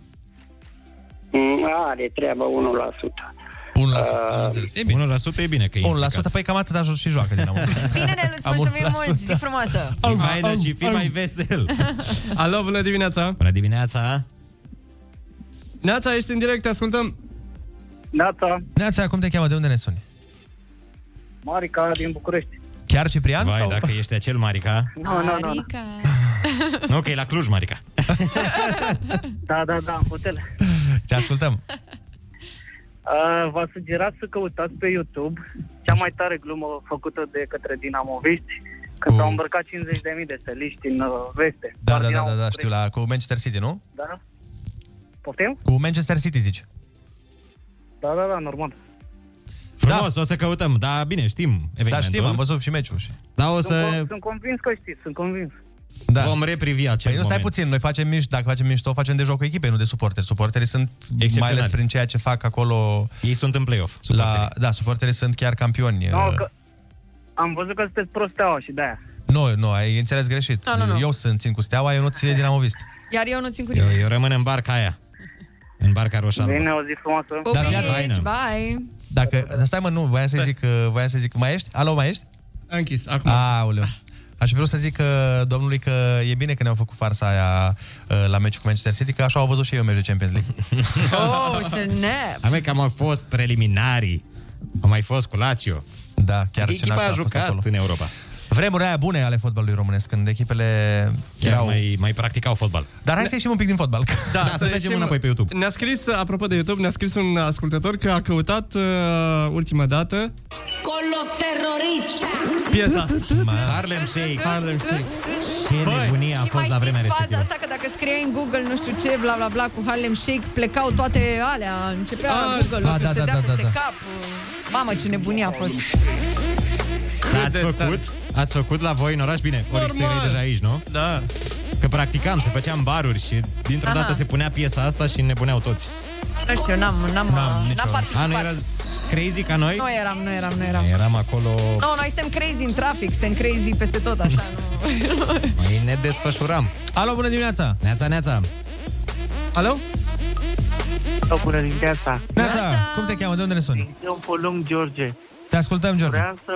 Speaker 16: Mm, Are treabă 1%.
Speaker 6: 1%,
Speaker 16: Ah,
Speaker 6: am înțeles. E bine. 1% e bine că e 1%, păi cam atât dar și joacă Dinamo.
Speaker 10: Bine, Nelu, îți
Speaker 6: Am
Speaker 10: mulțumim
Speaker 6: 1%.
Speaker 10: mult, zi frumoasă!
Speaker 7: Fii mai faină și fii mai vesel.
Speaker 8: Alo, bună dimineața! Bună dimineața! Neața, ești în direct, te ascultăm!
Speaker 6: Neața. Neața, cum te cheamă? De unde ne suni?
Speaker 18: Marica din București.
Speaker 6: Chiar Ciprian?
Speaker 23: Vai,
Speaker 6: sau?
Speaker 23: dacă ești acel Marica.
Speaker 18: Nu, nu, nu.
Speaker 23: Nu, că e la Cluj, Marica.
Speaker 18: Da, da, da, în hotel.
Speaker 6: Te ascultăm.
Speaker 18: Uh, v-a sugerat să căutați pe YouTube cea mai tare glumă făcută de către dinamoviști când
Speaker 23: Oh.
Speaker 18: s-au îmbrăcat 50.000 de seliști în uh, veste.
Speaker 6: Da, da, da, da, da, știu, la, cu Manchester City, nu?
Speaker 18: Da? Poftim?
Speaker 6: Cu Manchester City, zici.
Speaker 18: Da, da, da, normal.
Speaker 23: Frumos, o să căutăm, dar bine, știm evenimentul.
Speaker 6: Da, știm, am văzut și meciul. și-
Speaker 23: Da, o
Speaker 18: Sunt,
Speaker 23: să...
Speaker 18: con- sunt convins că știți, sunt convins.
Speaker 6: Da.
Speaker 23: Vom reprivi acel
Speaker 6: Păi nu, stai
Speaker 23: moment.
Speaker 6: puțin, noi facem mișto, dacă facem mișto, o facem de jocul echipei, nu de suporteri. Suporterii sunt, mai
Speaker 23: Excepționali.
Speaker 6: ales prin ceea ce fac acolo...
Speaker 23: Ei sunt în play-off,
Speaker 6: La, da, suporterii sunt chiar campioni.
Speaker 18: No,
Speaker 6: Uh,
Speaker 18: că am văzut că sunteți prosteaua și de-aia.
Speaker 6: Nu, nu, ai înțeles greșit.
Speaker 10: Nu, nu, nu.
Speaker 6: Eu sunt țin cu steaua, eu nu țin dinamovist.
Speaker 10: Iar eu nu țin cu
Speaker 23: Eu,
Speaker 10: nimeni.
Speaker 23: eu rămân în barca aia. În barca roșalbă.
Speaker 18: Bine, o zi frumoasă.
Speaker 6: Da,
Speaker 10: Pupici, bye!
Speaker 6: Dacă, dar stai mă, nu, voiam să zic, uh, voiam să zic, mai ești? Alo, mai ești?
Speaker 8: Am închis, acum.
Speaker 7: Ah.
Speaker 6: Aoleu. Aș vrea să zic că, domnului că e bine că ne-au făcut farsa aia uh, la meciul cu Manchester City, că așa au văzut și eu meci de Champions League.
Speaker 10: Oh, snap!
Speaker 7: Am că am mai fost preliminarii. Am mai fost cu Lazio.
Speaker 6: Da, chiar ce nașpa
Speaker 7: Echipa a
Speaker 6: fost
Speaker 7: jucat
Speaker 6: acolo.
Speaker 7: în Europa.
Speaker 6: Vremurile aia bune ale fotbalului românesc, când echipele
Speaker 7: Chiar
Speaker 6: erau...
Speaker 7: mai, mai practicau fotbal.
Speaker 6: Dar hai să ieșim un pic din fotbal. că-
Speaker 7: Da, să mergem înapoi pe YouTube.
Speaker 8: Ne-a scris, apropo de YouTube, ne-a scris un ascultător că a căutat uh, ultima dată
Speaker 12: Con los terroristas.
Speaker 8: piesa asta.
Speaker 7: Harlem Shake.
Speaker 8: Harlem Shake.
Speaker 7: Ce nebunie a
Speaker 10: Și mai
Speaker 7: fost la vremea
Speaker 10: știți faza
Speaker 7: respectivă.
Speaker 10: asta că dacă scrieai în Google nu știu ce, bla bla bla, cu Harlem Shake, plecau toate alea, începea
Speaker 7: Ah,
Speaker 10: Google,
Speaker 7: da,
Speaker 10: o să
Speaker 7: da,
Speaker 10: se
Speaker 7: da,
Speaker 10: dea
Speaker 7: da,
Speaker 10: peste
Speaker 7: da.
Speaker 10: cap. Mamă, ce nebunie a fost.
Speaker 7: Ați făcut? Ați făcut la voi în oraș? Bine, ori tu
Speaker 8: Normal.
Speaker 7: erai deja aici, nu?
Speaker 8: Da.
Speaker 7: Că practicam, se făceam baruri și dintr-o
Speaker 10: Aha.
Speaker 7: dată se punea piesa asta și ne puneau toți.
Speaker 10: Nu știu, n-am, n-am, n-am,
Speaker 7: nicio-
Speaker 10: participat.
Speaker 7: A, nu erați crazy ca noi?
Speaker 10: Nu eram, nu eram, nu eram.
Speaker 7: Eram acolo,
Speaker 10: Nu, no, noi suntem crazy în trafic, suntem crazy peste tot, așa, nu?
Speaker 7: mai ne desfășuram.
Speaker 6: Alo, bună dimineața!
Speaker 7: Neața, neața!
Speaker 8: Alo?
Speaker 14: Sau bună dimineața.
Speaker 6: Neața, Da, cum te cheamă? De unde ne suni?
Speaker 14: Eu îmi lung George.
Speaker 6: Te ascultăm, George.
Speaker 14: Vreau să,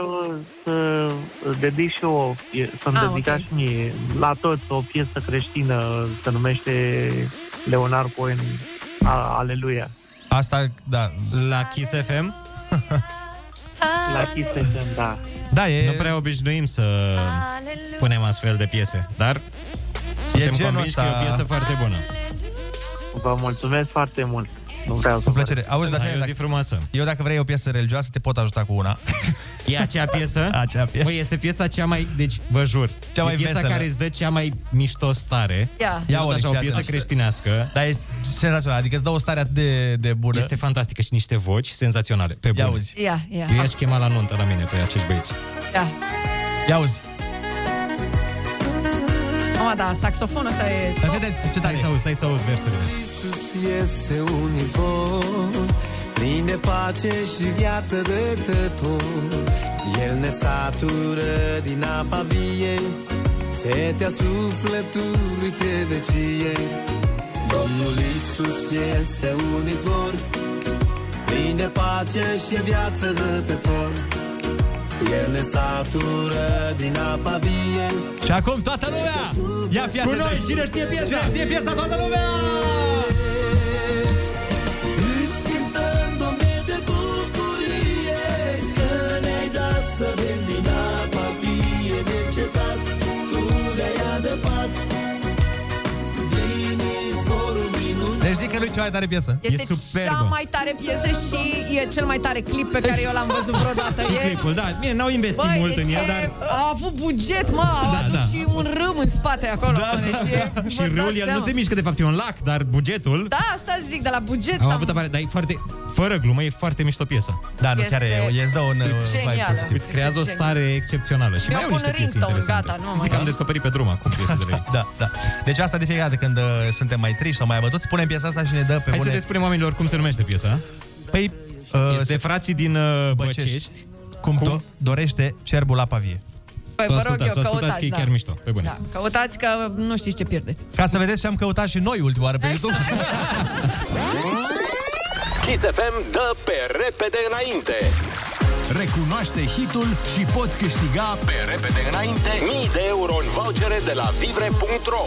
Speaker 14: să dedic și eu, să-mi
Speaker 10: Ah,
Speaker 14: ah, dedica
Speaker 10: ok.
Speaker 14: okay. și mie, la toți, o piesă creștină, se numește Leonard Cohen, A- Aleluia.
Speaker 6: Asta, da.
Speaker 7: La Kiss FM?
Speaker 14: La Kiss FM, da.
Speaker 6: Da, e...
Speaker 7: Nu prea obișnuim să punem astfel de piese, dar
Speaker 6: e
Speaker 7: suntem
Speaker 6: genul
Speaker 7: convinși că
Speaker 6: ăsta.
Speaker 7: e o piesă foarte bună.
Speaker 14: Vă mulțumesc foarte mult. Nu vreau să
Speaker 6: Cu plăcere. Auzi, dacă,
Speaker 7: Ai Da, o zi
Speaker 6: dacă,
Speaker 7: frumoasă.
Speaker 6: eu dacă vrei o piesă religioasă, te pot ajuta cu una.
Speaker 7: E acea piesă?
Speaker 6: Acea piesă.
Speaker 7: Băi, este piesa cea mai, deci, vă jur,
Speaker 6: Cea mai
Speaker 7: e piesa
Speaker 6: veselă.
Speaker 7: care îți dă cea mai mișto stare.
Speaker 10: Ia.
Speaker 7: Ia
Speaker 6: Ia
Speaker 7: o
Speaker 6: Olex,
Speaker 7: așa, o
Speaker 6: fii
Speaker 7: piesă
Speaker 6: atent.
Speaker 7: creștinească.
Speaker 6: Dar e senzațional, adică îți dă o stare atât de, de bună.
Speaker 7: Este fantastică și niște voci senzaționale, pe bune.
Speaker 6: auzi.
Speaker 10: Ia, ia,
Speaker 7: Eu i-aș chema la nuntă la mine pe acești băieți.
Speaker 10: ia.
Speaker 6: Ia auzi.
Speaker 10: Mamă, da, saxofonul ăsta e
Speaker 7: Dar fii atent, ce tare Stai să auzi, stai să auzi versurile.
Speaker 12: Iisus este un izvor Plin de pace și viață rătător El ne satură din apa vie Setea sufletului pe vecie Domnul Iisus este un izvor Plin de pace și viață rătător El ne satură din apa vie
Speaker 6: Și acum toată lumea! Ia fii
Speaker 12: Cu
Speaker 6: atent
Speaker 12: noi,
Speaker 6: aici.
Speaker 12: cine știe piesa?
Speaker 6: Cine știe piesa, toată lumea!
Speaker 12: Îți cântăm, Doamne, de bucurie Că ne-ai dat să vin din apa vie Necetat, Tu ne-ai adăpat Din izvorul minunat
Speaker 6: Deci zic că nu-i cea mai tare piesă.
Speaker 10: Este cea mai tare piesă și e cel mai tare clip pe care eu l-am văzut vreodată.
Speaker 7: Și
Speaker 10: E-
Speaker 7: clipul, da. Bine, n-au investit
Speaker 10: Băi,
Speaker 7: mult
Speaker 10: deci
Speaker 7: în el,
Speaker 10: e-
Speaker 7: dar...
Speaker 10: A avut buget, mă, a
Speaker 7: Da,
Speaker 10: da, adus
Speaker 7: da.
Speaker 10: și un râm în spate acolo.
Speaker 7: Da,
Speaker 10: mă, deci e- vă
Speaker 7: Și
Speaker 10: dați
Speaker 7: râul, el nu
Speaker 10: seama.
Speaker 7: se mișcă, de fapt, e un lac, dar bugetul...
Speaker 10: Da, asta zic, de la buget
Speaker 7: Au
Speaker 10: s-a-
Speaker 7: avut apare, dar e foarte... Fără glumă, e foarte mișto piesă.
Speaker 6: Da, nu,
Speaker 10: Este
Speaker 6: chiar e, e îți dă un uh, vibe
Speaker 10: genială.
Speaker 6: pozitiv.
Speaker 7: Îți creează o
Speaker 10: Este
Speaker 7: stare excepțională. Și
Speaker 10: Eu
Speaker 7: mai au
Speaker 10: pun
Speaker 7: niște piese
Speaker 10: ringtone,
Speaker 7: interesante.
Speaker 10: gata, nu da. mai
Speaker 7: Adică am
Speaker 10: am.
Speaker 7: descoperit pe drum acum piesele de la ei.
Speaker 6: Da, da. Deci asta de fiecare dată când uh, suntem mai triști sau mai abătuți, punem piesa asta și ne dă pe
Speaker 7: Hai să le
Speaker 6: bune.
Speaker 7: spunem oamenilor cum se numește piesa.
Speaker 6: Păi,
Speaker 7: Uh, este frații din uh,
Speaker 6: Băcești.
Speaker 7: Băcești.
Speaker 6: Cum, cum? dorește cerbul la pavie.
Speaker 10: Păi
Speaker 7: Să
Speaker 10: vă rog
Speaker 7: ascultați,
Speaker 10: eu,
Speaker 7: să ascultați
Speaker 10: căutați,
Speaker 7: că e
Speaker 10: da.
Speaker 7: chiar mișto, pe bune.
Speaker 10: Da, căutați că nu știți ce pierdeți.
Speaker 6: Ca să vedeți ce am căutat și noi ultima oară pe YouTube.
Speaker 4: Kiss FM dă pe repede înainte. Recunoaște hitul și poți câștiga pe repede înainte mii de euro în vouchere de la vivre.ro.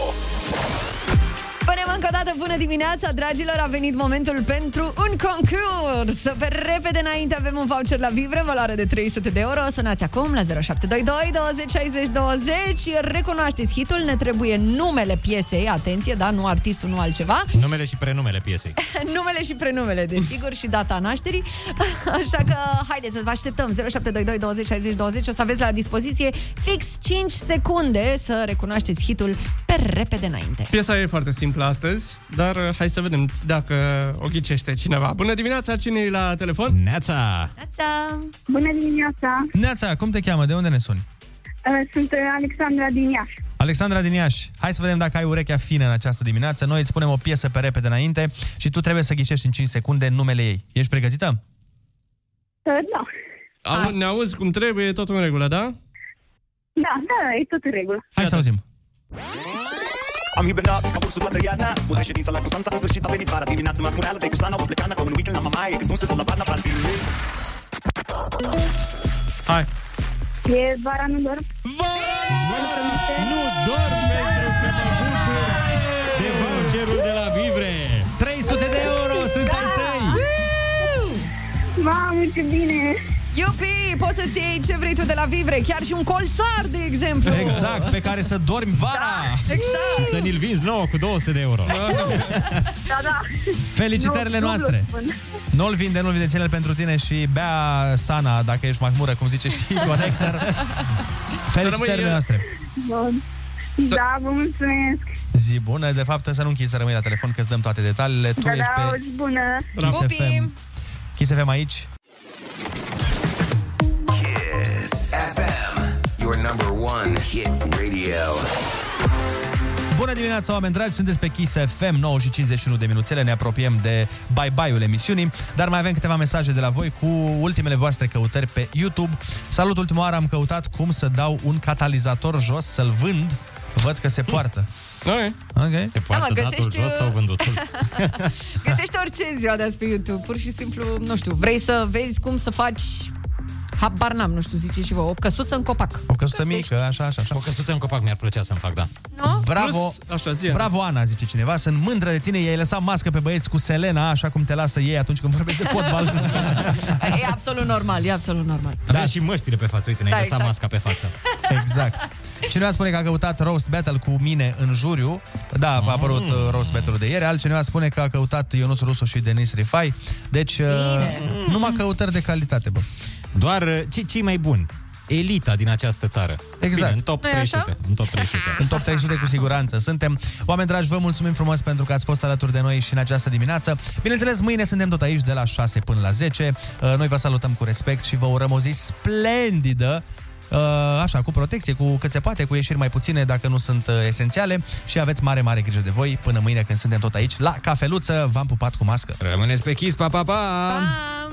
Speaker 10: Spunem încă o dată bună dimineața, dragilor! A venit momentul pentru un concurs! Pe repede înainte avem un voucher la Vivre, valoare de 300 de euro. Sunați acum la 0722 20 60 20. Recunoașteți hitul, ne trebuie numele piesei, atenție, da, nu artistul, nu altceva.
Speaker 7: Numele și prenumele piesei.
Speaker 10: Numele și prenumele, desigur, și data nașterii. Așa că haideți, vă așteptăm 0722 20 60 20. O să aveți la dispoziție fix 5 secunde să recunoașteți hitul pe repede înainte.
Speaker 8: Piesa e foarte simplă astăzi, dar uh, hai să vedem dacă o ghicește cineva. Bună dimineața, cine e la telefon?
Speaker 7: Neața!
Speaker 10: Neața!
Speaker 24: Bună dimineața!
Speaker 6: Neața, cum te cheamă? De unde ne suni?
Speaker 24: Uh, Sunt uh, Alexandra din Iași.
Speaker 6: Alexandra din Iași, hai să vedem dacă ai urechea fină în această dimineață. Noi îți punem o piesă pe repede înainte și tu trebuie să ghicești în 5 secunde numele ei. Ești pregătită?
Speaker 24: Uh, Da,
Speaker 8: Au, ne auzi cum trebuie, tot în regulă, da?
Speaker 24: da, da, e tot în regulă.
Speaker 6: Hai să auzim.
Speaker 25: Am hibernat, am cursul toată iarna Multe ședința la Constanța, în sfârșit a venit vara Dimineața mă cureală de Cusana, o plecana Cu un weekend la mamaie, când nu se sunt la barna frații mei
Speaker 8: Hai.
Speaker 15: E vara nu dorm.
Speaker 7: Nu dorm pentru că mă bucur de voucherul de la Vivre.
Speaker 6: 300 de euro sunt ai
Speaker 10: Da!
Speaker 6: tăi!
Speaker 10: Mamă, ce bine! Iupi, poți să-ți iei ce vrei tu de la Vivre, chiar și un colțar, de exemplu.
Speaker 6: Exact, pe care să dormi vara!
Speaker 10: Exact.
Speaker 7: Și să ne-l vinzi nouă cu 200 de euro.
Speaker 15: Da, da.
Speaker 6: Felicitările
Speaker 15: Nu- nu
Speaker 6: noastre.
Speaker 15: vă spun.
Speaker 6: Nu-l vinde, nu-l vinde, ține-l pentru tine și bea sana, dacă ești mahmură, cum zice și Conector. Felicitările noastre.
Speaker 15: Bun. Da, vă mulțumesc.
Speaker 6: Zi bună, de fapt să nu închizi să rămâi la telefon, că îți dăm toate detaliile. Tu
Speaker 15: Da,
Speaker 6: ești
Speaker 15: da, o
Speaker 6: pe
Speaker 15: zi bună.
Speaker 6: Kiss FM. Kiss FM aici.
Speaker 11: Kiss FM, your number one hit radio.
Speaker 6: Bună dimineața, oameni dragi! Sunteți pe Kiss FM, 9 și 51 de minuțele, ne apropiem de bye-bye-ul emisiunii, dar mai avem câteva mesaje de la voi cu ultimele voastre căutări pe YouTube. Salut, ultima oară am căutat cum să dau un catalizator jos, să-l vând, văd că se poartă.
Speaker 8: Ok.
Speaker 6: okay. Se
Speaker 10: Da, mă, găsești...
Speaker 7: vândutul?
Speaker 10: găsești orice ziua de azi pe YouTube. Pur și simplu, nu știu, vrei să vezi cum să faci... Habar n-am, nu știu, zice și vă, o căsuță în copac.
Speaker 6: O căsuță mică, așa, așa, așa.
Speaker 23: O căsuță în copac mi-ar plăcea să-mi fac, da.
Speaker 10: Nu?
Speaker 6: Bravo,
Speaker 8: așa, zi,
Speaker 6: bravo Ana, zice cineva Sunt mândră de tine, i-ai lăsat mască pe băieți cu Selena Așa cum te lasă ei atunci când vorbești de fotbal Da.
Speaker 10: e absolut normal, e absolut normal.
Speaker 23: Da, și măștile pe față, uite, ne-ai
Speaker 10: Da,
Speaker 23: lăsat
Speaker 10: exact.
Speaker 23: masca pe față.
Speaker 6: Exact. Cineva spune că a căutat Roast Battle cu mine în juriu. Da, a apărut uh, Roast Battle-ul de ieri. Altcineva spune că a căutat Ionuț Rusu și Denis Rifai. Deci, uh, numai căutări de calitate, bă.
Speaker 23: Doar uh, ce, cei mai buni, elita din această țară.
Speaker 6: Exact.
Speaker 23: Bine, în top
Speaker 6: Nu-i așa?
Speaker 23: 300. În top 300.
Speaker 6: În top 300 cu siguranță suntem. Oameni dragi, vă mulțumim frumos pentru că ați fost alături de noi și în această dimineață. Bineînțeles, mâine suntem tot aici de la 6 până la 10. Uh, Noi vă salutăm cu respect și vă urăm o zi splendidă Uh, Așa, cu protecție, cu cât se poate, cu ieșiri mai puține dacă nu sunt uh, esențiale și aveți mare, mare grijă de voi până mâine când suntem tot aici la cafeluță. V-am pupat cu mască.
Speaker 23: Rămâneți pe Kiss, pa, pa, pa! pa.